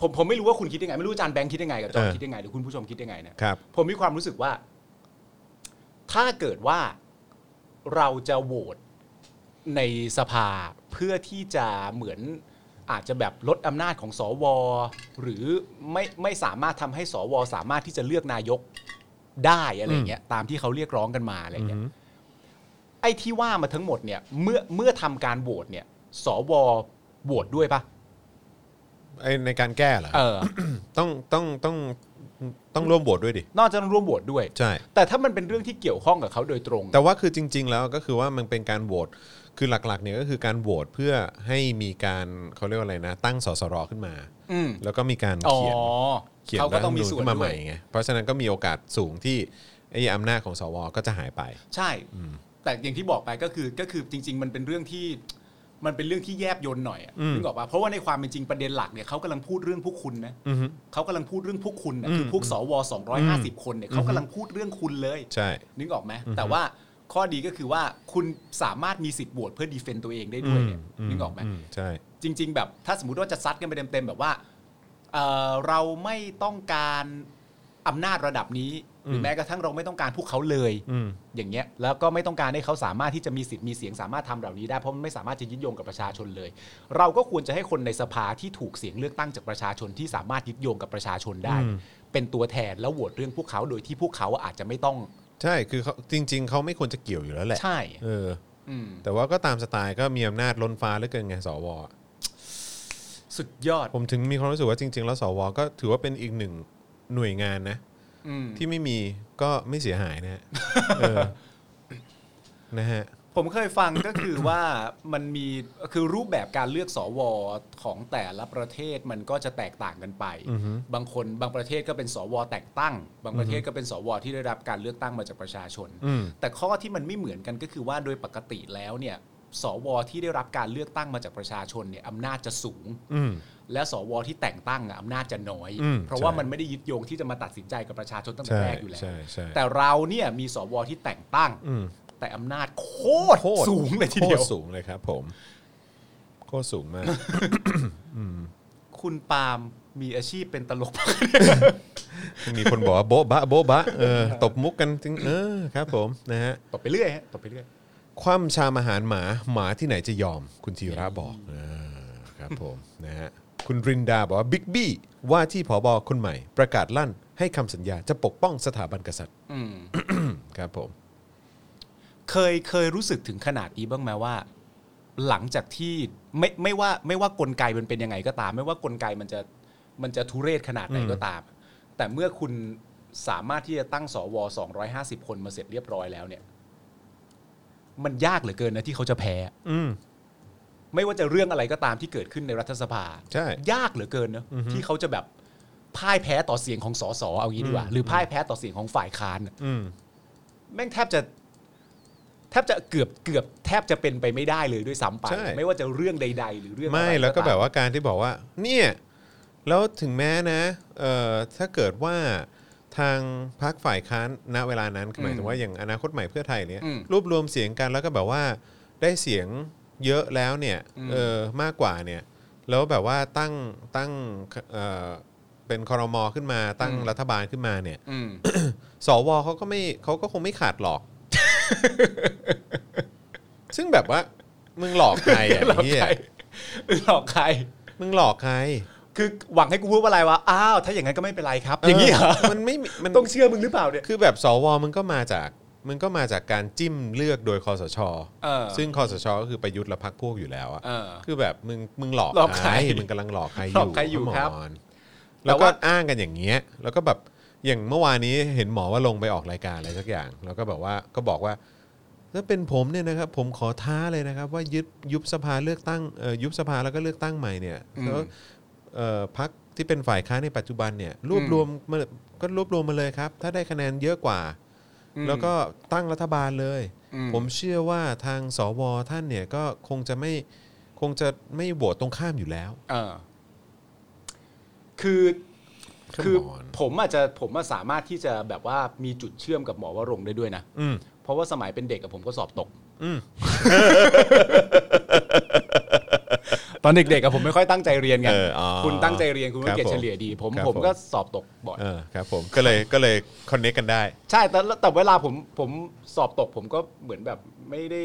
S3: ผมผมไม่รู้ว่าคุณคิดยังไง ไม่รู้อาจารย์แบงค์คิดยังไงกับจอห์นคิดยังไงหรือคุณผู้ชมคิดยังไงเนี่ย
S2: ครับ
S3: ผมมีความรู้สึกว่า ถ้าเกิดว่าเราจะโหวตในสภาเพื่อที่จะเหมือนอาจจะแบบลดอำนาจของสวหรือไม่ไม่สามารถทำให้สวสามารถที่จะเลือกนายกได้อะไรเงี้ยตามที่เขาเรียกร้องกันมาอะไร
S2: อือ
S3: เงี้ย
S2: หือ
S3: ไอ้ที่ว่ามาทั้งหมดเนี่ยเมื่อเมื่อทำการโหวตเนี่ย สวโหวตด้วยปะ
S2: ไอในการแก้เหรอ
S3: เออ (coughs)
S2: ต้องต้องต้องต้องร่วมโหวตด้วยดิ
S3: นอกจากร่วมโหวตด้วย
S2: ใช่
S3: แต่ถ้ามันเป็นเรื่องที่เกี่ยวข้องกับเขาโดยตรง
S2: แต่ว่าคือจริง ๆ แล้วก็คือว่ามันเป็นการโหวตคือหลักๆเนี่ยก็คือการโหวตเพื่อให้มีการเขาเรียกว่าอะไรนะ ตั้งสสรขึ้นมา
S3: อืม
S2: แล้วก็มีการ
S3: อ๋อ
S2: เขียนเขียน
S3: เขาก็ต้องมีส่วน
S2: รัฐธร
S3: ด้
S2: รมนูญขึ้นมาให
S3: ว
S2: ม่
S3: ย
S2: ไงเพราะฉะนั้นก็มีโอกาสสูงที่ไอ้อำนาจของสวก็จะหายไป
S3: ใช่ แต่อย่างที่บอกไปก็คือก็คือจริง ๆ มันเป็นเรื่องที่มันเป็นเรื่องที่แยบยนหน่อยอะ
S2: อืม
S3: นึกออกปะเพราะว่าในความเป็นจริงประเด็นหลักเนี่ยเขากำลังพูดเรื่องพวกคุณนะ
S2: อือฮึ
S3: เขากำลังพูดเรื่องพวกคุณนะ
S2: อืม
S3: คือพวกสวสองร้อยห้าสิบคนเนี่ย
S2: อืม
S3: เขากำลังพูดเรื่องคุณเลย
S2: ใช่
S3: นึกออกไหมแต่ว่าข้อดีก็คือว่าคุณสามารถมีสิทธิ์โหวตเพื่อดีเฟนต์ตัวเองได้ด้วยเนี่ย
S2: อืม
S3: นึกออกไหม
S2: มใช่
S3: จริง ๆ แบบถ้าสมมติว่าจะซัดกันไปเต็ม ๆ แบบว่าเอ่อเราไม่ต้องการอำนาจระดับนี้ หรือ
S2: ม
S3: แม้กระทั่งเราไม่ต้องการพวกเขาเลย
S2: อืม
S3: อย่างเงี้ยแล้วก็ไม่ต้องการให้เขาสามารถที่จะมีสิทธิ์มีเสียงสามารถทำเหล่านี้ได้เพราะมันไม่สามารถจะยึดโยงกับประชาชนเลย เราก็ควรจะให้คนในสภาที่ถูกเสียงเลือกตั้งจากประชาชนที่สามารถยึดโยงกับประชาชนได้
S2: อืม
S3: เป็นตัวแทนแล้วโหวตเรื่องพวกเขาโดยที่พวกเขาอาจจะไม่ต้อง
S2: ใช่คือเขาจริง ๆเขาไม่ควรจะเกี่ยวอยู่แล้วแหละ
S3: ใช่
S2: เออ
S3: อืม
S2: แต่ว่าก็ตามสไตล์ก็มีอำนาจล้นฟ้าเหลือเกินไงสว
S3: สุดยอด
S2: ผมถึงมีความรู้สึกว่าจริง ๆ แล้วสวก็ถือว่าเป็นอีกหนึ่งหน่วยงานนะ
S3: อืม
S2: ที่ไม่มีก็ไม่เสียหาย
S3: (laughs)
S2: นะฮะเออนะฮะ
S3: ผมเคยฟังก็คือ ว่ามันมี (coughs) คือรูปแบบการเลือกสวของแต่ละประเทศมันก็จะแตกต่างกันไป
S2: อือฮึ
S3: บางคนบางประเทศก็เป็นสวแต่งตั้ง บางประเทศก็เป็นสวที่ได้รับการเลือกตั้งมาจากประชาชน
S2: อืม
S3: แต่ข้อที่มันไม่เหมือนกันก็คือว่าโดยปกติแล้วเนี่ยสวที่ได้รับการเลือกตั้งมาจากประชาชนเนี่ยอำนาจจะสูง
S2: อืม
S3: และสวที่แต่งตั้งอะอำนาจจะน้อย
S2: อืม
S3: เพราะว่า
S2: ใช่
S3: มันไม่ได้ยึดโยงที่จะมาตัดสินใจกับประชาชนตั้งแต่
S2: ใช่
S3: แรกอยู่แล้ว
S2: ใช่ใช่
S3: แต่เราเนี่ยมีสวที่แต่งตั้ง
S2: อืม
S3: แต่อำนาจโคตร
S2: โคตร
S3: สูงเลยทีเดียว
S2: โคตรสูงเลยครับ ผมโคตรสูงมาก
S3: คุณปาล์มมีอาชีพเป็นตลก
S2: (laughs) มีคนบอกว่าโบ๊ะบะโบ๊ะบะเออตบมุกกันจริงเออครับ ผมนะฮะ
S3: ตบไปเรื่อยฮะตบไปเรื่อย
S2: คว่ำชามอาหารหมาหมาที่ไหนจะยอม คุณธีระบอกอ่าครับผม นะฮะคุณรินดาบอกว่าบิ๊กบี้ว่าที่ผอบอคนใหม่ ประกาศลั่นให้คำสัญญาจะปกป้องสถาบันกษัตริย์
S3: อืม
S2: ครับผม
S3: เคยเคยรู้สึกถึงขนาดนี้บ้างไหมว่า หลังจากที่ไม่ไม่ว่าไม่ว่ากลไกมันเป็นยังไงก็ตาม ไม่ว่ากลไกมันจะมันจะทุเรศขนาดไหนก็ตาม แต่เมื่อคุณสามารถที่จะตั้งสวสองร้อยห้าสิบคนมาเสร็จเรียบร้อยแล้วเนี่ย มันยากเหลือเกินนะที่เขาจะแพ้
S2: อืม
S3: ไม่ว่าจะเรื่องอะไรก็ตามที่เกิดขึ้นในรัฐสภา
S2: ใช่
S3: ยากเหลือเกินเนอะที่เขาจะแบบพ่ายแพ้ต่อเสียงของสสเอางี้ดีกว่า หรือพ่ายแพ้ต่อเสียงของฝ่ายค้านน่ะ
S2: อืม
S3: แม่งแทบจะ แทบจะเกือบเกือบแทบจะเป็นไปไม่ได้เลยด้วยซ้ำไป
S2: ใช่
S3: ไม่ว่าจะเรื่องใด ๆ หรือเรื่องอะร
S2: ไม่แล้วก็
S3: ตาม
S2: แบบว่าการที่บอกว่าเนี่ยแล้วถึงแม้นะเอ่อถ้าเกิดว่าทางพรรคฝ่ายค้านณเวลานั้นหมายถึงว่าอย่างอนาคตใหม่เพื่อไทยเนี่ย
S3: อืม
S2: รวบรวมเสียงกันแล้วก็แบบว่าได้เสียงเยอะแล้วเนี่ยเออมากกว่าเนี่ยแล้วแบบว่าตั้งตั้งเอ่อเป็นคอรมอขึ้นมาตั้ง
S3: อืม
S2: รัฐบาลขึ้นมาเนี่ย
S3: อืม
S2: สวเขาก็ไม่เขาก็คงไม่ขาดหลอก (laughs) ซึ่งแบบว่ามึงหลอกใครอ่ะ
S3: หลอก
S2: ไอ้เหี้ย
S3: ใครหลอกใคร
S2: มึงหลอกใคร
S3: คือหวังให้กูพูดว่าอะไรวะ อ้าว ถ้าอย่างนั้นก็ไม่เป็นไรครับ อย่างนี้เหรอ
S2: มันไม่มีมัน
S3: ต้องเชื่อมึงหรือเปล่าเนี่ย
S2: คือแบบสวมันก็มาจากมันก็มาจากการจิ้มเลือกโดยคอสช
S3: เออ
S2: ซึ่งคอสชก็คือประยุทธ์และพักพวกอยู่แล้วอะ
S3: เออ
S2: คือแบบมึงมึงหลอก
S3: หลอกใคร
S2: มึงกำลังหลอกใครอ
S3: หล
S2: ยู่
S3: อกใครอยู่
S2: ม
S3: ครับ
S2: นแล้วก็
S3: แต่ว่า
S2: อ้างกันอย่างเงี้ย แล้วก็แบบอย่างเมื่อวานนี้เห็นหมอว่าลงไปออกรายการอะไรสักอย่าง แล้วก็แบบว่าก็บอกว่าถ้าเป็นผมเนี่ยนะครับผมขอท้าเลยนะครับ ว่ายึดยุบสภาเลือกตั้งเอ่อยุบสภาแล้วก็เลือกตั้งใหม่เนี่ยแล้วเอ่อพักที่เป็นฝ่ายค้านในปัจจุบันเนี่ยรวบรวมมาก็รวบรวมมาเลยครับ ถ้าได้คะแนนเยอะกว่า แล้วก็ตั้งรัฐบาลเลย ผมเชื่อว่าทางสวท่านเนี่ยก็คงจะไม่คงจะไม่โหวตตรงข้ามอยู่แล้ว
S3: เออ คือ
S2: Come
S3: คือ
S2: on
S3: ผมอาจจะผมอะสามารถที่จะแบบว่ามีจุดเชื่อมกับหมอวรงค์ได้ด้วยนะ
S2: อืม
S3: เพราะว่าสมัยเป็นเด็กกับผมก็สอบตก
S2: อืม
S3: ตอนเด็กๆกับผมไม่ค่อยตั้งใจเรียนไง
S2: เอออ๋อ
S3: คุณตั้งใจเรียนคุณก็
S2: ครับ
S3: เกรด
S2: ผม
S3: เฉลี่ยดี ผม
S2: ครับ
S3: ผม
S2: ผม
S3: ก็สอบตกบ่อย
S2: เออครับผมก็เลยก็เลยคอนเนคกันได้
S3: ใช่แต่แต่เวลาผมผมสอบตกผมก็เหมือนแบบไม่ได้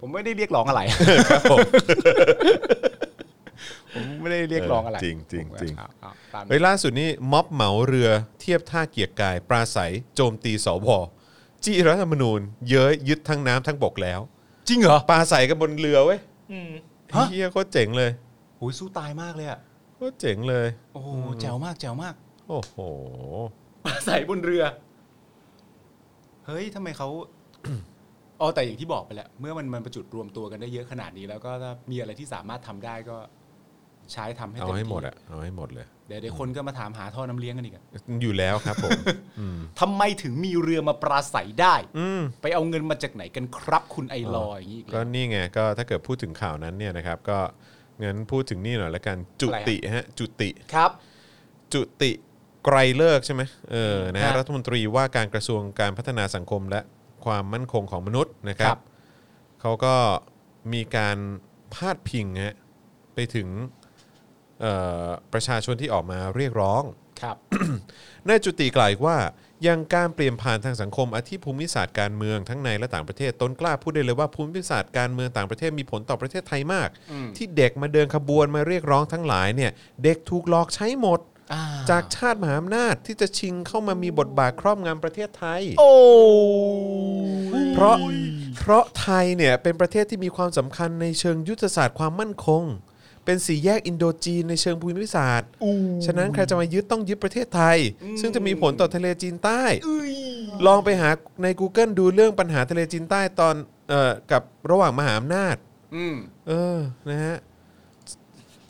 S3: ผมไม่ได้เรียกร้องอะไร
S2: ครับผม
S3: (laughs) ผมไม่ได้เรียกร้องอะไร
S2: เออจริงจริง
S3: ผมก็
S2: จริง
S3: เอาเอาตาม
S2: เฮ้
S3: นี้
S2: ยล่าสุดนี่ม็อบเหมาเรือเทียบท่าเกียรติกาย ปราศัยโจมตีสวจี้รัฐธรรมนูญ เย้ยยึดทั้งน้ำทั้งบกแล้ว
S3: จริงเหรอ
S2: ปราศัยกันบนเรือเว้ย
S6: อืม
S3: ฮะ
S2: เฮียโคตรเจ๋งเลย
S3: โอ้ยสู้ตายมากเลยอะ
S2: โคตรเจ๋งเลย
S3: โอ้โหแจ๋วมากแจ๋วมาก (laughs)
S2: โอ้โห
S3: อาศัยบนเรือ เฮ้ยทำไมเขา (coughs) อ๋อแต่อย่างที่บอกไปแหละเมื่อมันมันประจุดรวมตัวกันได้เยอะขนาดนี้ แล้วก็ถ้ามีอะไรที่สามารถทำได้ก็ ใช้ทำให้
S2: เอา
S3: เต็ม
S2: ให้
S3: ที่
S2: หมดอะเอาให้หมดเลย
S3: เดี๋ยวเดี๋ยวคนก็มาถามหาท่อน้ำเลี้ยงกันอีกอะ
S2: อยู่แล้วครับผม
S3: (laughs) ทำไมถึงมีเรือมาปราศัยได้
S2: อืม
S3: ไปเอาเงินมาจากไหนกันครับ คุณไอลอยอย่างนี้อีก
S2: ก็
S3: แล้ว
S2: นี่ไงก็ถ้าเกิดพูดถึงข่าวนั้นเนี่ยนะครับ ก็งั้นพูดถึงนี่หน่อยละกันจุ
S3: อะไรฮะ
S2: ติฮะจุติ
S3: ครับ
S2: จุติไกรเลิกษ์ใช่ไหมเออนะฮะ
S3: ฮะ
S2: รัฐมนตรีว่าการกระทรวงการพัฒนาสังคมและความมั่นคงของมนุษย์นะครั
S3: ครับ บ
S2: เขาก็มีการพาดพิงฮะไปถึงเอ่อประชาชนที่ออกมาเรียกร้อง
S3: ครับ
S2: นายจุติกล่าวอีกว่ายังการเปลี่ยนผ่านทางสังคมอาทิภูมิศาสตร์การเมืองทั้งในและต่างประเทศตนกล้าพูดได้เลยว่าภูมิศาสตร์การเมืองต่างประเทศมีผลต่อประเทศไทยมาก ที่เด็กมาเดินขบวนมาเรียกร้องทั้งหลายเนี่ยเด็กถูกหลอกใช้หมด
S3: อ่า
S2: จากชาติมหาอำนาจที่จะชิงเข้ามามีบทบาทครอบงำประเทศไทย
S3: โอ้ย
S2: เพราะเพราะไทยเนี่ยเป็นประเทศที่มีความสำคัญในเชิงยุทธศาสตร์ความมั่นคง เป็นสี่แยกอินโดจีนในเชิงภูมิศาสตร์ ฉะนั้นใครจะมายึดต้องยึดประเทศไทย ซึ่งจะมีผลต่อทะเลจีนใต้ ลองไปหาใน Google ดูเรื่องปัญหาทะเลจีนใต้ตอนเอ่อกับระหว่างมหาอำนาจ
S3: อืม
S2: เออ นะฮะ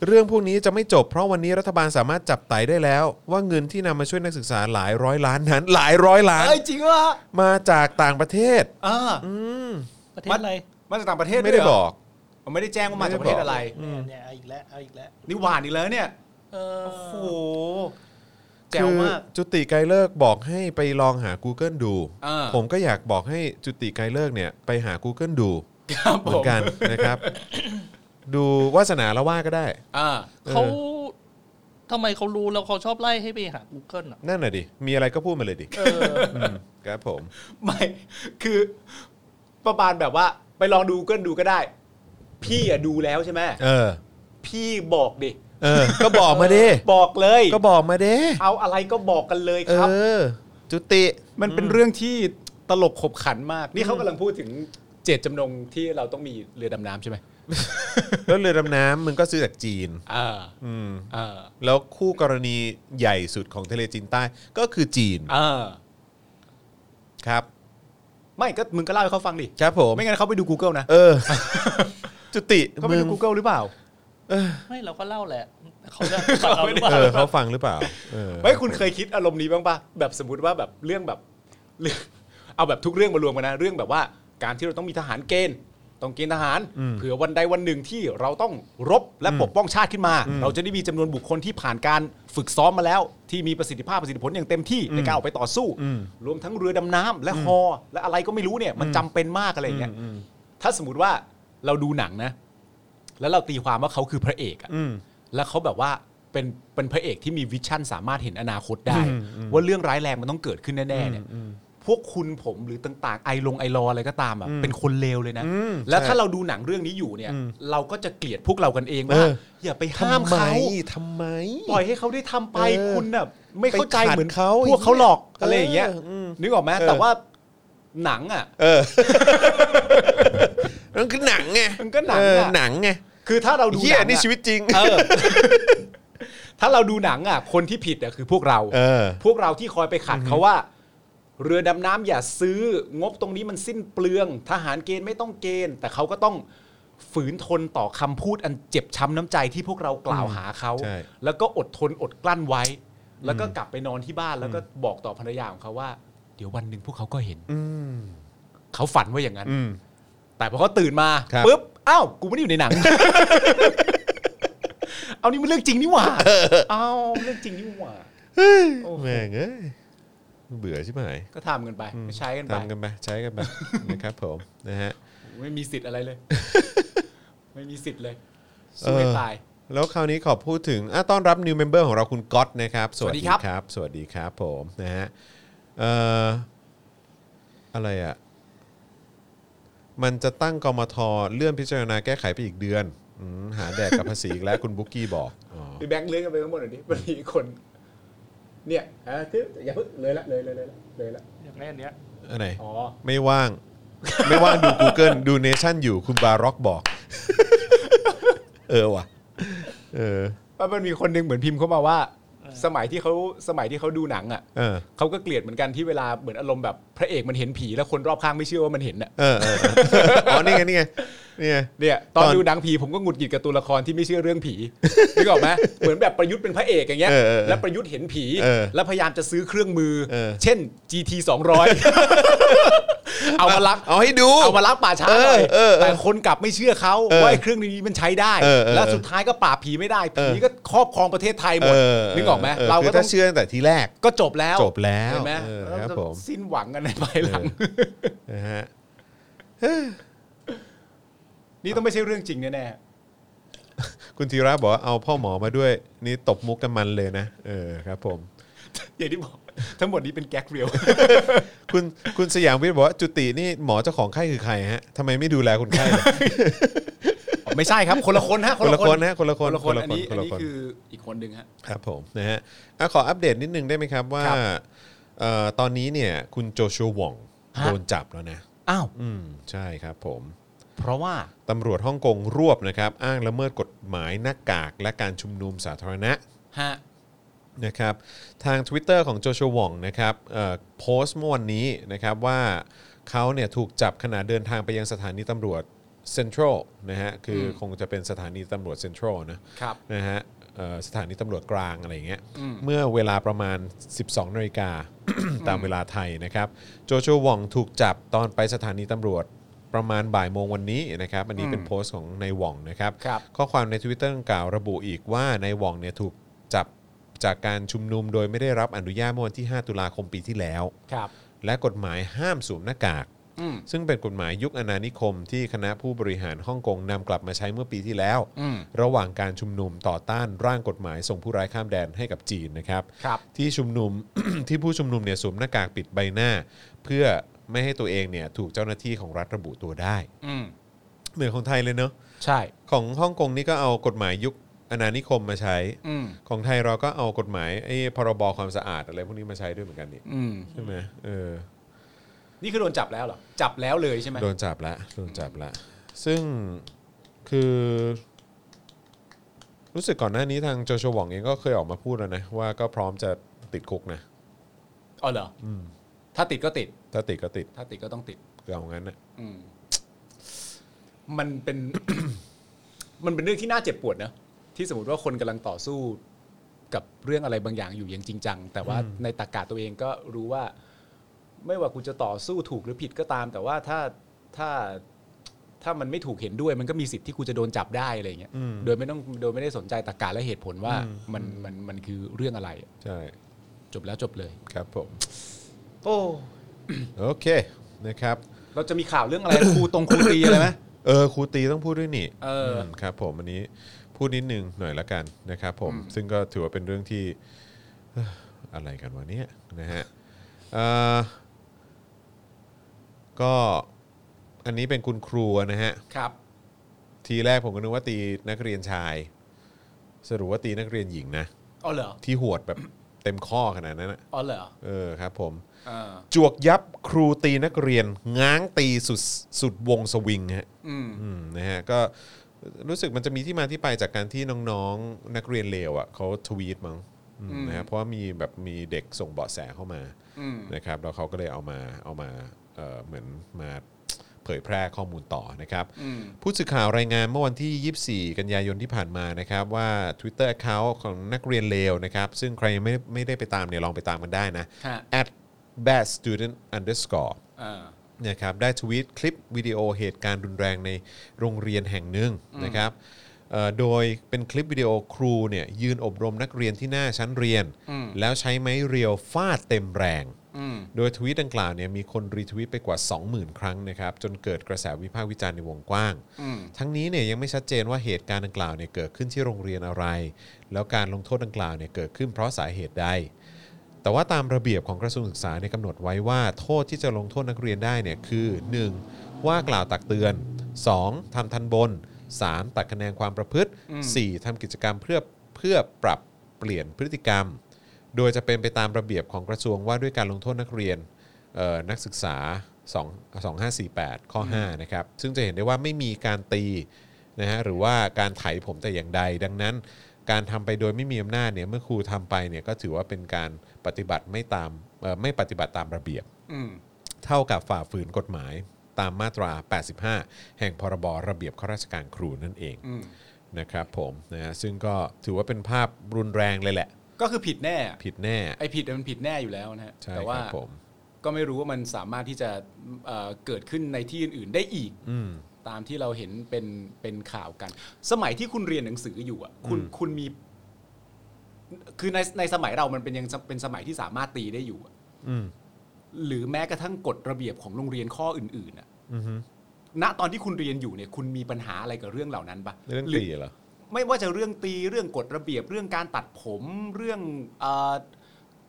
S2: เรื่องพวกนี้จะไม่จบ เพราะวันนี้รัฐบาลสามารถจับไตได้แล้ว ว่าเงินที่นำมาช่วยนักศึกษาหลายร้อยล้านนั้น หลายร้อยล้าน
S3: เอ้ยจริงวะ
S2: มาจากต่างประเทศ
S3: อ่า
S6: ประเทศอะไร
S3: มาจากต่างประเทศ
S2: ไม่ได้
S3: วยเหร
S2: บอก
S3: ผมไม่ได้แจ้งว่ามาจากประเทศอะไร
S6: เนี่ยเนี่ยเอาอีกแล้วเอาอีกแล้ว
S3: นี่หวานอีกแล้วเนี่ย
S6: เออ
S3: โอ้โหแจ๋วมาก
S2: คือจุติไกรเลิกษ์บอกให้ไปลองหา Google ดู
S3: อ่า
S2: ผมก็อยากบอกให้จุติไกรเลิกษ์เนี่ยไปหา Google ดู
S3: ครับ
S2: เหมื
S3: ผ
S2: อน
S3: ม
S2: กัน
S3: (laughs)
S2: นะครับ ดูวาสนาละว่าก็ได้
S3: อ่า
S6: เขาทำไมเขารู้แล้วเขาชอบไล่ให้ไปหา Google อ่ะ
S2: นั่นน่ะดิ มีอะไรก็พูดมาเลยดิ
S6: เออ
S2: มครับผม
S3: ไม่คือประมาณแบบว่า ไปลองดูก็ดูก็ได้ พี่อะดูแล้วใช่ไหม
S2: เออ
S3: พี่บอกดิ
S2: เออ ก็บอกมา
S3: (laughs)
S2: ดิ
S3: บอกเลย
S2: ก็บอกมาดิ
S3: เอาอะไรก็บอกกันเลย
S2: เอ
S3: ครับ
S2: อ จุติ
S3: มันเป็นเรื่องที่ตลกขบขันมาก นี่เขากำลังพูดถึงเจตจำนงที่เราต้องมีเรือดำน้ำใช่ไหม
S2: แล้วเรือดำน้ำมึงก็ซื้อจากจีน
S3: อ่า
S2: อืม
S3: อ่า
S2: แล้วคู่กรณีใหญ่สุดของทะเลจีนใต้ก็คือจีน
S3: อ่า
S2: ครับ
S3: ไม่ก็มึงก็เล่าให้เขาฟังดิ
S2: ครับผม
S3: ไม่งั้นเขาไปดู Google นะ
S2: เอ
S3: (laughs)
S2: อ จุติ
S3: เขาไป
S2: มึ
S3: ดู
S2: ง
S3: Google หรือเปล่า
S6: ไม่เราก็เล่าแหละเขาเล่าฝั่งเราหรือเป
S2: เอ
S6: ล่า
S2: อเขาฟังหรือเปล่าเออ
S3: เฮ้ยคุณเคยคิด (laughs) อารมณ์นี้บ้างปะแบบสมมติว่าแบบเรื่องแบบเรื่องเอาแบบทุกเรื่องมารวมกันนะ เรื่องแบบว่า การที่เราต้องมีทหารเกณฑ์ต้องเกณฑ์ทหารเผื่อวันใดวันหนึ่งที่เราต้องรบและปกป้องชาติขึ้นมา เราจะได้มีจำนวนบุคคลที่ผ่านการฝึกซ้อมมาแล้ว ที่มีประสิทธิภาพประสิทธิผลอย่างเต็มที่ในการออกไปต่อสู้ รวมทั้งเรือดำน้ำและฮอและอะไรก็ไม่รู้เนี่ยมันจำเป็นมากอะไรอย่างเงี้ยถ้าสมมติว่าเราดูหนังนะ แล้วเราตีความว่าเขาคือพระเอกอะแล้วเขาแบบว่าเป็นเป็นพระเอกที่มีวิชั่นสามารถเห็นอนาคตได้ ว่าเรื่องร้ายแรงมันต้องเกิดขึ้นแน่ๆเนี่ยพวกคุณผมหรือต่างๆ ไอลงไอรออะไรก็ตามอะเป็นคนเลวเลยนะ แล้วถ้าเราดูหนังเรื่องนี้อยู่เนี่ย เราก็จะเกลียดพวกเรากันเองว่า
S2: เอออ
S3: อย่าไปห้ามเขา
S2: ทำไม
S3: ปล่อยให้เขาได้ทำไป
S2: เออ
S3: คุณน่ะไม่เข้าใจ
S2: ไปขัด
S3: เหมือน
S2: เขา
S3: พวกเขาหลอกอะไรอย่างเงี้ย
S2: เอออืม
S3: นึกออกไหม
S2: เออ
S3: แต่ว่าหนังอ่ะ
S2: เออ นั่นคือหนังไง
S3: มันก็หนัง
S2: เอ
S3: อะ
S2: อหนังไง
S3: คือถ้าเราดู
S2: เฮีย
S3: หงอะ
S2: นี่ชีวิตจริง
S3: เออ ถ้าเราดูหนังอ่ะ คนที่ผิดอ่ะคือพวกเรา
S2: เออ
S3: พวกเราที่คอยไปขัดเขาว่า เรือดำน้ำอย่าซื้องบตรงนี้มันสิ้นเปลือง ทหารเกณฑ์ไม่ต้องเกณฑ์ แต่เขาก็ต้องฝืนทนต่อคำพูดอันเจ็บช้ำน้ำใจที่พวกเรากล่าวหาเขา
S2: ใช่
S3: แล้วก็อดทนอดกลั้นไว้ แล้วก็กลับไปนอนที่บ้านแล้วก็บอกต่อภรรยาของเขาว่า เดี๋ยววันหนึ่งพวกเขาก็เห็นเขาฝันว่าอย่างนั้น
S2: อืม
S3: แต่พอเขาตื่นมา
S2: ครับ
S3: ปุ๊บอ้าวกูไม่ได้อยู่ใน
S2: (laughs)
S3: หนัง เอานี่มันเรื่องจริงนี่หว่าเอาเรื่องจริงนี่หว่า
S2: แม่งเอ้ยเบื่อใช่ไหม
S3: ก็ทำกันไปก็ใช้กันไป
S2: ทำกันไปใช้กันไป นะครับผมนะฮะ
S3: ไม่มีสิทธิ์อะไรเลย
S2: (laughs)
S3: ไม่มีสิทธิ์เลย
S2: เอ
S3: สู้
S2: อ
S3: ให้ตาย
S2: แล้วคราวนี้ขอพูดถึงอ่ะต้อนรับ new member ของเราคุณก๊อตนะครับ สวัสดี
S3: สวัสดีครับ
S2: ครับ สวัสดีครับผมนะฮะเอ่ออะไรอ่ะ มันจะตั้งกมทเลื่อนพิจารณาแก้ไขไปอีกเดือนอืมหาแดกกับภาษีอีกแล้วคุณบุ๊กกี้บอกอ๋อ
S3: ไปแบงค์เลื่อนกันไปข้างบนหน่อยดิมันมีคน เนี่ยอ่ะคืออย่าเพิ่งเลยละเลยเลยเลยละเลยละ
S8: อย่างแรกเนี้ย
S2: อันไหน
S3: อ๋อ
S2: ไม่ว่าง ไม่ว่างดู Google ดูเนชั่นอยู่คุณบาร็อกบอก (laughs) เออว่ะ เออ
S3: ว่ามันมีคนหนึงเหมือนพิมพ์เข้ามาว่า
S8: เออ
S3: สมัยที่เขาสมัยที่เขาดูหนังอ่ะ
S2: เออ
S3: เขาก็เกลียดเหมือนกันที่เวลาเหมือนอารมณ์แบบพระเอกมันเห็นผีแล้วคนรอบข้างไม่เชื่อว่ามันเห็นอ่ะ
S2: เออเออเอออ๋อนี่ไงนี่ไงนี่ไง
S3: เนี่ยตอน
S2: ตอน
S3: ดูหนังผีผมก็หงุดหงิดกับตัวละครที่ไม่เชื่อเรื่องผี นึกออกไหมเหมือนแบบประยุทธ์เป็นพระเอกอย่างเงี้ย
S2: เออเออเออ
S3: แล้วประยุทธ์เห็นผี
S2: เออ
S3: แล้วพยายามจะซื้อเครื่องมือ
S2: เออ
S3: เช่น GT
S2: (laughs)
S3: 200 เอามาลัก
S2: เอาให้ดู
S3: เอามาลักป่าช้าหน่อย
S2: เออเออ
S3: แต่คนกลับไม่เชื่อเขา
S2: เออ
S3: ว่าไอ้เครื่องนี้มันใช้ได้
S2: เออเออ
S3: แล้วสุดท้ายก็ปราบผีไม่ได้
S2: เออ
S3: ผีก็ครอบครองประเทศไทยหมด
S2: เ
S3: นึกออกไหมเรา
S2: คื
S3: ก็
S2: อ
S3: ต้
S2: ถ้า
S3: อง
S2: เชื่อตั้งแต่ทีแรก
S3: ก็จบแล้ว
S2: จบแล้ว
S3: เห็นไหม
S2: เออครับผม
S3: สิ้นหวังกันในภายหลัง
S2: นะฮะ
S3: นี่ต้องไม่ใช่เรื่องจริงแน่
S2: คุณธีระบอกว่าเอาพ่อหมอมาด้วย นี่ตบมุกกันมันเลยนะ เออครับผม
S3: ๆอย่างที่บอกทั้งหมดนี้เป็นแก๊กเรียว
S2: คุณคุณสยามวิทย์บอกว่าจุตินี่หมอเจ้าของไข้คือใครฮะทำไมไม่ดูแลคนไข้
S3: (laughs)
S2: เลย
S3: (laughs) ไม่ใช่ครับ คนละคนฮะ
S2: คนละคนฮะคนละคน
S3: คนละคนอันนี้
S2: ค
S3: อัน
S2: นละ
S3: นี้
S2: คน
S3: คืออีกคนหนึ่งฮะ
S2: ครับผมนะฮะอ่ะขออัปเดตนิดนึงได้ไหมครับว่า
S3: ครับ
S2: เอ่อตอนนี้เนี่ยคุณโจชัวหว่อง
S3: ฮะ
S2: โดนจับแล้วนะ
S3: อ้าว
S2: อืมใช่ครับผม
S3: เพราะว่า
S2: ตำรวจฮ่องกงรวบนะครับ อ้างละเมิดกฎหมายหน้ากากและการชุมนุมสาธารณะ
S3: ฮะ
S2: นะครับทาง Twitter ของโจชัวหว่องนะครับเอ่อโพสต์เมื่อวันนี้นะครับว่าเขาเนี่ยถูกจับขณะเดินทางไปยังสถานีตำรวจเซ็นทรัลนะฮะคืออคงจะเป็นสถานีตำรวจเซ็นทรัลนะครับ นะฮะเอ่อสถานีตำรวจกลางอะไรอย่างเงี้ย
S3: อืม
S2: เมื่อเวลาประมาณ 12นาฬิกา ตามเวลาไทยนะครับโจชัวหว่องถูกจับตอนไปสถานีตำรวจประมาณบ่ายโมงวันนี้นะครับอันนี้เป็นโพสต์ของนายหว่องนะครับ
S3: ครับ
S2: ข้อความใน Twitter ดังกล่าวระบุอีกว่านายหว่องเนี่ยถูกจับจากการชุมนุมโดยไม่ได้รับอนุญาตเมื่อวันที่ 5 ตุลาคมปีที่แล้ว
S3: ครับ
S2: และกฎหมายห้ามสวมหน้ากาก
S3: อืม
S2: ซึ่งเป็นกฎหมายยุคอาณานิคมที่คณะผู้บริหารฮ่องกงนำกลับมาใช้เมื่อปีที่แล้ว
S3: อืม
S2: ระหว่างการชุมนุมต่อต้านร่างกฎหมายส่งผู้ร้ายข้ามแดนให้กับจีนนะครับ
S3: ครับ
S2: ที่ชุมนุม (coughs) ที่ผู้ชุมนุมเนี่ยสวมหน้ากากปิดใบหน้า เพื่อไม่ให้ตัวเองเนี่ยถูกเจ้าหน้าที่ของรัฐระบุตัวได้
S3: อืม
S2: เหมือนของไทยเลยเนอะ
S3: ใช่
S2: ของฮ่องกงนี่ก็เอากฎหมายยุคอาณานิคมมาใช้
S3: อืม
S2: ของไทยเราก็เอากฎหมายไอ้พรบความสะอาดอะไรพวกนี้มาใช้ด้วยเหมือนกันนี่
S3: อืม
S2: ใช่ไหมเออ
S3: นี่คือโดนจับแล้วเหรอ จับแล้วเลยใช่ไหม
S2: โดนจับละโดนจับละซึ่งคือ รู้สึกก่อนหน้านี้ทางโจชัวหว่องเองก็เคยออกมาพูดแล้วนะ ว่าก็พร้อมจะติดคุกนะ
S3: อ๋อเหรออถ้าติดก็ติด
S2: ถ้าติดก็ติด
S3: ถ้าติดก็ต้องติด
S2: ก็เอางั้นนะ
S3: อืมมันเป็น (coughs) มันเป็นเรื่องที่น่าเจ็บปวดนะที่สมมติว่าคนกำลังต่อสู้กับเรื่องอะไรบางอย่างอยู่อย่างจริงจังแต่ว่าในตากาตัวเองก็รู้ว่า ไม่ว่าคุณจะต่อสู้ถูกหรือผิดก็ตาม แต่ว่าถ้า ถ้าถ้ามันไม่ถูกเห็นด้วยมันก็มีสิทธิ์ที่คุณจะโดนจับได้อะไรอย่างเงี้ย
S2: อืม
S3: โดยไม่ต้องโดยไม่ได้สนใจตรรกะและเหตุผลว่า
S2: อืม
S3: มันมันมันคือเรื่องอะไร
S2: ใช่
S3: จบแล้วจบเลย
S2: ครับผม
S3: โอ้
S2: โอเคนะครับ
S3: เราจะมีข่าวเรื่องอะไร ครูตรงครูตีอะไรไหม
S2: เออครูตีต้องพูดด้วยนี่
S3: เอออื
S2: มครับผมอันนี้พูดนิดนึงหน่อยละกันนะครับผมซึ่งก็ถือว่าเป็นเรื่องที่ (sighs) เอ่ออะไรกันวะเนี่ยนะฮะเอ่อก็อันนี้เป็นคุณครูนะฮะ
S3: ครับ
S2: ทีแรกผมก็นึกว่าตีนักเรียนชาย สรุปว่าตีนักเรียนหญิงนะ
S3: อ๋อเหรอ
S2: ที่หวดแบบเต็มข้อขนาดนั้นนะ
S3: อ๋อเหรอ
S2: เออครับผม
S3: เออ
S2: จวกยับครูตีนักเรียน ง้างตีสุดสุดวงสวิงฮะ
S3: อืม
S2: อืมนะฮะก็รู้สึกมันจะมีที่มาที่ไปจากการที่น้องๆนักเรียนเลวอ่ะเขาทวีตมั้งอืม
S3: อืม
S2: นะฮะเพราะว่ามีแบบมีเด็กส่งเบาะแสเข้ามา
S3: อืม
S2: นะครับแล้วเขาก็เลยเอามาเอามาเอ่อเหมือนมาเผยแพร่ข้อมูลต่อนะครับ
S3: อืม
S2: ผู้สื่อข่าวรายงานเมื่อวันที่ 24 กันยายนที่ผ่านมานะครับ ว่า Twitter Account ของนักเรียนเลวนะครับ ซึ่งใครยังไม่ไม่ได้ไปตามเนี่ยลองไปตามกันได้นะ
S3: ฮะ
S2: at bad student underscore
S3: เออ
S2: นะครับได้ทวีตคลิปวิดีโอเหตุการณ์รุนแรงในโรงเรียนแห่งหนึ่งนะครับเอ่อโดยเป็นคลิปวิดีโอครูเนี่ยยืนอบรมนักเรียนที่หน้าชั้นเรียน
S3: อืม
S2: แล้วใช้ไม้เรียวฟาดเต็มแรง
S3: อืม
S2: โดยทวีตดังกล่าวเนี่ยมีคนรีทวีตไปกว่า 20,000 ครั้งนะครับจนเกิดกระแสวิพากษ์วิจารณ์ในวงกว้าง
S3: อืม
S2: ทั้งนี้เนี่ยยังไม่ชัดเจนว่าเหตุการณ์ดังกล่าวเนี่ยเกิดขึ้นที่โรงเรียนอะไร แล้วการลงโทษดังกล่าวเนี่ยเกิดขึ้นเพราะสาเหตุใด แต่ว่าตามระเบียบของกระทรวงศึกษาเนี่ยกำหนดไว้ว่าโทษที่จะลงโทษนักเรียนได้เนี่ยคือ 1. ว่ากล่าวตักเตือน 2. ทำทันบน 3. ตัดคะแนนความประพฤติ
S3: อืม
S2: 4. ทำกิจกรรมเพื่อเพื่อปรับเปลี่ยนพฤติกรรม โดยจะเป็นไปตามระเบียบของกระทรวงว่าด้วยการลงโทษนักเรียน เอ่อนักศึกษา2 2548 ข้อ 5 นะครับ ซึ่งจะเห็นได้ว่าไม่มีการตีนะฮะหรือว่าการไถผมแต่อย่างใด ดังนั้น การทำไปโดยไม่มีอำนาจเนี่ยเมื่อครูทำไปเนี่ยก็ถือว่าเป็นการปฏิบัติไม่ตามเอ่อไม่ปฏิบัติตามระเบียบ
S3: อืม
S2: เท่ากับฝ่าฝืนกฎหมายตามมาตรา 85 แห่งพรบระเบียบข้าราชการครูนั่นเอง
S3: อืม
S2: นะครับผมนะฮะซึ่งก็ถือว่าเป็นภาพรุนแรงเลยแหละ
S3: ก็คือผิดแน่
S2: ผิดแน่
S3: ไอ้ผิดมันผิดแน่อยู่แล้วนะฮะ
S2: ใช่
S3: แต่
S2: ค
S3: ว่า
S2: รับผม
S3: ก็ไม่รู้ว่ามันสามารถที่จะเอ่อเกิดขึ้นในที่อื่น ๆ ได้อีก
S2: อืม
S3: ตามที่เราเห็นเป็นเป็นข่าวกัน สมัยที่คุณเรียนหนังสืออยู่อ่ะ คุณคุณมี คือในในสมัยเรามันเป็นยังเป็นสมัยที่สามารถตีได้อยู่อะ
S2: อืม
S3: หรือแม้กระทั่งกฎระเบียบของโรงเรียนข้ออื่นๆอ่ะ
S2: อือฮึ
S3: ณตอนที่คุณเรียนอยู่เนี่ยคุณมีปัญหาอะไรกับเรื่องเหล่านั้นปะ
S2: เรื่อง
S3: ห
S2: ตีเหรอ
S3: ไม่ว่าจะเรื่องตีเรื่องกฎระเบียบเรื่องการตัดผมเรื่องเอ่อ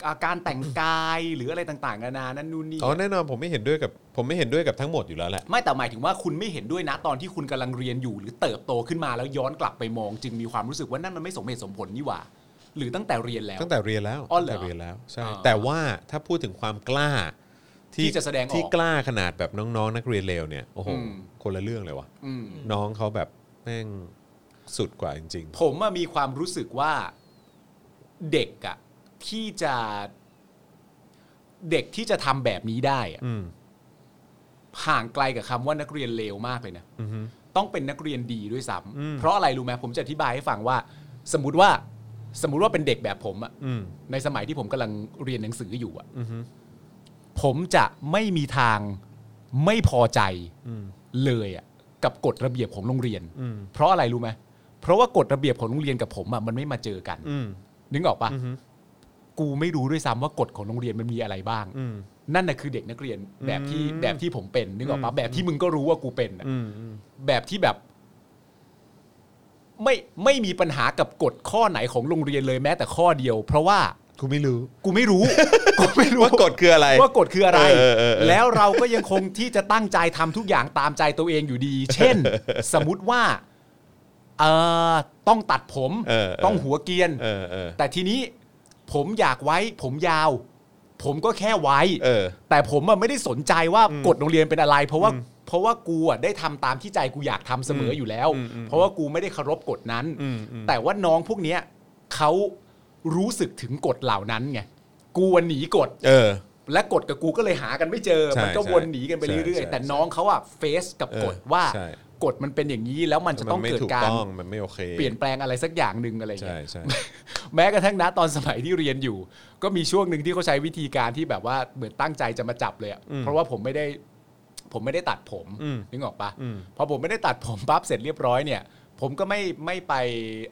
S3: อ่าการแต่งกายหรืออะไรต่างๆนานานั่นนู่นนี่
S2: อ๋อแน่นอนผมไม่เห็นด้วยกับผมไม่เห็นด้วยกับทั้งหมดอยู่แล้วแหละ
S3: ไม่แต่หมายถึงว่าคุณไม่เห็นด้วยนะตอนที่คุณกำลังเรียนอยู่ หรือเติบโตขึ้นมาแล้วย้อนกลับไปมอง จึงมีความรู้สึกว่านั่นมันไม่สมเหตุสมผลนี่หว่า หรือตั้งแต่เรียนแล้ว
S2: ตั้งแต่เรียนแล้ว
S3: อ๋อ
S2: ตั้ง
S3: เหรอ
S2: แต่เรียนแล้วใช่
S3: อ๋อ
S2: แต่ว่าถ้าพูดถึงความกล้า
S3: ที่จะแสดงออก
S2: ที่กล้าขนาดแบบน้องๆ นักเรียนเลวเนี่ยโอ้โห
S3: อืม
S2: คนละเรื่องเลยวะ
S3: อืม
S2: น้องเขาแบบแม่งสุดกว่าจริง
S3: ผมอะมีความรู้สึกว่าเด็กอะที่จะเด็กที่จะทำแบบนี้ได้อะ
S2: ๆ อืม
S3: ห่างไกลกับคำว่านักเรียนเลวมากเลยนะ
S2: อือฮึ
S3: ต้องเป็นนักเรียนดีด้วยซ้
S2: อืม
S3: ำเพราะอะไรรู้ไหมผมจะอธิบายให้ฟังว่า สมมติว่าสมมติว่าเป็นเด็กแบบผมอะ
S2: อืม
S3: ในสมัยที่ผมกำลังเรียนหนังสืออยู่อะ
S2: อือฮึ
S3: ผมจะไม่มีทางไม่พอใจ
S2: อืม
S3: เลยอะกับกฎระเบียบของโรงเรียน
S2: อืม
S3: เพราะอะไรรู้ไหมเพราะว่ากฎระเบียบของโรงเรียนกับผมอะมันไม่มาเจอกัน
S2: อืม
S3: นึกออกปะ
S2: อือฮึ
S3: กูไม่รู้ด้วยซ้ำว่ากฎของโรงเรียนมันมีอะไรบ้าง
S2: อืม
S3: นั่นน่ะคือเด็กนักเรียนแบบที่
S2: อืม
S3: แบบที่ผมเป็นนึกออกปะแบบที่มึงก็รู้ว่ากูเป็นอะ
S2: อืมอืม
S3: แบบที่แบบไม่ไม่มีปัญหากับกฎข้อไหนของโรงเรียนเลยแม้แต่ข้อเดียว เพราะว่า
S2: กูไม่รู้
S3: กูไม่รู้ กูไม่รู้
S2: ว่ากฎคืออะไร
S3: ว่ากฎคืออะไร
S2: เออเออเออ
S3: แล้วเราก็ยังคงที่จะตั้งใจทำทุกอย่างตามใจตัวเองอยู่ดี เช่น สมมติว่าเอ่อต้องตัดผม
S2: เออเออ
S3: ต้องหัวเกรียน
S2: เออเออ
S3: แต่ทีนี้ผมอยากไว้ ผมยาว ผมก็แค่ไว้
S2: เออ
S3: แต่ผมอะไม่ได้สนใจว่ากฎโรงเรียนเป็นอะไร เพราะว่าเพราะว่ากูอะได้ทำตามที่ใจกูอยากทำเสมออยู่แล้ว
S2: อืมอืม
S3: เพราะว่ากูไม่ได้เคารพกฎนั้น
S2: อืมอืม
S3: แต่ว่าน้องพวกเนี้ยเขารู้สึกถึงกฎเหล่านั้นไงกูอะหนีกฎ
S2: เออ
S3: และกฎกับกูก็เลยหากันไม่เจอ
S2: ใช่
S3: มันก็วนหนีกันไป
S2: ใช่
S3: เรื่อย
S2: ใช่
S3: ๆแต่น้องเขาอะเฟซกับกฎ
S2: เออ
S3: ว่า
S2: ใช่
S3: กฎมันเป็นอย่างนี้แล้วมันจะต้อง
S2: มัไม่
S3: เกิด
S2: ถูก
S3: การ
S2: ต้องมันไม่โอเค
S3: เปลี่ยนแปลงอะไรสักอย่างหนึ่งอะไรอย่าง
S2: ใช่
S3: เงี้ย
S2: ใช่
S3: แม้กระทั่งนะตอนสมัยที่เรียนอยู่ ก็มีช่วงหนึ่งที่เขาใช้วิธีการที่แบบว่าเหมือนตั้งใจจะมาจับเลยอะ
S2: อืม
S3: เพราะว่าผมไม่ได้ ผมไม่ได้ตัดผม
S2: อืม
S3: นึกออกปะ
S2: อืม
S3: พอผมไม่ได้ตัดผมปั๊บเสร็จเรียบร้อยเนี่ย ผมก็ไม่ไม่ไป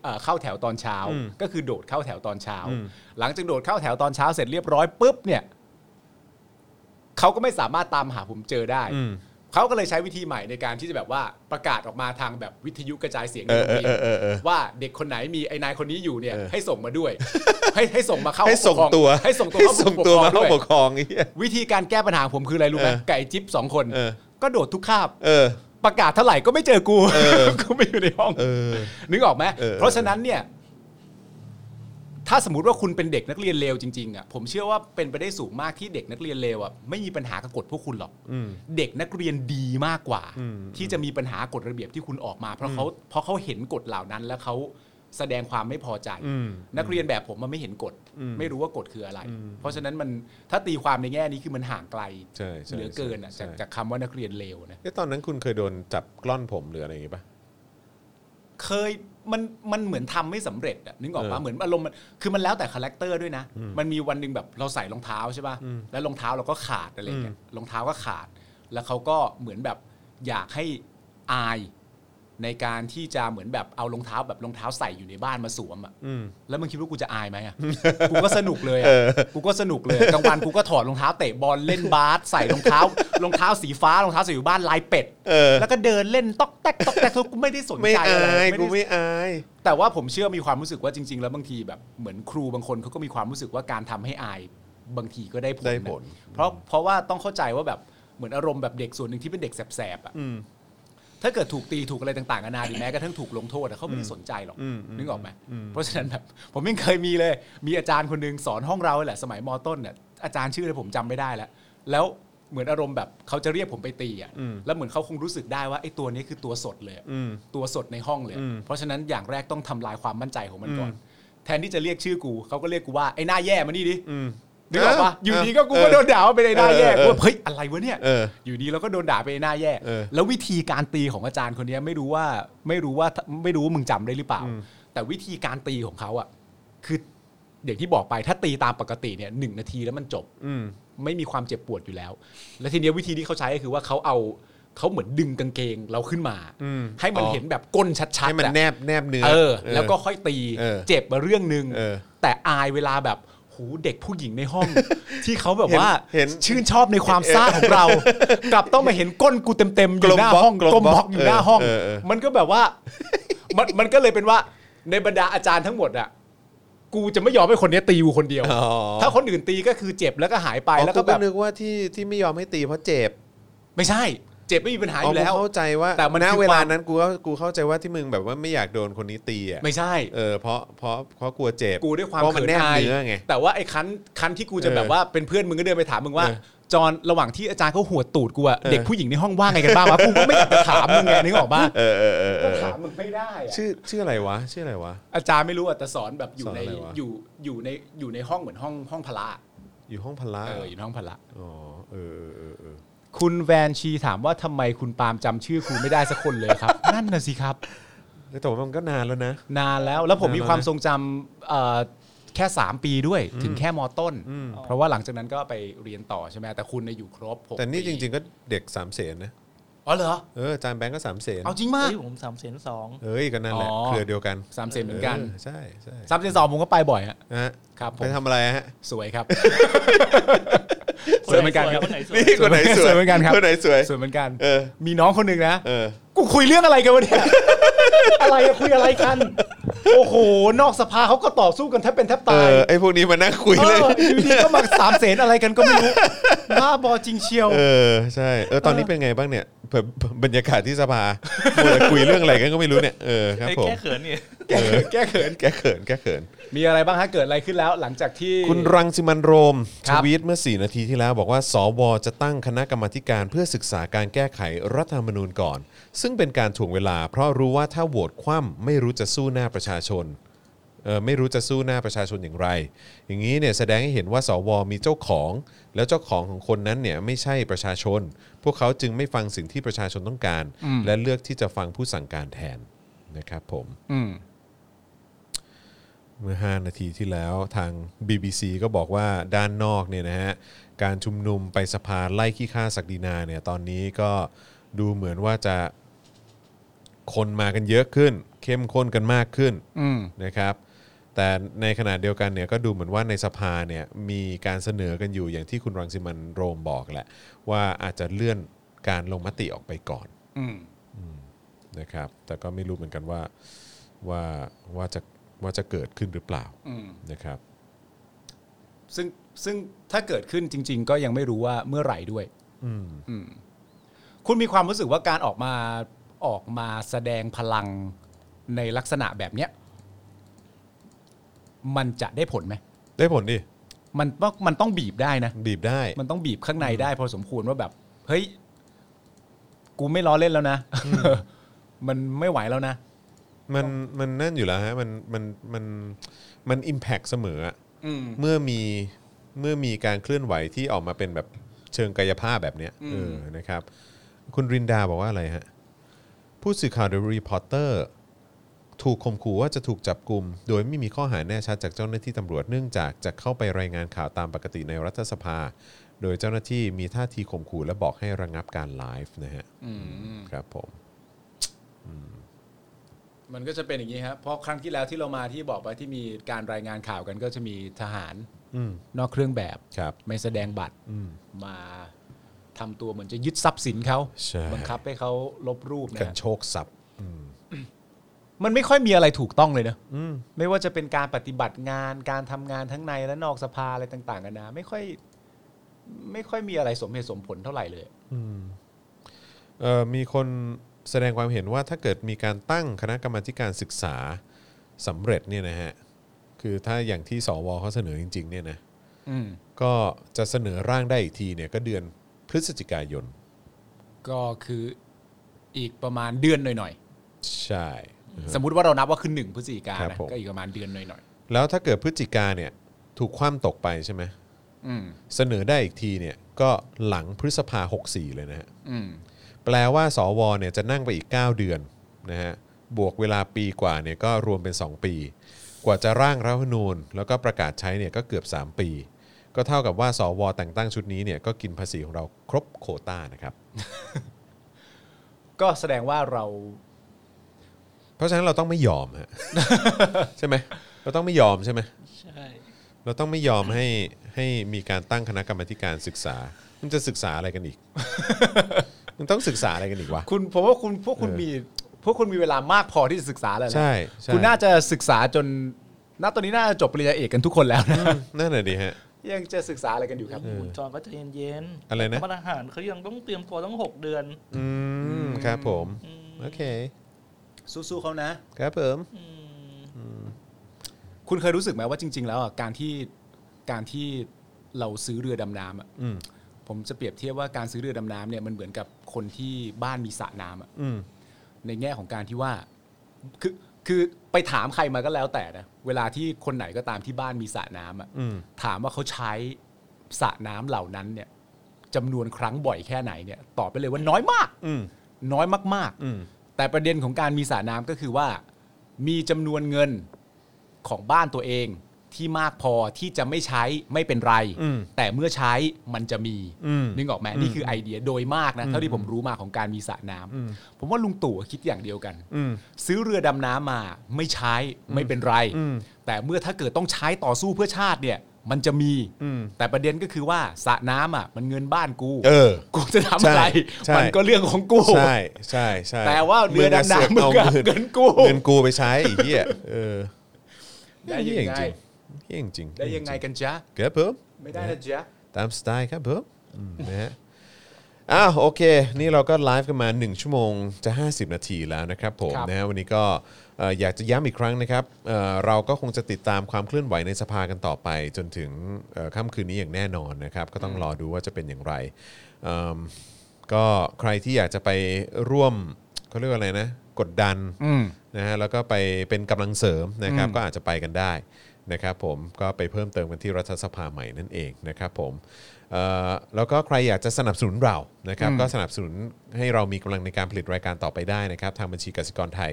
S3: เอ่อเข้าแถวตอนเช้า
S2: อืม
S3: ก็คือโดดเข้าแถวตอนเช้า
S2: อืม
S3: หลังจากโดดเข้าแถวตอนเช้าเสร็จเรียบร้อยปุ๊บเนี่ยเขาก็ไม่สามารถตามหาผมเจอได้
S2: อืม
S3: เขาก็เลยใช้วิธีใหม่ในการที่จะแบบว่าประกาศออกมาทางแบบวิทยุกระจายเสียงใน
S2: เออ
S3: โรงเรีย
S2: เออเออเออน
S3: ว่าเด็กคนไหนมีไอ้นายคนนี้อยู่เนี่ย
S2: เออ
S3: ให้ส่งมาด้วย (laughs) ให้ให้ส่งมาเข้า
S2: ให้ส่งตัว
S3: ให้ส่งตัว
S2: ให้ส่งตัวมา
S3: เข้าผู้
S2: เข้าป
S3: ปก
S2: ก
S3: ครองด้วย
S2: ครองไอ้เหี้ย
S3: วิธีการแก้ปัญหาของผมคืออะไรรู้ไหม
S2: เออ
S3: ไก่จิ๊บสองคน
S2: เออ
S3: ก็โดดทุกคาบ
S2: เออ
S3: ประกาศเท่าไหร่ก็ไม่เจอกู
S2: เออ
S3: (laughs) กูไม่อยู่ในห้อง
S2: เออ
S3: นึกออกไหม
S2: เออ
S3: เพราะฉะนั้นเนี่ย ถ้าสมมติว่าคุณเป็นเด็กนักเรียนเลวจริงๆอ่ะผมเชื่อว่าเป็นไปได้สูงมากที่เด็กนักเรียนเลวอ่ะไม่มีปัญหากับกฎพวกคุณหรอก
S2: อืม
S3: เด็กนักเรียนดีมากกว่า
S2: อืม
S3: ที่จะมีปัญหากฎระเบียบที่คุณออกมา เพราะเขาเพราะเขาเห็นกฎเหล่านั้น แล้วเขาแสดงความไม่พอใจ
S2: อืม
S3: นักเรียนแบบผมมันไม่เห็นกฎ
S2: อืม
S3: ไม่รู้ว่ากฎคืออะไร
S2: อืม
S3: เพราะฉะนั้นมันถ้าตีความในแง่นี้คือมันห่างไกล
S2: ใช่ใช่
S3: เหลือเกินอ่ะ
S2: ใช่
S3: จาก
S2: ใช่
S3: จากคำว่านักเรียนเลวนะ
S2: เอ้ยตอนนั้นคุณเคยโดนจับกล้อนผมหรืออะไรอย่างงี้ปะ
S3: เคยมันมันเหมือนทำไม่สำเร็จอะนึกออก
S2: เอ
S3: ปะ
S2: อ
S3: เหมือนอารมณ์มันคือมันแล้วแต่คาแรคเตอร์ด้วยนะ มันมีวันหนึ่งแบบเราใส่รองเท้าใช่ปะแล้วรองเท้าเราก็ขาดอะไรเงี้ยรองเท้าก็ขาด แล้วเขาก็เหมือนแบบอยากให้อายในการที่จะเหมือนแบบเอารองเท้าแบบรองเท้าใส่อยู่ในบ้านมาสวมอะ
S2: อืม
S3: แล้วมึงคิดว่ากูจะอายไหม
S2: (laughs)
S3: อะ กูก็สนุกเลยอะ
S2: เออ
S3: กูก็สนุกเลยกลางวันกูก็ถอดรองเท้าเตะบอลเล่นบาสใส่รองเท้ารองเท้าสีฟ้ารองเท้าใส่อยู่บ้านลายเป็ด
S2: เออ
S3: แล้วก็เดินเล่นต๊อกแตกต๊อกแตกทุกไม่ได้สน
S2: ไม่
S3: ใจ
S2: อา
S3: อะไร
S2: ย
S3: ด้
S2: กูไม่อาย
S3: แต่ว่าผมเชื่อมีความรู้สึกว่าจริง ๆ แล้วบางทีแบบเหมือนครูบางคนเขาก็มีความรู้สึกว่าการทำให้อายบางทีก็ได้ผล
S2: ได้ผ
S3: นะ
S2: ล
S3: เพราะเพราะว่าต้องเข้าใจว่าแบบเหมือนอารมณ์แบบเด็กส่วนหนึ่งที่เป็นเด็กแสบๆอ่ะ
S2: อืม
S3: ถ้าเกิดถูกตีถูกอะไรต่างๆนานาหรือแม้กระทั่งถูกลงโทษอะเขาไม่ได้สนใจหรอก
S2: อืมอืม
S3: นึกออกไหม
S2: อืม
S3: เพราะฉะนั้นแบบผมยังเคยมีเลย มีอาจารย์คนหนึงสอนห้องเราแหละสมัยมต้นเนี่ยอาจารย์ชื่ออะไรผมจำไม่ได้แล้ว แล้วเหมือนอารมณ์แบบเขาจะเรียกผมไปตีอ่ะแล้วเหมือนเขาคงรู้สึกได้ว่าไอ้ตัวนี้คือตัวสดเลยอะ
S2: อืม
S3: ตัวสดในห้องเลย
S2: อืม
S3: เพราะฉะนั้นอย่างแรกต้องทำลายความมั่นใจของมันก่อน แทนที่จะเรียกชื่อกู เขาก็เรียกกูว่า ไอ้หน้าแย่มานี่ดิ
S2: อืม
S3: นึกออกปะ
S2: เออ
S3: อยู่ดีก็กู
S2: เออ
S3: ก็โดนด่าว่าเป็นไอ้หน้าแย่
S2: เออเออ
S3: กูว่าเฮ้ยอะไรวะเนี่ย
S2: เออ
S3: อยู่ดีเราก็โดนด่าเป็นไอ้หน้าแย่
S2: เออ
S3: แล้ววิธีการตีของอาจารย์คนเนี้ยไม่รู้ว่าไม่รู้ว่าไม่รู้ว่ามึงจำได้หรือเปล่า
S2: อืม
S3: แต่วิธีการตีของเขาอ่ะ คืออย่างที่บอกไปถ้าตีตามปกติเนี่ยหนึ่งนาทีแล้วมันจบ
S2: อืม
S3: ไม่มีความเจ็บปวดอยู่แล้ว และทีเนี้ยวิธีที่เขาใช้ก็คือว่าเขาเอาเขาเหมือนดึงกางเกงเราขึ้นมา
S2: อืม
S3: ให้มัน
S2: อ๋อ
S3: เห็นแบบก้นชัดๆ
S2: ให้มัน
S3: อะ
S2: แนบแนบเนื้อ
S3: เออ แล้วก็ค่อยตี
S2: เออ
S3: เจ็บมาเรื่องหนึ่ง
S2: เออ
S3: แต่อายเวลาแบบหูเด็กผู้หญิงในห้อง (laughs) ที่เขาแบบว่า
S2: เห็นเห็น
S3: ชื่นชอบในความซ่าของ
S2: (laughs)
S3: เรา กลับต้องมาเห็นก้นกูเต็มๆอยู่หน้าก
S2: ลมบล็อก
S3: ห้อง
S2: กลม
S3: กลม
S2: บบ ล็
S3: ล็
S2: อ
S3: อก กอยู่หน้าห้อง
S2: เออเออเออ
S3: มันก็แบบว่ามันมันก็เลยเป็นว่าในบรรดาอาจารย์ทั้งหมดอ่ะกูจะไม่ยอมให้คนเนี้ยตีกูคนเดียว
S2: อ๋อ
S3: ถ้าคนอื่นตีก็คือเจ็บแล้วก็หายไป
S2: อ๋อ
S3: แล้วก็แบบ
S2: กูนึกว่าที่ที่ไม่ยอมให้ตีเพราะเจ็บ
S3: ไม่ใช่ เจ็บไม่มีปัญหาอ
S2: อ๋อยู่
S3: แล้ว
S2: กูเข้าใจว่า
S3: แต่มัน
S2: ณ
S3: คือ
S2: เวลา
S3: ความ
S2: นั้นกูก็กูเข้าใจว่าที่มึงแบบว่าไม่อยากโดนคนนี้ตีอ่ะ
S3: ไม่ใช่
S2: เออเพราะเพราะเพราะกลัวเจ็บ
S3: กูด้วยความ
S2: เพราะมัน
S3: เขิน
S2: แนบ
S3: อาย
S2: เนื้อไง
S3: แต่ว่าไอ้คันคันที่กูจะ
S2: เออ
S3: แบบว่าเป็นเพื่อนมึงก็เดินไปถามมึงว่า
S2: เออ
S3: จอนระหว่างที่อาจารย์เขาหัวดตูดกูอะ
S2: เออ
S3: เด็กผู้หญิงในห้องว่างไงกันบ้างวะกูก็ไม่อยากจะถามมึงไงนึกออกปะ
S2: เออเออเออเออ
S3: ถามมึงไม่ได้อะ
S2: ชื่อชื่ออะไรวะ ชื่ออะไรวะ
S3: อาจารย์ไม่รู้อะแต่สอนแบบอยู่ใน
S2: สอนอะไรวะ
S3: อยู่อยู่ในอยู่ในห้องเหมือนห้องห้องพละ
S2: อยู่ห้องพละ
S3: เอออยู่ในห้องพละ
S2: อ๋อเออเออเออเออ
S3: คุณแวนชีถามว่าทำไมคุณปาล์มจำชื่อครูไม่ได้สักคนเลยครับ นั่นน่ะสิครับ
S2: แต่ว่ามันก็นานแล้วนะ
S3: นานแล้วแล้วผมมี
S2: นานแล้ว
S3: ความทรงจำเอ่อแค่ 3 ปีด้วยถึงแค่มต้น เพราะว่าหลังจากนั้นก็ไปเรียนต่อใช่ไหมแต่คุณน่ะอยู่ครบหก
S2: แต่นี่จริง ๆ ก็เด็กสามเสนนะ
S3: ๆอ๋อเหรอ
S2: เอออาจานแบงก์ก็สามเสน
S3: เอาจริงมาก
S6: เฮ้ยผมสามเสนสอง
S2: เอ้ยก็นั่นแหละ
S3: อ๋อ
S2: เครือเดียวกัน
S3: สามเซนเหมือนกัน
S2: ใช่ใช่
S3: สามเซนสองผมก็ไปบ่อยฮะ
S2: ฮะ
S3: ครับผม
S2: ไปทำอะไรฮะ
S3: สวยครับ
S6: ค
S3: สวยเหมือนกันครับ
S6: ไคนไหนสวย
S2: นี่คนไหนส
S3: ส
S2: วย
S3: วยเหมือนกันครับ
S2: คนไหนสวย
S3: สวยเหมือนกัน
S2: เออ
S3: มีน้องคนหนึ่งนะ
S2: เออ
S3: กูคุยเรื่องอะไรกันวะเนี่ย อะไรอะคุยอะไรกัน โอ้โห นอกสภาเขาก็ต่อสู้กันแทบเป็นแทบ
S2: เอ
S3: ตาย
S2: อไอพวกนี้มานั่งคุย
S3: เอ
S2: เลย
S3: ออยู่ดีก็มาสามเสนอะไรกันก็ไม่รู้ บ้าบอจริงเชียว
S2: เออใช่เออตอนนี้เป็นไงบ้างเนี่ยแบบบรรยากาศที่สภามัวแต่คุยเรื่องอะไรกันก็ไม่รู้เนี่ยเออครับ
S6: ไอ้
S2: ผม
S6: แค่เขินเนี่ย
S3: แก้เขินแก้เขิน
S2: แก้เขินแก้เขิน
S3: มีอะไรบ้างฮะเกิดอะไรขึ้นแล้วหลังจากที่
S2: คุณรังสิมันโรม
S3: ค
S2: ท
S3: รับ
S2: วีตเมื่อ 4 นาทีที่แล้วบอกว่า สว จะตั้งคณะกรรมาธิการเพื่อศึกษาการแก้ไขรัฐธรรมนูญก่อน ซึ่งเป็นการถ่วงเวลา เพราะรู้ว่าถ้าโหวตคว่ำไม่รู้จะสู้หน้าประชาชนเออไม่รู้จะสู้หน้าประชาชนอย่างไร อย่างนี้เนี่ยแสดงให้เห็นว่า สว มีเจ้าของ แล้วเจ้าของของคนนั้นเนี่ยไม่ใช่ประชาชน พวกเขาจึงไม่ฟังสิ่งที่ประชาชนต้องการ และเลือกที่จะฟังผู้สั่งการแทนนะครับผม
S3: อืม
S2: เมื่อ 5 นาทีที่แล้วทาง BBC ก็บอกว่าด้านนอกเนี่ยนะฮะการชุมนุมไปสภาไล่ขี้ข้าศักดินาเนี่ยตอนนี้ก็ดูเหมือนว่าจะคนมากันเยอะขึ้น เข้มข้นกันมากขึ้นนะครับ แต่ในขณะเดียวกันเนี่ยก็ดูเหมือนว่าในสภาเนี่ยมีการเสนอกันอยู่อย่างที่คุณรังสิมันต์โรมบอกแหละ ว่าอาจจะเลื่อนการลงมติออกไปก่อน นะครับแต่ก็ไม่รู้เหมือนกันว่าว่าว่าจะว่าจะเกิดขึ้นหรือเปล่านะครับ
S3: ซึ่งซึ่งถ้าเกิดขึ้นจริง ๆ ก็ยังไม่รู้ว่าเมื่อไหร่ด้วย
S2: อืม
S3: คุณมีความรู้สึกว่าการออกมาออกมาแสดงพลังในลักษณะแบบเนี้ยมันจะได้ผลไหม
S2: ได้ผลดิ
S3: มันต้องมันต้องบีบได้นะ
S2: บีบได้
S3: มันต้องบีบข้างในได้พอสมควรว่าแบบ เฮ้ย กูไม่ล้อเล่นแล้วนะ (laughs) มันไม่ไหวแล้วนะ
S2: มันมันนั่นอยู่แล้วฮะมันมันมันมันอิมแพกเสมออะ
S3: อืม
S2: เมื่อมีเมื่อมีการเคลื่อนไหวที่ออกมาเป็นแบบเชิงกายภาพแบบเนี้ยเออนะครับ คุณรินดาบอกว่าอะไรฮะ ผู้สื่อข่าวเดอะรีพอร์เตอร์ ถูกข่มขู่ว่าจะถูกจับกลุ่มโดยไม่มีข้อหาแน่ชัดจากเจ้าหน้าที่ตำรวจเนื่องจากจะเข้าไปรายงานข่าวตามปกติในรัฐสภา โดยเจ้าหน้าที่มีท่าทีข่มขู่และบอกให้ระงงับการไลฟ์นะฮะครับผม
S3: มันก็จะเป็นอย่างนี้ครับเพราะครั้งที่แล้วที่เรามาที่บอกไปที่มีการรายงานข่าวกัน ก็จะมีทหาร
S2: อืม
S3: นอกเครื่องแบบ
S2: ครับ
S3: ไม่แสดงบัตร
S2: อืม
S3: มาทำตัวเหมือนจะยึดทรัพย์สินเขา
S2: ใช่
S3: บังคับให้เขาลบรูปนะ
S2: กัน
S3: ฮะ
S2: โชคทรัพย์อืม
S3: มันไม่ค่อยมีอะไรถูกต้องเลยนะ
S2: อืม
S3: ไม่ว่าจะเป็นการปฏิบัติงานการทำงานทั้งในและนอกสภาอะไรต่างๆกันานะไม่ค่อย ไม่ค่อยมีอะไรสมเหตุสมผลเท่าไหร่เลย
S2: อืมเอ่อมีคนแสดงความเห็นว่าถ้าเกิดมีการตั้งคณะกรรมาธิการศึกษาสำเร็จเนี่ยนะฮะคือถ้าอย่างที่สวเขาเสนอจริงๆเนี่ยนะ
S3: อืม
S2: ก็จะเสนอร่างได้อีกทีเนี่ยก็เดือนพฤศจิกายน
S3: ก็คืออีกประมาณเดือนหน่อย
S2: ใช่
S3: ๆ สมมุติว่าเรานับว่าคือหนึ่งพฤศจิกา
S2: ครับ
S3: นะ
S2: ผม
S3: ก็อีกประมาณเดือนหน่อย
S2: แล้วถ้าเกิดพฤศจิกาเนี่ยถูกคว่ำตกไปใช่ไหม
S3: ๆอืม
S2: เสนอได้อีกทีเนี่ยก็หลังพฤษภา 64 เลยนะฮะ
S3: อืม
S2: แปลว่าสวเนี่ยจะนั่งไปอีก 9 เดือนนะฮะบวกเวลาปีกว่าเนี่ยก็รวมเป็น 2 ปี กว่าจะร่างรัฐธรรมนูญ แล้วก็ประกาศใช้เนี่ยก็เกือบ 3 ปี ก็เท่ากับว่าสวแต่งตั้งชุดนี้เนี่ยก็กินภาษีของเราครบโควต้านะครับ
S3: ก็แสดงว่าเรา
S2: เพราะฉะนั้นเราต้องไม่ยอมฮะ (laughs) ใช่ไหมเราต้องไม่ยอมใช่ไหม
S6: ใช่
S2: เราต้องไม่ยอมให้ให้มีการตั้งคณะกรรมาธิการศึกษา มันจะศึกษาอะไรกันอี
S3: (laughs)
S2: ก มันต้องศึกษาอะไรกันอีกวะ
S3: คุณผมว่าคุณพวกคุณ
S2: เออ
S3: มีพวกคุณมีเวลามากพอที่จะศึกษาแล้วนะ
S2: ใช่ใช่
S3: คุณน่าจะศึกษาจนณตอนนี้น่าจะจบปริญญาเอกกันทุกคนแล้วนะ
S2: นั่นแหละดิฮะ
S3: ยังจะศึกษาอะไรกันอยู่ครับ
S6: หมูจอนก็ใจเย็นๆ
S2: อะไรนะ
S6: กมอาหารเขายังต้องเตรียมตัวต้องหกเดือน
S2: อืมครับผมโอเค
S3: สู้ๆเขานะ
S2: ครับผม
S3: คุณเคยรู้สึกไหมว่าจริง ๆ แล้วอ่ะการที่การที่เราซื้อเรือดำน้ำอ่ะ
S2: อืม
S3: ผมจะเปรียบเทียบว่าการซื้อเรือดำน้ำเนี่ยมันเหมือนกับคนที่บ้านมีสระน้ำอ่ะ
S2: อืม
S3: ในแง่ของการที่ว่า คือ คือไปถามใครมาก็แล้วแต่นะ เวลาที่คนไหนก็ตามที่บ้านมีสระน้ำอะ
S2: อืม
S3: ถามว่าเขาใช้สระน้ำเหล่านั้นเนี่ยจำนวนครั้งบ่อยแค่ไหนเนี่ย ตอบไปเลยว่าน้อยมาก
S2: อืม
S3: น้อยมาก
S2: อืม
S3: ๆ แต่ประเด็นของการมีสระน้ำก็คือว่า มีจำนวนเงินของบ้านตัวเองที่มากพอที่จะไม่ใช้ไม่เป็นไร
S2: อืม
S3: แต่เมื่อใช้มันจะมี
S2: อืม
S3: นึกออกไหมนี่คือไอเดียโดยมากนะเท่าที่ผมรู้มาของการมีสระน้ำผมว่าลุงตู่คิดอย่างเดียวกัน
S2: อืม
S3: ซื้อเรือดำน้ำมาไม่ใช้ไม่เป็นไร
S2: อืม
S3: แต่เมื่อถ้าเกิดต้องใช้ต่อสู้เพื่อชาติเนี่ย มันจะมี
S2: อืม
S3: แต่ประเด็นก็คือว่าสระน้ำอ่ะ มันเงินบ้านกู
S2: เออ
S3: กูจะทำอะไร
S2: ใช่
S3: มันก็เรื่องของกู
S2: ใช่ใช่ใช่
S3: แต่ว่าเรือดำน้ำมึงก็
S2: เสือก
S3: เงินกู
S2: เงินกูไปใช้ไอีกเหี้ยเออ
S3: ได้ยังไง
S2: เหี้จริเหี้ยจริง
S3: ได้ยังไงกันจ๊ะ
S2: ครับผม
S3: ไม่ได้นะจ๊ะ
S2: ตามสไตล์ครับผมอืมนะฮะอ้าวโอเค นี่เราก็ไลฟ์กันมา 1 ชั่วโมงจะ 50 นาทีแล้วนะครับผม
S3: ครับ
S2: นะฮะวันนี้ก็เอ่ออยากจะย้ำอีกครั้งนะครับเอ่อเราก็คงจะติดตามความเคลื่อนไหวในสภากันต่อไป จนถึงเอ่อค่ำคืนนี้อย่างแน่นอนนะครับ ก็ต้องรอดูว่าจะเป็นอย่างไรเอิ่ม ก็ใครที่อยากจะไปร่วมเขาเรียกว่าอะไรนะ กดดันนะฮะแล้วก็ไปเป็นกำลังเสริมนะครับ ก็อาจจะไปกันได้นะครับ ผมก็ไปเพิ่มเติมกันที่รัฐสภาใหม่นั่นเองนะครับ ผม เอ่อแล้วก็ใครอยากจะสนับสนุนเรานะครับก็สนับสนุนให้เรามีกำลังในการผลิตรายการต่อไปได้นะครับ ทางบัญชีกสิกรไทย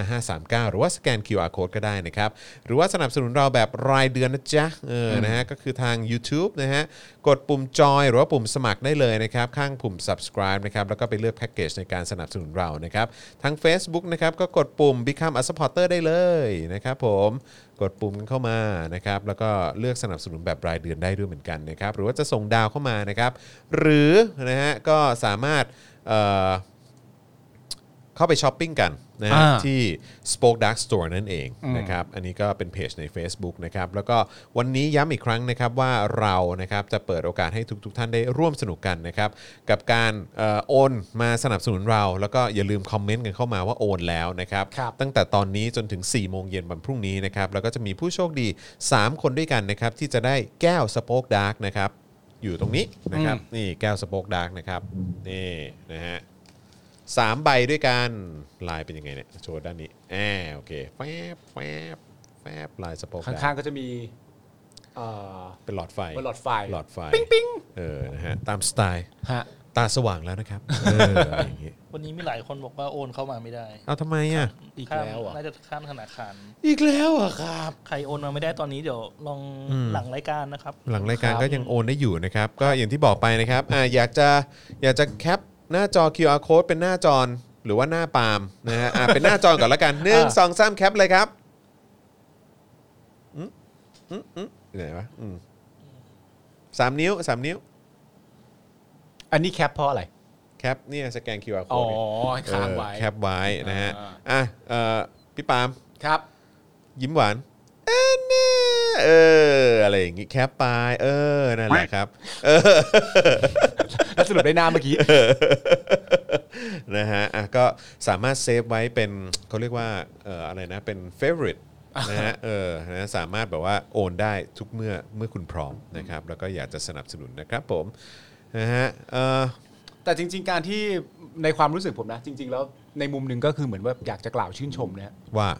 S2: 0698975539 หรือว่าสแกน QR Code ก็ได้นะครับ หรือว่าสนับสนุนเราแบบรายเดือนนะจ๊ะเอออนะฮะก็คือทาง u t u b e นะฮะกดปุ่มจอยหรือว่าปุ่มสมัครได้เลยนะครับ ข้างปุ่ม subscribe นะครับแล้วก็ไปเลือกแพ็กเกจในการสนับสนุนเรานะครับทาง Facebook นะครับก็กดปุ่ม Become a supporter ได้เลยนะครับผม กดปุ่มกันเข้ามานะครับแล้วก็เลือกสนับสนุนแบบรายเดือนได้ด้วยเหมือนกันนะครับหรือว่าจะส่งดาวเข้ามานะครับ หรือนะฮะก็สามารถเอ่อเข้าไปช้อปปิ้งกันนะฮะ
S9: อ่า
S2: ที่ Spoke Dark Store นั่นเองนะครับอันนี้ก็เป็นเพจใน Facebook นะครับแล้วก็วันนี้ย้ำอีกครั้งนะครับว่าเรานะครับจะเปิดโอกาสให้ทุกๆท่านได้ร่วมสนุกกันนะครับกับการเอ่อโอนมาสนับสนุนเรา แล้วก็อย่าลืมคอมเมนต์กันเข้ามาว่าโอนแล้วนะครับ
S9: ครับ
S2: ตั้งแต่ตอนนี้จนถึง 4 โมงเย็นวันพรุ่งนี้นะครับ แล้วก็จะมีผู้โชคดี 3 คนด้วยกันนะครับ ที่จะได้แก้วสโป๊กดาร์กนะครับ อยู่ตรงนี้นะครับ นี่แก้วสโป๊กดาร์กนะครับ นี่นะฮะสามใบด้วยกันลายเป็นยังไงเนี่ย โชว์ด้านนี้แอาโอเค แฟบแฟบแฟบลายสโป๊กดา
S3: ข้า
S2: ร์
S3: ง
S2: ก
S3: ๆก็จะมีเอ่อ
S2: เป็นหลอดไฟ
S3: เป็นหลอดไฟ
S2: หลอดไฟเออนะฮะตามสไตล์
S9: ฮะ
S2: ตาสว่างแล้วนะครับเอออะไรอย่างงี้
S6: วันนี้มีหลายคนบอกว่าโอนเข้ามาไม่ได้
S2: เอาทำไมอ่ะ
S3: อีกแล้วเหร
S6: ข้าม
S3: อ่ะ
S6: น่าจะข้ามธนาคาร
S2: อีกแล้วอ่ะครับ
S6: ใครโอนมาไม่ได้ตอนนี้เดี๋ยวลองหลังรายการนะครับ
S2: หลังรายการก็ยังโอนได้อยู่นะครับ ก็อย่างที่บอกไปนะครับอาอยากจะอยากจะแคปหน้าจอ QR code เป็นหน้าจอหรือว่าหน้าปาล์มนะฮะอ่ะเป็นหน้าจอก่อนละ
S3: (laughs)
S2: กันหนึ่งสองสามแคปเลยครับอืมอืมอืมไหนวะอืมสามนิ้วสามนิ้ว
S9: อันนี้แคปเพราะอะไร
S2: แคปเนี่ยสแกน QR
S3: อ๋อ
S2: code เนี่ย
S3: ค้าง
S2: เออ
S3: ไว้
S2: แคปไว้นะฮะ
S3: อ่า
S2: อ่ะเอ่อพี่ปาล์ม
S3: ครับ
S2: ยิ้มหวานเอ้ยเนี่ยเอออะไรอย่างงี้แคปไปเออนั่นแหละครับ
S3: แล้วสรุปได้หน้าเมื่อกี้
S2: นะฮะอ่ะก็สามารถเซฟไว้เป็นเขาเรียกว่าเอ่ออะไรนะเป็น favorite นะ
S3: (laughs)
S2: ฮะเออนะสามารถแบบว่าโอนได้ทุกเมื่อเมื่อคุณพร้อมนะครับ แล้วก็อยากจะสนับสนุนนะครับผมนะฮะเออ
S3: (laughs) แต่จริง ๆ การที่ในความรู้สึกผมนะ จริง ๆ แล้วในมุมหนึ่งก็คือเหมือนว่าอยากจะกล่าวชื่นชมนะฮะ
S2: ว่า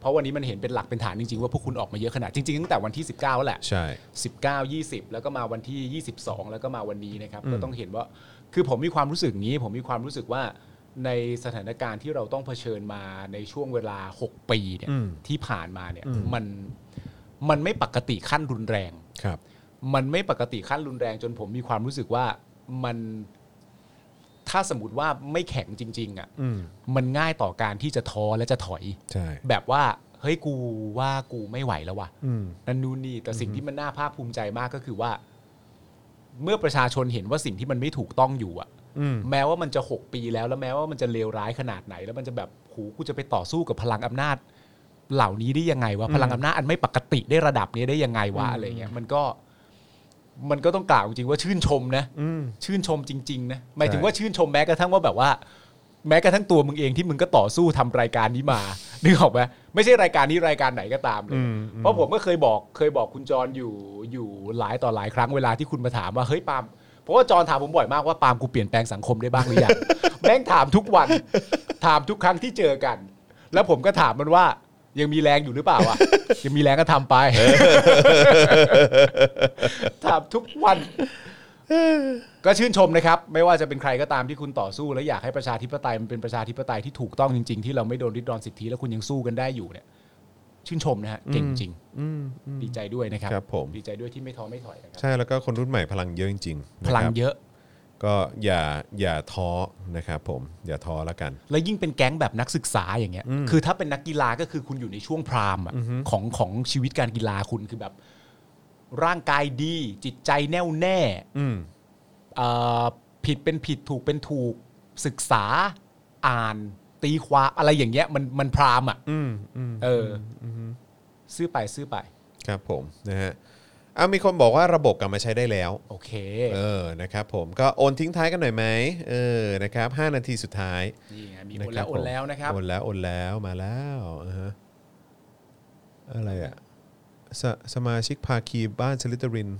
S3: เพราะวันนี้มันเห็นเป็นหลักเป็นฐานจริง ๆ ว่าพวกคุณออกมาเยอะขนาดจริง ๆ ตั้งแต่วันที่ 19แล้วแหละ
S2: ใช่
S3: 19 20 แล้วก็มาวันที่ 22 แล้วก็มาวันนี้นะครับก็ต้องเห็นว่าคือผมมีความรู้สึกอย่างนี้ ผมมีความรู้สึกว่าในสถานการณ์ที่เราต้องเผชิญมาในช่วงเวลา 6 ปีเนี่ย
S2: อืม
S3: ที่ผ่านมาเนี่ยมันมันไม่ปกติขั้นรุนแรง
S2: ครับ
S3: มันไม่ปกติขั้นรุนแรงจนผมมีความรู้สึกว่ามันถ้าสมมติว่าไม่แข็งจริง ๆอะ่ะ
S2: อืม
S3: มันง่ายต่อการที่จะท้อและจะถอย
S2: ใช่
S3: แบบว่าเฮ้ยกูว่ากูไม่ไหวแล้วว่ะ
S2: อืม
S3: นั่นนู่นนี่แต่สิ่งที่มันน่าภาคภูมิใจมากก็คือว่า เมื่อประชาชนเห็นว่าสิ่งที่มันไม่ถูกต้องอยู่อะ
S2: อืม
S3: แม้ว่ามันจะหกปีแล้วแล้วแม้ว่ามันจะเลวร้ายขนาดไหน แล้วมันจะแบบหูกูจะไปต่อสู้กับพลังอำนาจ เหล่านี้ได้ยังไงวะพลังอำนาจอันไม่ปกติได้ระดับนี้ได้ยังไงวะอะไรเงี้ยมันก็ มันก็ต้องกล่าวจริงๆว่าชื่นชมนะ
S2: อืม
S3: ชื่นชมจริงๆนะหมายถึง
S2: ใช่
S3: ว่าชื่นชมแม้กระทั่งว่าแบบว่า แม้กระทั่งตัวมึงเองที่มึงก็ต่อสู้ทำรายการนี้มา (laughs) นึกออกไหมไม่ใช่รายการนี้รายการไหนก็ตามเลย เพราะผมก็เคยบอกเคยบอกคุณจรอยู่อยู่หลายต่อหลายครั้งเวลาที่คุณมาถามว่าเฮ้ยปาล์มเพราะว่าจรถามผมบ่อยมากว่าปาล์มกูเปลี่ยนแปลงสังคมได้บ้างหรือยัง (laughs) แม่งถามทุกวัน ถามทุกครั้งที่เจอกัน แล้วผมก็ถามมันว่ายังมีแรงอยู่หรือเปล่าอ่ะ ยังมีแรงก็ทำ
S2: (laughs)
S3: ไป ถามทุกวัน ก็ชื่นชมนะครับ ไม่ว่าจะเป็นใครก็ตามที่คุณต่อสู้ และอยากให้ประชาธิปไตยมันเป็นประชาธิปไตยที่ถูกต้องจริงๆ ที่เราไม่โดนริดรอนสิทธิแล้วคุณยังสู้กันได้อยู่เนี่ยชื่นชมนะฮะเก่งจริงดีใจด้วยนะครับ
S2: ครับผม
S3: ดีใจด้วยที่ไม่ท้อไม่ถอยนะครับ
S2: ใช่แล้วก็คนรุ่นใหม่พลังเยอะจริงๆ
S3: พ
S2: นะครับ
S3: ลังเยอะ
S2: ก็อย่าอย่าท้อนะครับผมอย่าท้อแล้วกัน
S3: แล้วยิ่งเป็นแก๊งแบบนักศึกษาอย่างเงี้ย คือถ้าเป็นนักกีฬาก็คือคุณอยู่ในช่วงพรามอะของของชีวิตการกีฬาคุณคือแบบ ร่างกายดี จิตใจแน่วแน่
S2: อืม
S3: เอ่อผิดเป็นผิดถูกเป็นถูกศึกษาอ่าน ตีความอะไรอย่างเงี้ย มันมันพรามอะ
S2: อืมอืม
S3: เอออซื้อไปซื้อไป
S2: ครับผมนะฮะอ้าวมีคนบอกว่าระบบกลับมาใช้ได้แล้ว
S3: โอเค
S2: เออนะครับผมก็โอนทิ้งท้ายกันหน่อยไหมเออนะครับ5นาทีสุดท้าย
S3: นี่ไงมีโอนแล้วโอนแล้วนะครับ
S2: โอนแล้วโอนแล้วมาแล้วอ่าฮะอะไรอ่ะสสมาชิกภาคีบ้านชลิตริน (laughs)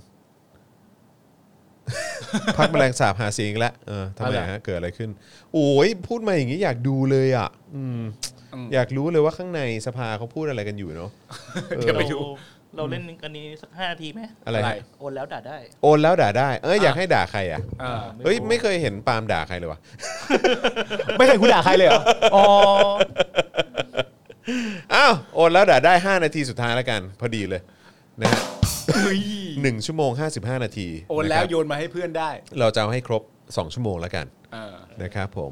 S2: พักแมลงสาบหาเสียงอีกแล้วเออทำไม
S3: อะไร
S2: ฮะเกิดอะไรขึ้น โอ้ยพูดมาอย่างนี้อยากดูเลยอ่ะอืม
S3: อืม
S2: อยากรู้เลยว่าข้างในสภาเขาพูดอะไรกันอยู่เนาะ
S3: เดี๋ยวไปดู
S6: เรา เราเล่นอันนี้สักห้านาทีไหม
S2: อะไร
S3: อะไร
S6: โอนแล้วด่าได้
S2: โอนแล้วด่าได้ เอ้ยอยากให้ด่าใครอ่ะ
S3: เออ
S2: เฮ้ยไม่เคยเห็นปาล์มด่าใครเลยวะ
S10: ไม่เคยคุณด่าใครเลยเหรออ๋อ
S2: อ้าวโอนแล้วด่าได้ 5 นาทีสุดท้ายแล้วกัน พอดีเลยนะฮะหนึ่งชั่วโมง 55 นาที
S3: โอนแล้ว
S2: ะครับ
S3: โยนมาให้เพื่อนได้
S2: เราจะเอาให้ครบ 2 ชั่วโมงแล้วกัน
S3: เออ
S2: นะครับผม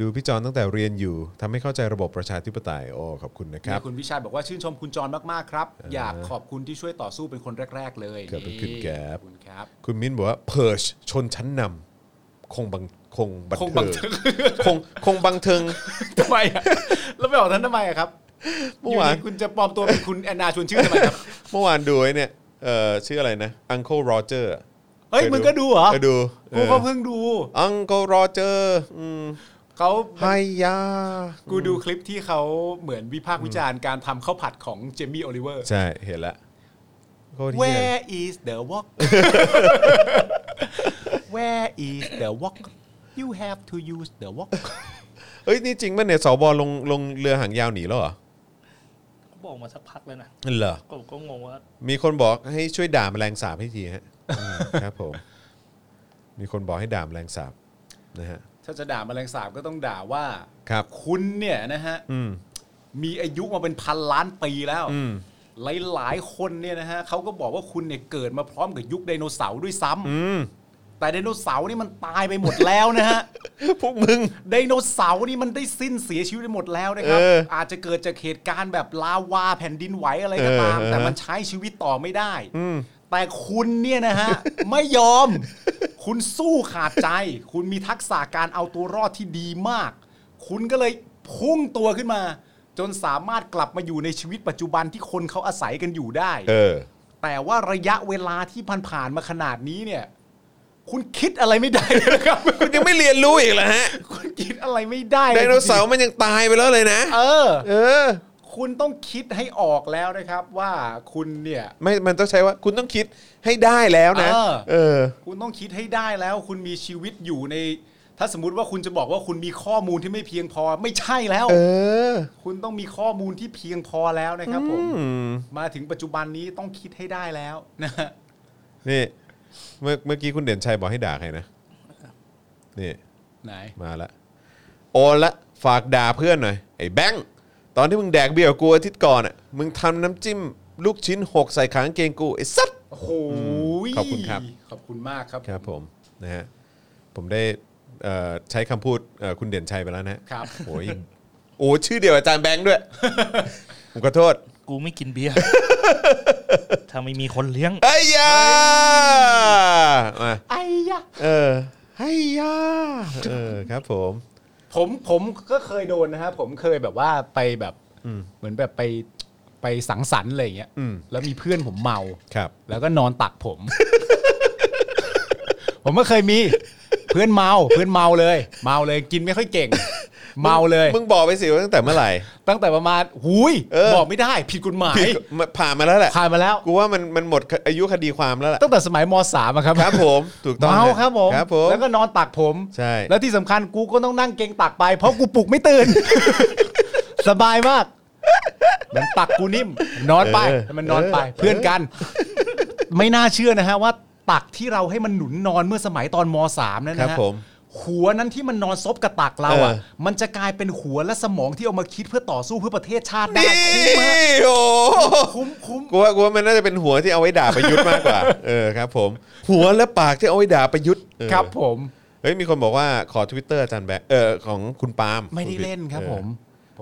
S2: ดูพี่จอนตั้งแต่เรียนอยู่ทำให้เข้าใจระบบประชาธิปไตยโอ้ขอบคุณนะครับ
S3: มีคุณวิชัยบอกว่าชื่นชมคุณจรมากๆครับ อยากขอบคุณที่ช่วยต่อสู้เป็นคนแรก ๆ เลย
S2: ขอบคุณครับ
S3: ขอคุณครับ
S2: คุณมิ้นบอกว่าเพิร์ชชนชั้นนำคงบังคงบัน
S3: คงบั
S2: เทิ
S3: ง
S2: ง
S3: เทิง
S2: คงคงบังเทิง
S3: ทำไมอะแล้วไปออกนั้นทำไมอะครับ
S2: เมื่
S3: อ
S2: อยู่ วาน
S3: ดีคุณจะปลอมตัวเป็นคุณแอนนาชวนชื่อทำไมครับ
S2: เมื่อวานดูไอ้เนี่ยเอ่อชื่ออะไรนะ Uncle Roger อะ
S3: เฮ้ยมึงก็ดูเหรอ
S2: ก็ดู
S3: กูก็เพิ่งดู
S2: เออ Uncle Roger อืม
S3: เขา
S2: ไฮยา
S3: กูดูคลิปที่เขาเหมือนวิพากษ์วิจารณ์การทำข้าวผัดของเจมี่โอลิเวอร์
S2: ใช่ เห็นละโคตรเหี้ย
S3: Where is the
S2: (laughs)
S3: walk Where is the walk You have to use the walk
S2: เอ้ย นี่จริงป่ะเนี่ยสวลงลงเรือหางยาวหนีแล้วเหรอ
S6: เขาบอกมาสักพักแล้วนะ
S2: เหรอ
S6: ผมก็งงว่า
S2: มีคนบอกให้ช่วยด่าแมลงสาบให้ทีฮะอืมครับผม มีคนบอกให้ด่าแมลงสาบนะฮะ
S3: ถ้าจะด่าแมลงสาบก็ต้องด่าว่า
S2: ครับ
S3: คุณเนี่ยนะฮะ
S2: อืม
S3: มีอายุมาเป็นพันล้านปีแล้ว
S2: อืม
S3: หลายๆ คนเนี่ยนะฮะเขาก็บอกว่าคุณเนี่ยเกิดมาพร้อมกับยุคไดโนเสาร์ด้วยซ้ำ
S2: อืม
S3: แต่ไดโนเสาร์นี่มันตายไปหมดแล้วนะฮะ
S2: พวกมึง
S3: ไดโนเสาร์นี่มันได้สิ้นเสียชีวิตไปหมดแล้วนะครับ
S2: เออ
S3: อาจจะเกิดจากเหตุการณ์แบบลาวาแผ่นดินไหวอะไรก็ตาม
S2: เออเออ
S3: แต่มันใช้ชีวิตต่อไม่ได้ แต่คุณเนี่ยนะ
S2: (laughs)
S3: ฮะ ไม่ยอม คุณสู้ขาดใจ คุณมีทักษะการเอาตัวรอดที่ดีมาก คุณก็เลยพุ่งตัวขึ้นมา จนสามารถกลับมาอยู่ในชีวิตปัจจุบันที่คนเขาอาศัยกันอยู่ได้
S2: เออ
S3: แต่ว่าระยะเวลาที่ผ่านผ่านๆมาขนาดนี้เนี่ย คุณคิดอะไรไม่ได้เลยนะครับ (laughs)
S2: คุณยังไม่เรียนรู้อีกเหรอฮะ
S3: คุณคิดอะไรไม่ได้ลย
S2: ไดโนเสาร์มันยังตายไปแล้วเลยนะ
S3: เออ
S2: เออ
S3: คุณต้องคิดให้ออกแล้วนะครับ ว่าคุณเนี่ย
S2: ไม่ มันต้องใช้ว่า คุณต้องคิดให้ได้แล้วนะ
S3: เออ
S2: เออ
S3: คุณต้องคิดให้ได้แล้ว คุณมีชีวิตอยู่ใน ถ้าสมมติว่าคุณจะบอกว่าคุณมีข้อมูลที่ไม่เพียงพอไม่ใช่แล้ว
S2: เออ
S3: คุณต้องมีข้อมูลที่เพียงพอแล้วนะครับผม
S2: อืม
S3: มาถึงปัจจุบันนี้ต้องคิดให้ได้แล้ว (laughs) นะฮะ
S2: นี่ เมื่อ เมื่อกี้คุณเด่นชัยบอกให้ด่าใครนะ นี่
S3: ไหน
S2: มาละโอนละฝากด่าเพื่อนหน่อย ไอ้แบงค์ตอนที่มึงแดกเบียร์กับกูอาทิตย์ก่อนอ่ะมึงทำน้ำจิ้มลูกชิ้นหกใส่ขากางเกงกู ไอ้สัส
S3: โอ้โห
S2: ขอบคุณครับ
S3: ขอบคุณมากครับ
S2: ครับผม นะฮะ ผมได้เอ่อใช้คำพูดเอ่อคุณเด่นชัยไปแล้วนะฮะ
S3: ครับ
S2: โอ้ยโอ้ชื่อเดียวอาจารย์แบงค์ด้วย ผมขอโทษ
S6: กูไม่กินเบียร์
S2: (laughs)
S6: ถ้าไม่มีคนเลี้ยง
S2: ไอ้ยามา
S3: ไอ้ยะ
S2: เออไอ้ยาเออครับผม
S3: ผมผมก็เคยโดนนะฮะผมเคยแบบว่าไปแบบเหมือนแบบไปไปสังสรรค์อะไรอย่างเงี้ย
S2: อืม
S3: แล้วมีเพื่อนผมเมา
S2: ครับ
S3: แล้วก็นอนตักผม (laughs) ผมก็เคยมี เพื่อนเมาเพื่อนเมาเลย เมาเลยกินไม่ค่อยเก่ง เมาเลย
S2: มึงบอกไปสิว่าตั้งแต่เมื่อไหร่
S3: ตั้งแต่ประมาณหุย
S2: เออ
S3: บอกไม่ได้ ผิดกฎหมาย
S2: ผ่านมาแล้วแหละ
S3: ผ่านมาแล้ว
S2: กูว่ามันมันหมดอายุคดีความแล้วล่ะ
S3: ตั้งแต่สมัยมสามอะครับ
S2: ครับผมถูกต้อง
S3: เมา
S2: ลย
S3: ครับผม
S2: ครับผม
S3: แล้วก็นอนตักผม
S2: ใช่
S3: แล้วที่สำคัญกูก็ต้องนั่งเกงตักไป เพราะกูปลุกไม่
S2: (laughs)
S3: ตื่น สบายมากเหมันตักกูนิ่ม นอนไป
S2: เออ
S3: ให้มันนอนไป
S2: เออ
S3: เพื่อนกัน ไม่น่าเชื่อนะฮะว่า ตักที่เราให้มันหนุนนอนเมื่อสมัยตอนมสามนั่น
S2: ครั
S3: นะ
S2: บ
S3: ฮะ
S2: ผม
S3: หัวนั้นที่มันนอนซบกับตักเราอ่ะ
S2: เออ
S3: มันจะกลายเป็นหัวและสมองที่เอามาคิดเพื่อต่อสู้เพื่อประเทศชาติได้
S2: นี่
S3: คุ้มมาก
S2: โอ้โห
S3: คุ้มคุ้ม
S2: กูว่ากูว่ามันน่าจะเป็นหัวที่เอาไว้ด่าประยุทธ์มาก
S3: (laughs)
S2: กว่า เออครับผม หัวและปากที่เอาไว้ด่าประยุทธ์เออ
S3: ครับผม
S2: เฮ้ยมีคนบอกว่าขอ Twitter อาจารย์แบงค์เออของคุณปาล์ม
S3: ไม่ได้เล่นครับ
S2: ออ
S3: ผม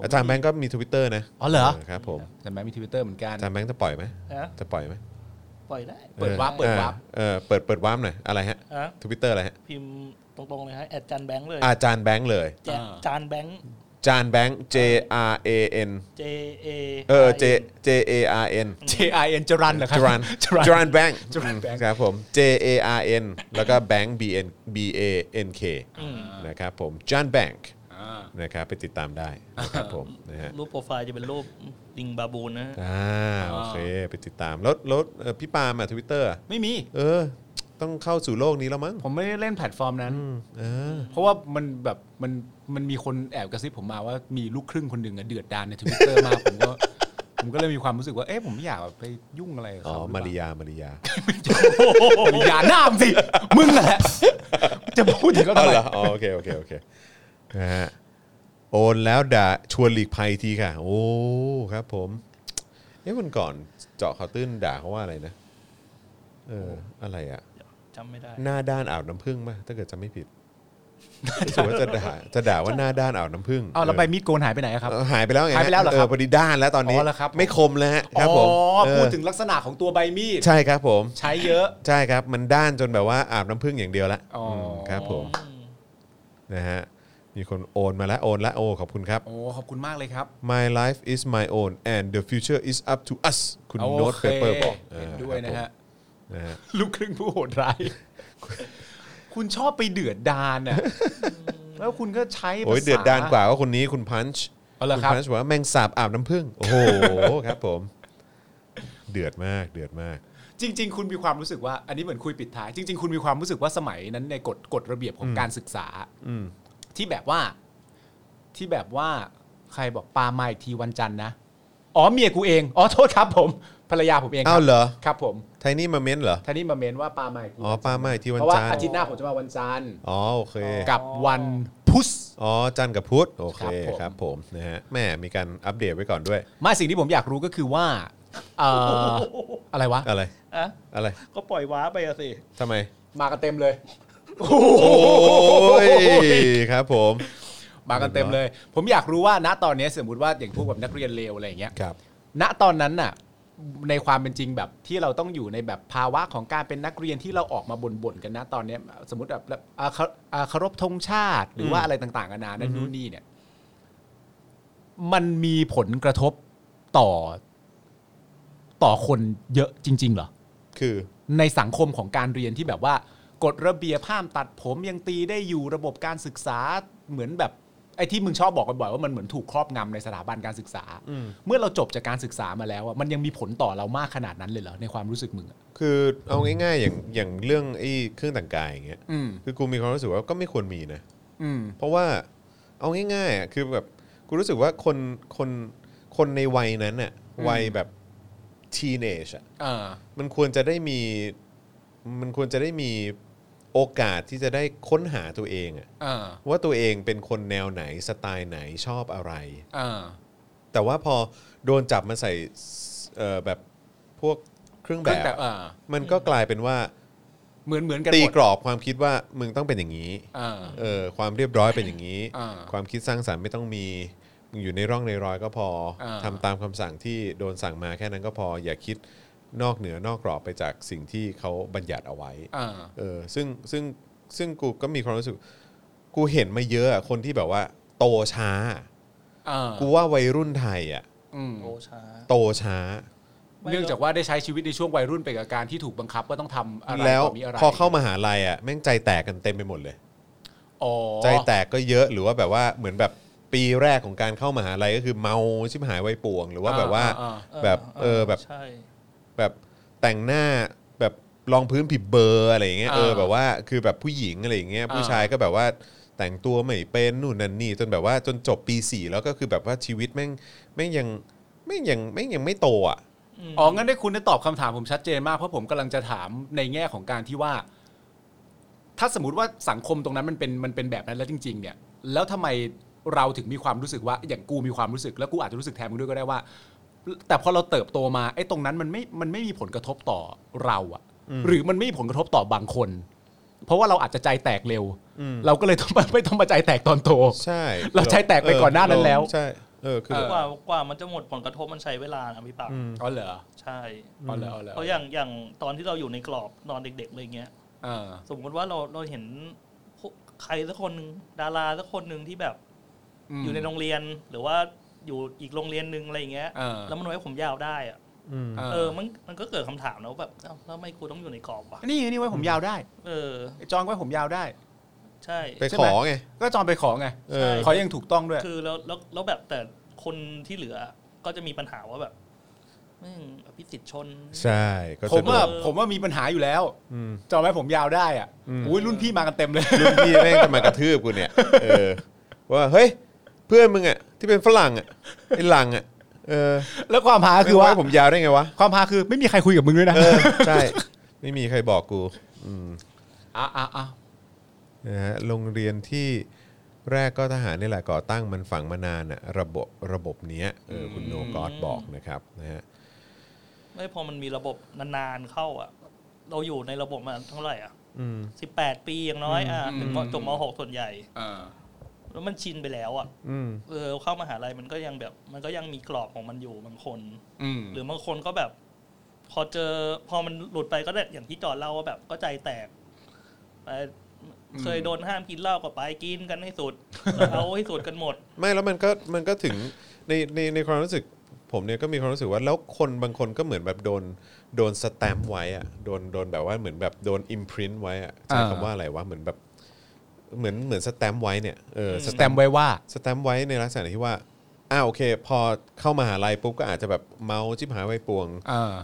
S2: อาจารย์แบงค์ก็มี Twitter นะ
S3: อ๋อเหรอ
S2: ครับผม
S3: แต่แม่มีทวิตเตอร์เหมือนกัน
S2: อาจารย์แบงค์จะปล่อยไหม
S6: ฮะ
S2: จะปล่อยไหม
S6: ปล่อยได้
S3: เปิดวาร์ปเปิดวาร์ป
S2: เออเปิดเปิดวาร์ปหน่อยอะไรฮะ
S6: อะ
S2: ทวิตเตอร์อะไรฮะ
S6: พิมพ์ตรงๆเลยฮะแอดจานแบงค์เลย
S2: อาจารย์แบงค์เลย
S6: แจกจานแบงค์
S2: จานแบงค์ J R A N
S6: J A
S2: เออ J J A R N
S3: J I N จรันเหรอครั
S2: จ
S3: (laughs)
S2: รัน
S3: จรัน
S2: จรันแบงค์
S3: จรัญ Bank
S2: ครับผม J A R N แล้วก็แบงค์ B N B A N K นะครับผมจ a นแบงค์นะครับไปติดตามได้นะครับผมนะฮะ
S6: รูปโปรไฟล์จะเป็นรูปลิงบาบูนนะฮะ
S2: อ่าโอเค ไปติดตามแล้วแล้วเอ่อพี่ปาล์มอ่ะทวิตเตอร์
S3: ไม่มี
S2: เออ ต้องเข้าสู่โลกนี้แล้วมั้ง
S3: ผมไม่ได้เล่นแพลตฟอร์มนั้น
S2: เออ
S3: เพราะว่ามันแบบมันมันมีคนแอบกระซิบผมมาว่ามีลูกครึ่งคนหนึ่งอะเดือดดานในทวิตเตอร์มาก ผมก็ผม (laughs)
S11: ก็เลยมีความรู้สึกว่าเอ๊ะผมไม่อยากแบบไปยุ่งอะไรกับ
S2: อ๋อ
S11: เขาหรือเป
S2: มา
S11: ล่า
S2: ริยามาริยา
S11: อย่าหน้ามสิ มึงนั่นแหละ
S3: (laughs)
S11: จะพูดถึงเขาทำ
S2: เอา
S11: ไม
S2: เหรออ๋อโอเคโอเคโอเคนะฮะโอนแล้วด่าชวนหลีกภัยทีค่ะ โอ้ครับผมเอ๊ะวันก่อนเจาะข่าวตื้นด่าเขาว่าอะไรนะเอออะไรอะ
S6: จำไม่ได้
S2: หน้าด้านอ่าวน้ำผึ้งป่ะถ้าเกิดจำไม่ผิดรู้สึกว่าจะด่าจะด่าว่าหน้าด้านอ่าวน้ำผึ้ง
S11: เอาแล้วใบมีดโกนหายไปไหนอะครับ
S2: เออหายไปแล้วไง
S11: หายไปแล้วเหรอครับ
S2: พอดีด้านแล้วตอนนี้
S11: อ๋อเหรอครับ
S2: ไม่คมแล้วฮะ
S3: อ๋
S2: ครับผม
S3: อ
S2: เออ
S3: พูดถึงลักษณะของตัวใบมีด
S2: ใช่ครับผม
S3: ใช้เยอะ
S2: ใช่ครับ มันด้านจนแบบว่าอาบน้ำผึ้งอย่างเดียวละ
S11: อ๋ออื
S2: มครับผม นะฮะมีคนโอนมาแล้วโอนและโอขอบคุณครับ
S3: โอ้ขอบคุณมากเลยครับ
S2: My life is my own and the future is up to us คุณ
S3: โอเค
S2: โน้ตเปเปอร์บอก
S3: เห็นด้วยนะฮะ
S2: เออครับผมนะฮะ
S3: ลูกครึ่งผู้โหดร้าย คุณชอบไปเดือดดาน
S2: (laughs)
S3: น่ะแล้วคุณก็ใช้ภาษา
S2: โอ้ยเดือดดานกว่าก็คนนี้คุณพันช์
S3: เอาเหรอ
S2: คุณ
S3: ครับ
S2: พันช์บอกว่าแมงสาบอาบน้ำผึ้งโอ้โห ครับผม เดือดมากเดือดมาก
S3: จริง ๆ คุณมีความรู้สึกว่า อันนี้เหมือนคุยปิดท้าย จริง ๆ คุณมีความรู้สึกว่าสมัยนั้นในกฎกฎระเบียบของการศึกษาที่แบบว่า ที่แบบว่าใครบอกปามาอีกทีวันจันทร์นะอ๋อเมียกูเองอ๋อโทษครับ ผมภรรยาผมเองค
S2: อ้า
S3: รั
S2: วเหรอ
S3: ครับ ผม
S2: ไทนี่มาเม้นเหรอ
S3: ท่านี้มาเมนว่าปามาอีกกู
S2: อ๋อป้าไม่ที่วัน
S3: เพราะว่า
S2: จันท
S3: อาทิต
S2: ร์
S3: ย์หน้าผมจะมาวันจันทร์
S2: อ๋อโอเค
S3: กับวันพุธ
S2: อ๋อจันทร์กับพุธโอเคค
S3: ครั
S2: รับบ ผ
S3: ผม ม
S2: นะฮะแม่มีการอัปเดตไว้ก่อนด้วย
S3: ไมาสิ่งที่ผมอยากรู้ก็คือว่าเอ่ (laughs) ออะไรวะ
S2: อะไร
S6: อ่ะ
S2: อะไร
S6: ก็ปล่อยว้าไปอะสิ
S2: ทำไม
S3: มากันเต็มเลย
S2: โอ้ยครับผม
S3: มากันเต็มเลย ผมอยากรู้ว่าณตอนนี้สมมติว่าอย่างพวกแบบนักเรียนเลวอะไรอย่างเงี้ย
S2: ครับ
S3: ณตอนนั้นน่ะในความเป็นจริงแบบที่เราต้องอยู่ในแบบภาวะของการเป็นนักเรียนที่เราออกมาบ่นๆกันนะตอนเนี้ยสมมติแบบแบบอ่าเคาอ่าเคารพธงชาติ หรือว่าอะไรต่างๆนานานั่นนู่นนี่เนี่ย มันมีผลกระทบต่อ ต่อคนเยอะจริง ๆ เหรอ
S2: คือ
S3: ในสังคมของการเรียนที่แบบว่ากฎระเบียบห้ามตัดผมยังตีได้อยู่ระบบการศึกษาเหมือนแบบไอ้ที่มึงชอบบอกกันบ่อยว่ามันเหมือนถูกครอบงำในสถาบันการศึกษา เมื่อเราจบจากการศึกษามาแล้วอะมันยังมีผลต่อเรามากขนาดนั้นเลยเหรอในความรู้สึกมึงอะ
S2: คือเอาง่ายๆ อย่างอย่างเรื่องไอ้เครื่องแต่งกายอย่างเงี้ยคือกูมีความรู้สึกว่าก็ไม่ควรมีนะ
S3: อืม
S2: เพราะว่าเอาง่ายๆอ่ะคือแบบกูรู้สึกว่าคนคนคนในวัยนั้นน่ะ
S3: อืม
S2: วัยแบบทีเนจอ่ะ
S3: อ่า
S2: มันควรจะได้มีมันควรจะได้มีโอกาสที่จะได้ค้นหาตัวเองอ่ะ
S3: อ่า
S2: ว่าตัวเองเป็นคนแนวไหนสไตล์ไหนชอบอะไร
S3: อ่า
S2: แต่ว่าพอโดนจับมาใส่เอ่อแบบพวกเครื่องแบ
S3: เครื่อง
S2: บ
S3: แบบอ่า
S2: มันก็กลายเป็นว่า
S3: เหมือนเหมือนกัน
S2: ตี
S3: หมด
S2: กรอบความคิดว่ามึงต้องเป็นอย่างนี้
S3: อ่า
S2: เออความเรียบร้อยเป็นอย่างนี้
S3: อ่า
S2: ความคิดสร้างสรรค์ไม่ต้องมี มึงอยู่ในร่องในรอยก็พออา ทำตามคำสั่งที่โดนสั่งมาแค่นั้นก็พออย่าคิดนอกเหนือนอกกรอบไปจากสิ่งที่เขาบัญญัติเอาไว้
S3: อ่า
S2: เออซึ่งซึ่งซึ่งกูก็มีความรู้สึก กูเห็นมาเยอะอะคนที่แบบว่า โตช้า
S3: อ่า
S2: กูว่าวัยรุ่นไทยอ่ะ
S3: อืม
S6: โอช้า
S2: โตช้า
S3: เนื่องจากว่าได้ใช้ชีวิตในช่วงวัยรุ่นไปกับการที่ถูกบังคับว่าต้องทำอะไร
S2: แล้ว
S3: ต่อมีอะไร
S2: พอเข้ามหาลัยอ่ะแม่งใจแตกกันเต็มไปหมดเลย
S3: อ๋อ
S2: ใจแตกก็เยอะหรือว่าแบบว่าเหมือนแบบปีแรกของการเข้ามหาลัยก็คือเมาชิบหายไวยป่วง หรือว่าแบบว่า
S3: อ่า
S2: แบบเออแบบ
S6: ใช่
S2: แบบแต่งหน้าแบบรองพื้นผิดเบอร์อะไรอย่างเงี้ย
S3: อ่า
S2: เออแบบว่าคือแบบผู้หญิงอะไรอย่างเงี้ย
S3: อ่า
S2: ผู้ชายก็แบบว่าแต่งตัวไม่เป็นนู่นนั่นนี่จนแบบว่าจนจบปีสี่แล้วก็คือแบบว่าชีวิตแม่งแม่งยังแม่งยังแม่งยังไม่โตอ่ะ
S3: อ๋อ งั้นได้คุณได้ตอบคำถามผมชัดเจนมาก เพราะผมกำลังจะถามในแง่ของการที่ว่า ถ้าสมมติว่าสังคมตรงนั้นมันเป็นมันเป็นแบบนั้นแล้วจริง ๆ เนี่ย แล้วทำไมเราถึงมีความรู้สึกว่า อย่างกูมีความรู้สึก แล้วกูอาจจะรู้สึกแทนมึงด้วยก็ได้ว่า แต่พอเราเติบโตมาไอ้ตรงนั้นมันไม่มันไม่มีผลกระทบต่อเราอะหรือมันไม่มีผลกระทบต่อบางคน เพราะว่าเราอาจจะใจแตกเร็ว เราก็เลยต้องมาไม่ต้องมาใจแตกตอนโต
S2: ใช่
S3: เราใจแตกไปก่อนหน้านั้นแล้ว
S2: ใช่เออคือแบบ
S6: กว่ากว่ามันจะหมดผลกระทบมันใช้เวลานะพี่ปาล์ม
S3: อ๋อเหรอ
S6: ใช่
S3: อ๋อเหรออ๋อเหรอ
S6: เพราะอย่างอย่างตอนที่เราอยู่ในกรอบนอนเด็กๆอะไรเงี้ย
S3: อ่า
S6: สมมติว่าเราเราเห็นพวกใครสักคนหนึ่งดาราสักคนหนึ่งที่แบบ
S3: ม
S6: อยู่ในโรงเรียนหรือว่าอยู่อีกโรงเรียนหนึ่งอะไรอย่างเงี้ย
S3: อ่า
S6: แล้วมันไว้ผมยาวได้อะ
S3: อ่า
S6: เออมันมันก็เกิดคำถามนะว่าแบบเอ้าแล้วทำไมกูต้องอยู่ในกรอบวะ
S3: นี่นี่ไว้ผมยาวได้
S6: เออ
S3: ไอ้จองไว้ผมยาวได้
S6: ใช่
S2: ไป
S3: ใช่
S2: ข
S3: ไหม
S2: อไง
S3: ก็จองไปขอไง
S2: เออ
S3: ขอยังถูกต้องด้วย
S6: คือแล้วแล้วแล้วแบบแต่คนที่เหลือก็จะมีปัญหาว่าแบบแม่งอภิสิทธิ์ชน
S2: ใช่ก็
S3: ผม
S2: จะโด
S3: ว่าน ผมว่ามีปัญหาอยู่แล้ว จองไว้ผมยาวได้อ่ะอุ้ยรุ่นพี่มากันเต็มเลย
S2: รุ่นพี่แม่งจะมากระทืบกูเนี่ย เออ ว่าเฮ้ย เพื่อนมึงอ่ะที่เป็นฝรั่งอ่ะไอ้หลังอ่ะ เอ เออ
S3: แล้วความหา
S2: คื
S3: คือ อ
S2: ว่า
S3: ว่า
S2: ผมยาวได้ไงวะ
S3: ความหาคือไม่มีใครคุยกับมึงด้วยนะ
S2: เออ ใช่ ไม่มีใครบอกกู
S7: อ่ะอ่ะอ่ะ
S2: นะฮะโรงเรียนที่แรกก็ทหารนี่แหละก่อตั้งมันฝังมานานอะระบบระบบเนี้ยเออคุณโนกอดบอกนะครับนะฮะ
S6: ไม่พอมันมีระบบนานๆเข้าอ่ะ เราอยู่ในระบบมาเท่าไหร่อ่ะ
S2: อืม
S6: สิบแปดปีอย่างน้อยอ่ะถึงมจบมหกส่วนใหญ่
S7: เออ
S6: แล้วมันชินไปแล้วอ่ะ
S2: อืม
S6: เออเข้ามหาลัยมันก็ยังแบบ มันก็ยังมีกรอบของมันอยู่บางคน
S7: อืม
S6: หรือบางคนก็แบบ พอเจอพอมันหลุดไปก็ได้อย่างที่จอดเล่าว่าแบบก็ใจแตกไปเคยโดนห้ามกินเหล้าก็ไปกินกันให้สุ
S2: (laughs)
S6: ด เอาให้สุดกันหมด
S2: ไม่แล้วมันก็มันก็ถึงในในในความรู้สึกผมเนี่ยก็มีความรู้สึกว่าแล้วคนบางคนก็เหมือนแบบโดนโดนสแตมป์ไว้อะโดนโดนแบบว่าเหมือนแบบโดนอิมพรินต์ไว้อะใช้คำว่าอะไรวะเหมือนแบบเหมือนเหมือนสแตมป์ไว้เนี่ยเออส
S3: ส
S2: แต
S3: แต
S2: มป์
S3: มป์ไว้ว่า
S2: สแตมป์ไว้ในลักษณะที่ว่า อ้าวโอเค พอเข้ามหาลัยปุ๊บก็อาจจะแบบเมาชิบหายไว้ป่วง
S3: เออ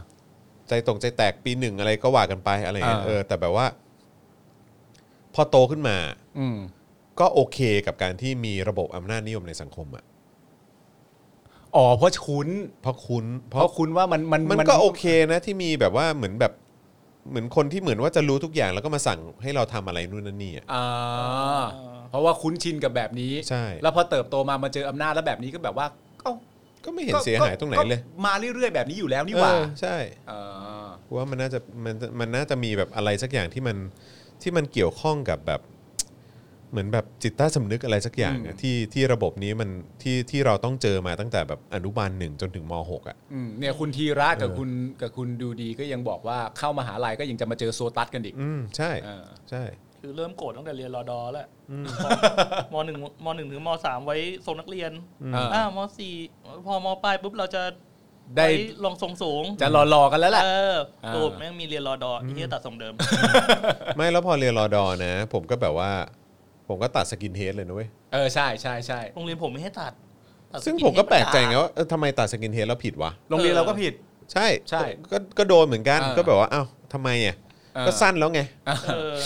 S2: ใจตรงใจแตกปีหนึ่งอะไรก็ว่ากันไปอะไรอย่างเงี้ย
S3: อ่า
S2: เออแต่แบบว่า พอโตขึ้นมา
S3: อืม
S2: ก็โอเคกับการที่มีระบบอำนาจนิยมในสังคมอ่ะ
S3: อ๋อเพราะคุณ
S2: เพราะคุ้นเพ
S3: เพ
S2: ราะ
S3: ราะคุณว่ามันมัน
S2: มันก็โอเคนะที่มีแบบว่าเหมือนแบบเหมือนคนที่เหมือนว่าจะรู้ทุกอย่างแล้วก็มาสั่งให้เราทำอะไรนู่นนั่นนี่อ่ะ
S7: อ่าเพราะว่าคุ้นชินกับแบบนี้
S2: ใช่
S7: แล้วพอเติบโตมามาเจออำนาจแล้วแบบนี้ก็แบบว่าเอ้า
S2: ก็ไม่เห็นเสียหายตรงไหนเลย
S7: ก็มาเรื่อยๆแบบนี้อยู่แล้วนี่หว่า
S2: เออใช่
S7: เออ
S2: ว่ามันน่าจะมันมันน่าจะมีแบบอะไรสักอย่างที่มันที่มันเกี่ยวข้องกับแบบ เหมือนแบบจิตใต้สำนึกอะไรสักอย่างอะ
S7: อืม
S2: ที่ที่ระบบนี้มันที่ที่เราต้องเจอมาตั้งแต่แบบอนุบาลหนึ่งจนถึงมหกอ่ะ
S7: อืมเนี่ยคุณธีระกับคุณกับคุณดูดีก็ยังบอกว่าเข้ามหาลัยก็ยังจะมาเจอโซตัสกันอีก
S2: อืมใช่
S7: เออ
S2: ใช่
S6: คือเริ่มโกรธตั้งแต่เรียนรอดอแล้วมหนึ่งมหนึ่งถึงมสามไว้ทรงนักเรียน
S7: อ่า
S6: อ่ามสี่พอมปลายปุ๊บเราจะ
S7: ได้
S6: ไว้ลองทรงสูง
S7: จะรอๆกันแล้วแหละ
S6: เออ
S7: อ่า
S6: ตูบแม่งมีเรียนรอดออีเหี้ยตัดทรงเดิม
S2: ไม่แล้วพอเรียนรอดอนะ ผมก็แบบว่า ผมก็ตัดสกินเฮดเลยนะเว้ย
S7: เออใช่ใช่ใช่
S6: โรงเรียนผมไม่ให้ตัดตัด
S2: ซึ่ง
S6: สกิน
S2: ผมก็แปลกใจไง
S6: ให้ด่า
S2: ว่าเออทำไมตัดสกินเฮดแล้วผิดวะ
S7: โรงเรียนเราก็ผิด
S2: ใช่
S7: ใช่
S2: ก็ก็ก็โดนเหมือนกัน
S7: อ่า
S2: ก็แบบว่าอ้าวทำไมอ่ะ
S7: อ่า
S2: ก็สั้นแล้วไง
S6: เออ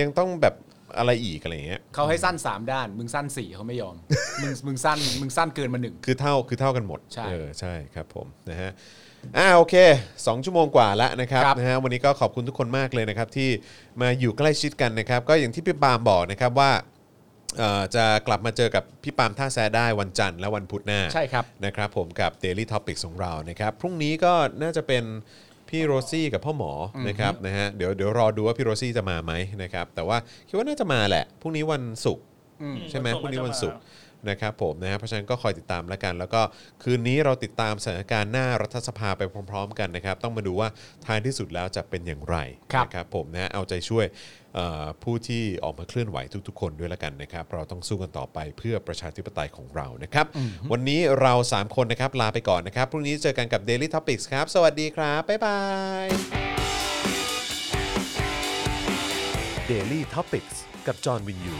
S2: ยังต้องแบบอะไรอีกอะไรอย่างเงี้ย
S7: เขาให้สั้น 3 ด้าน มึงสั้น4เขาไม่ยอม มึงมึงสั้นมึงสั้นเกินมาหนึ่ง
S2: คือเท่าคือเท่ากันหมด
S7: ใช่
S2: เออใช่ครับผมนะฮะอ่าโอเค 2 ชั่วโมงกว่าแล้วนะครับ
S7: ครับ
S2: นะฮะวันนี้ก็ขอบคุณทุกคนมากเลยนะครับที่มาอยู่ใกล้ชิดกันนะครับ ก็อย่างที่พี่ปาล์มบอกนะครับว่าเอ่อจะกลับมาเจอกับพี่ปาล์มท่าแซะได้วันจันทร์และวันพุธหน้า
S7: ใช่ครับ
S2: นะครับผมกับ Daily Topics ของเรานะครับ พรุ่งนี้ก็น่าจะเป็นพี่โรซี่กับพ่อหมออนะครับนะฮะเดี๋ยวเดี๋ยวรอดูว่าพี่โรซี่จะมาไหมนะครับแต่ว่าคิดว่าน่าจะมาแหละพรุ่งนี้วันศุกร์ ใช่ไหมพรุ่งนี้วันศุกร์นะครับผมนะฮะเพราะฉะนั้นก็คอยติดตามแล้วกัน แล้วก็คืนนี้เราติดตามสถานการณ์หน้ารัฐสภาไปพร้อม ๆ กันนะครับ ต้องมาดูว่าท้ายที่สุดแล้วจะเป็นอย่างไร
S7: ครับ
S2: นะครับผมนะฮะเอาใจช่วยเอ่อผู้ที่ออกมาเคลื่อนไหวทุกๆ คนด้วยละกันนะครับ เราต้องสู้กันต่อไปเพื่อประชาธิปไตยของเรานะครับ วันนี้เรา 3 คนนะครับลาไปก่อนนะครับพรุ่งนี้เจอกันกับ Daily Topics ครับ สวัสดีครับบ๊ายบาย
S1: Daily t o p i c กกับจอห์นวินยู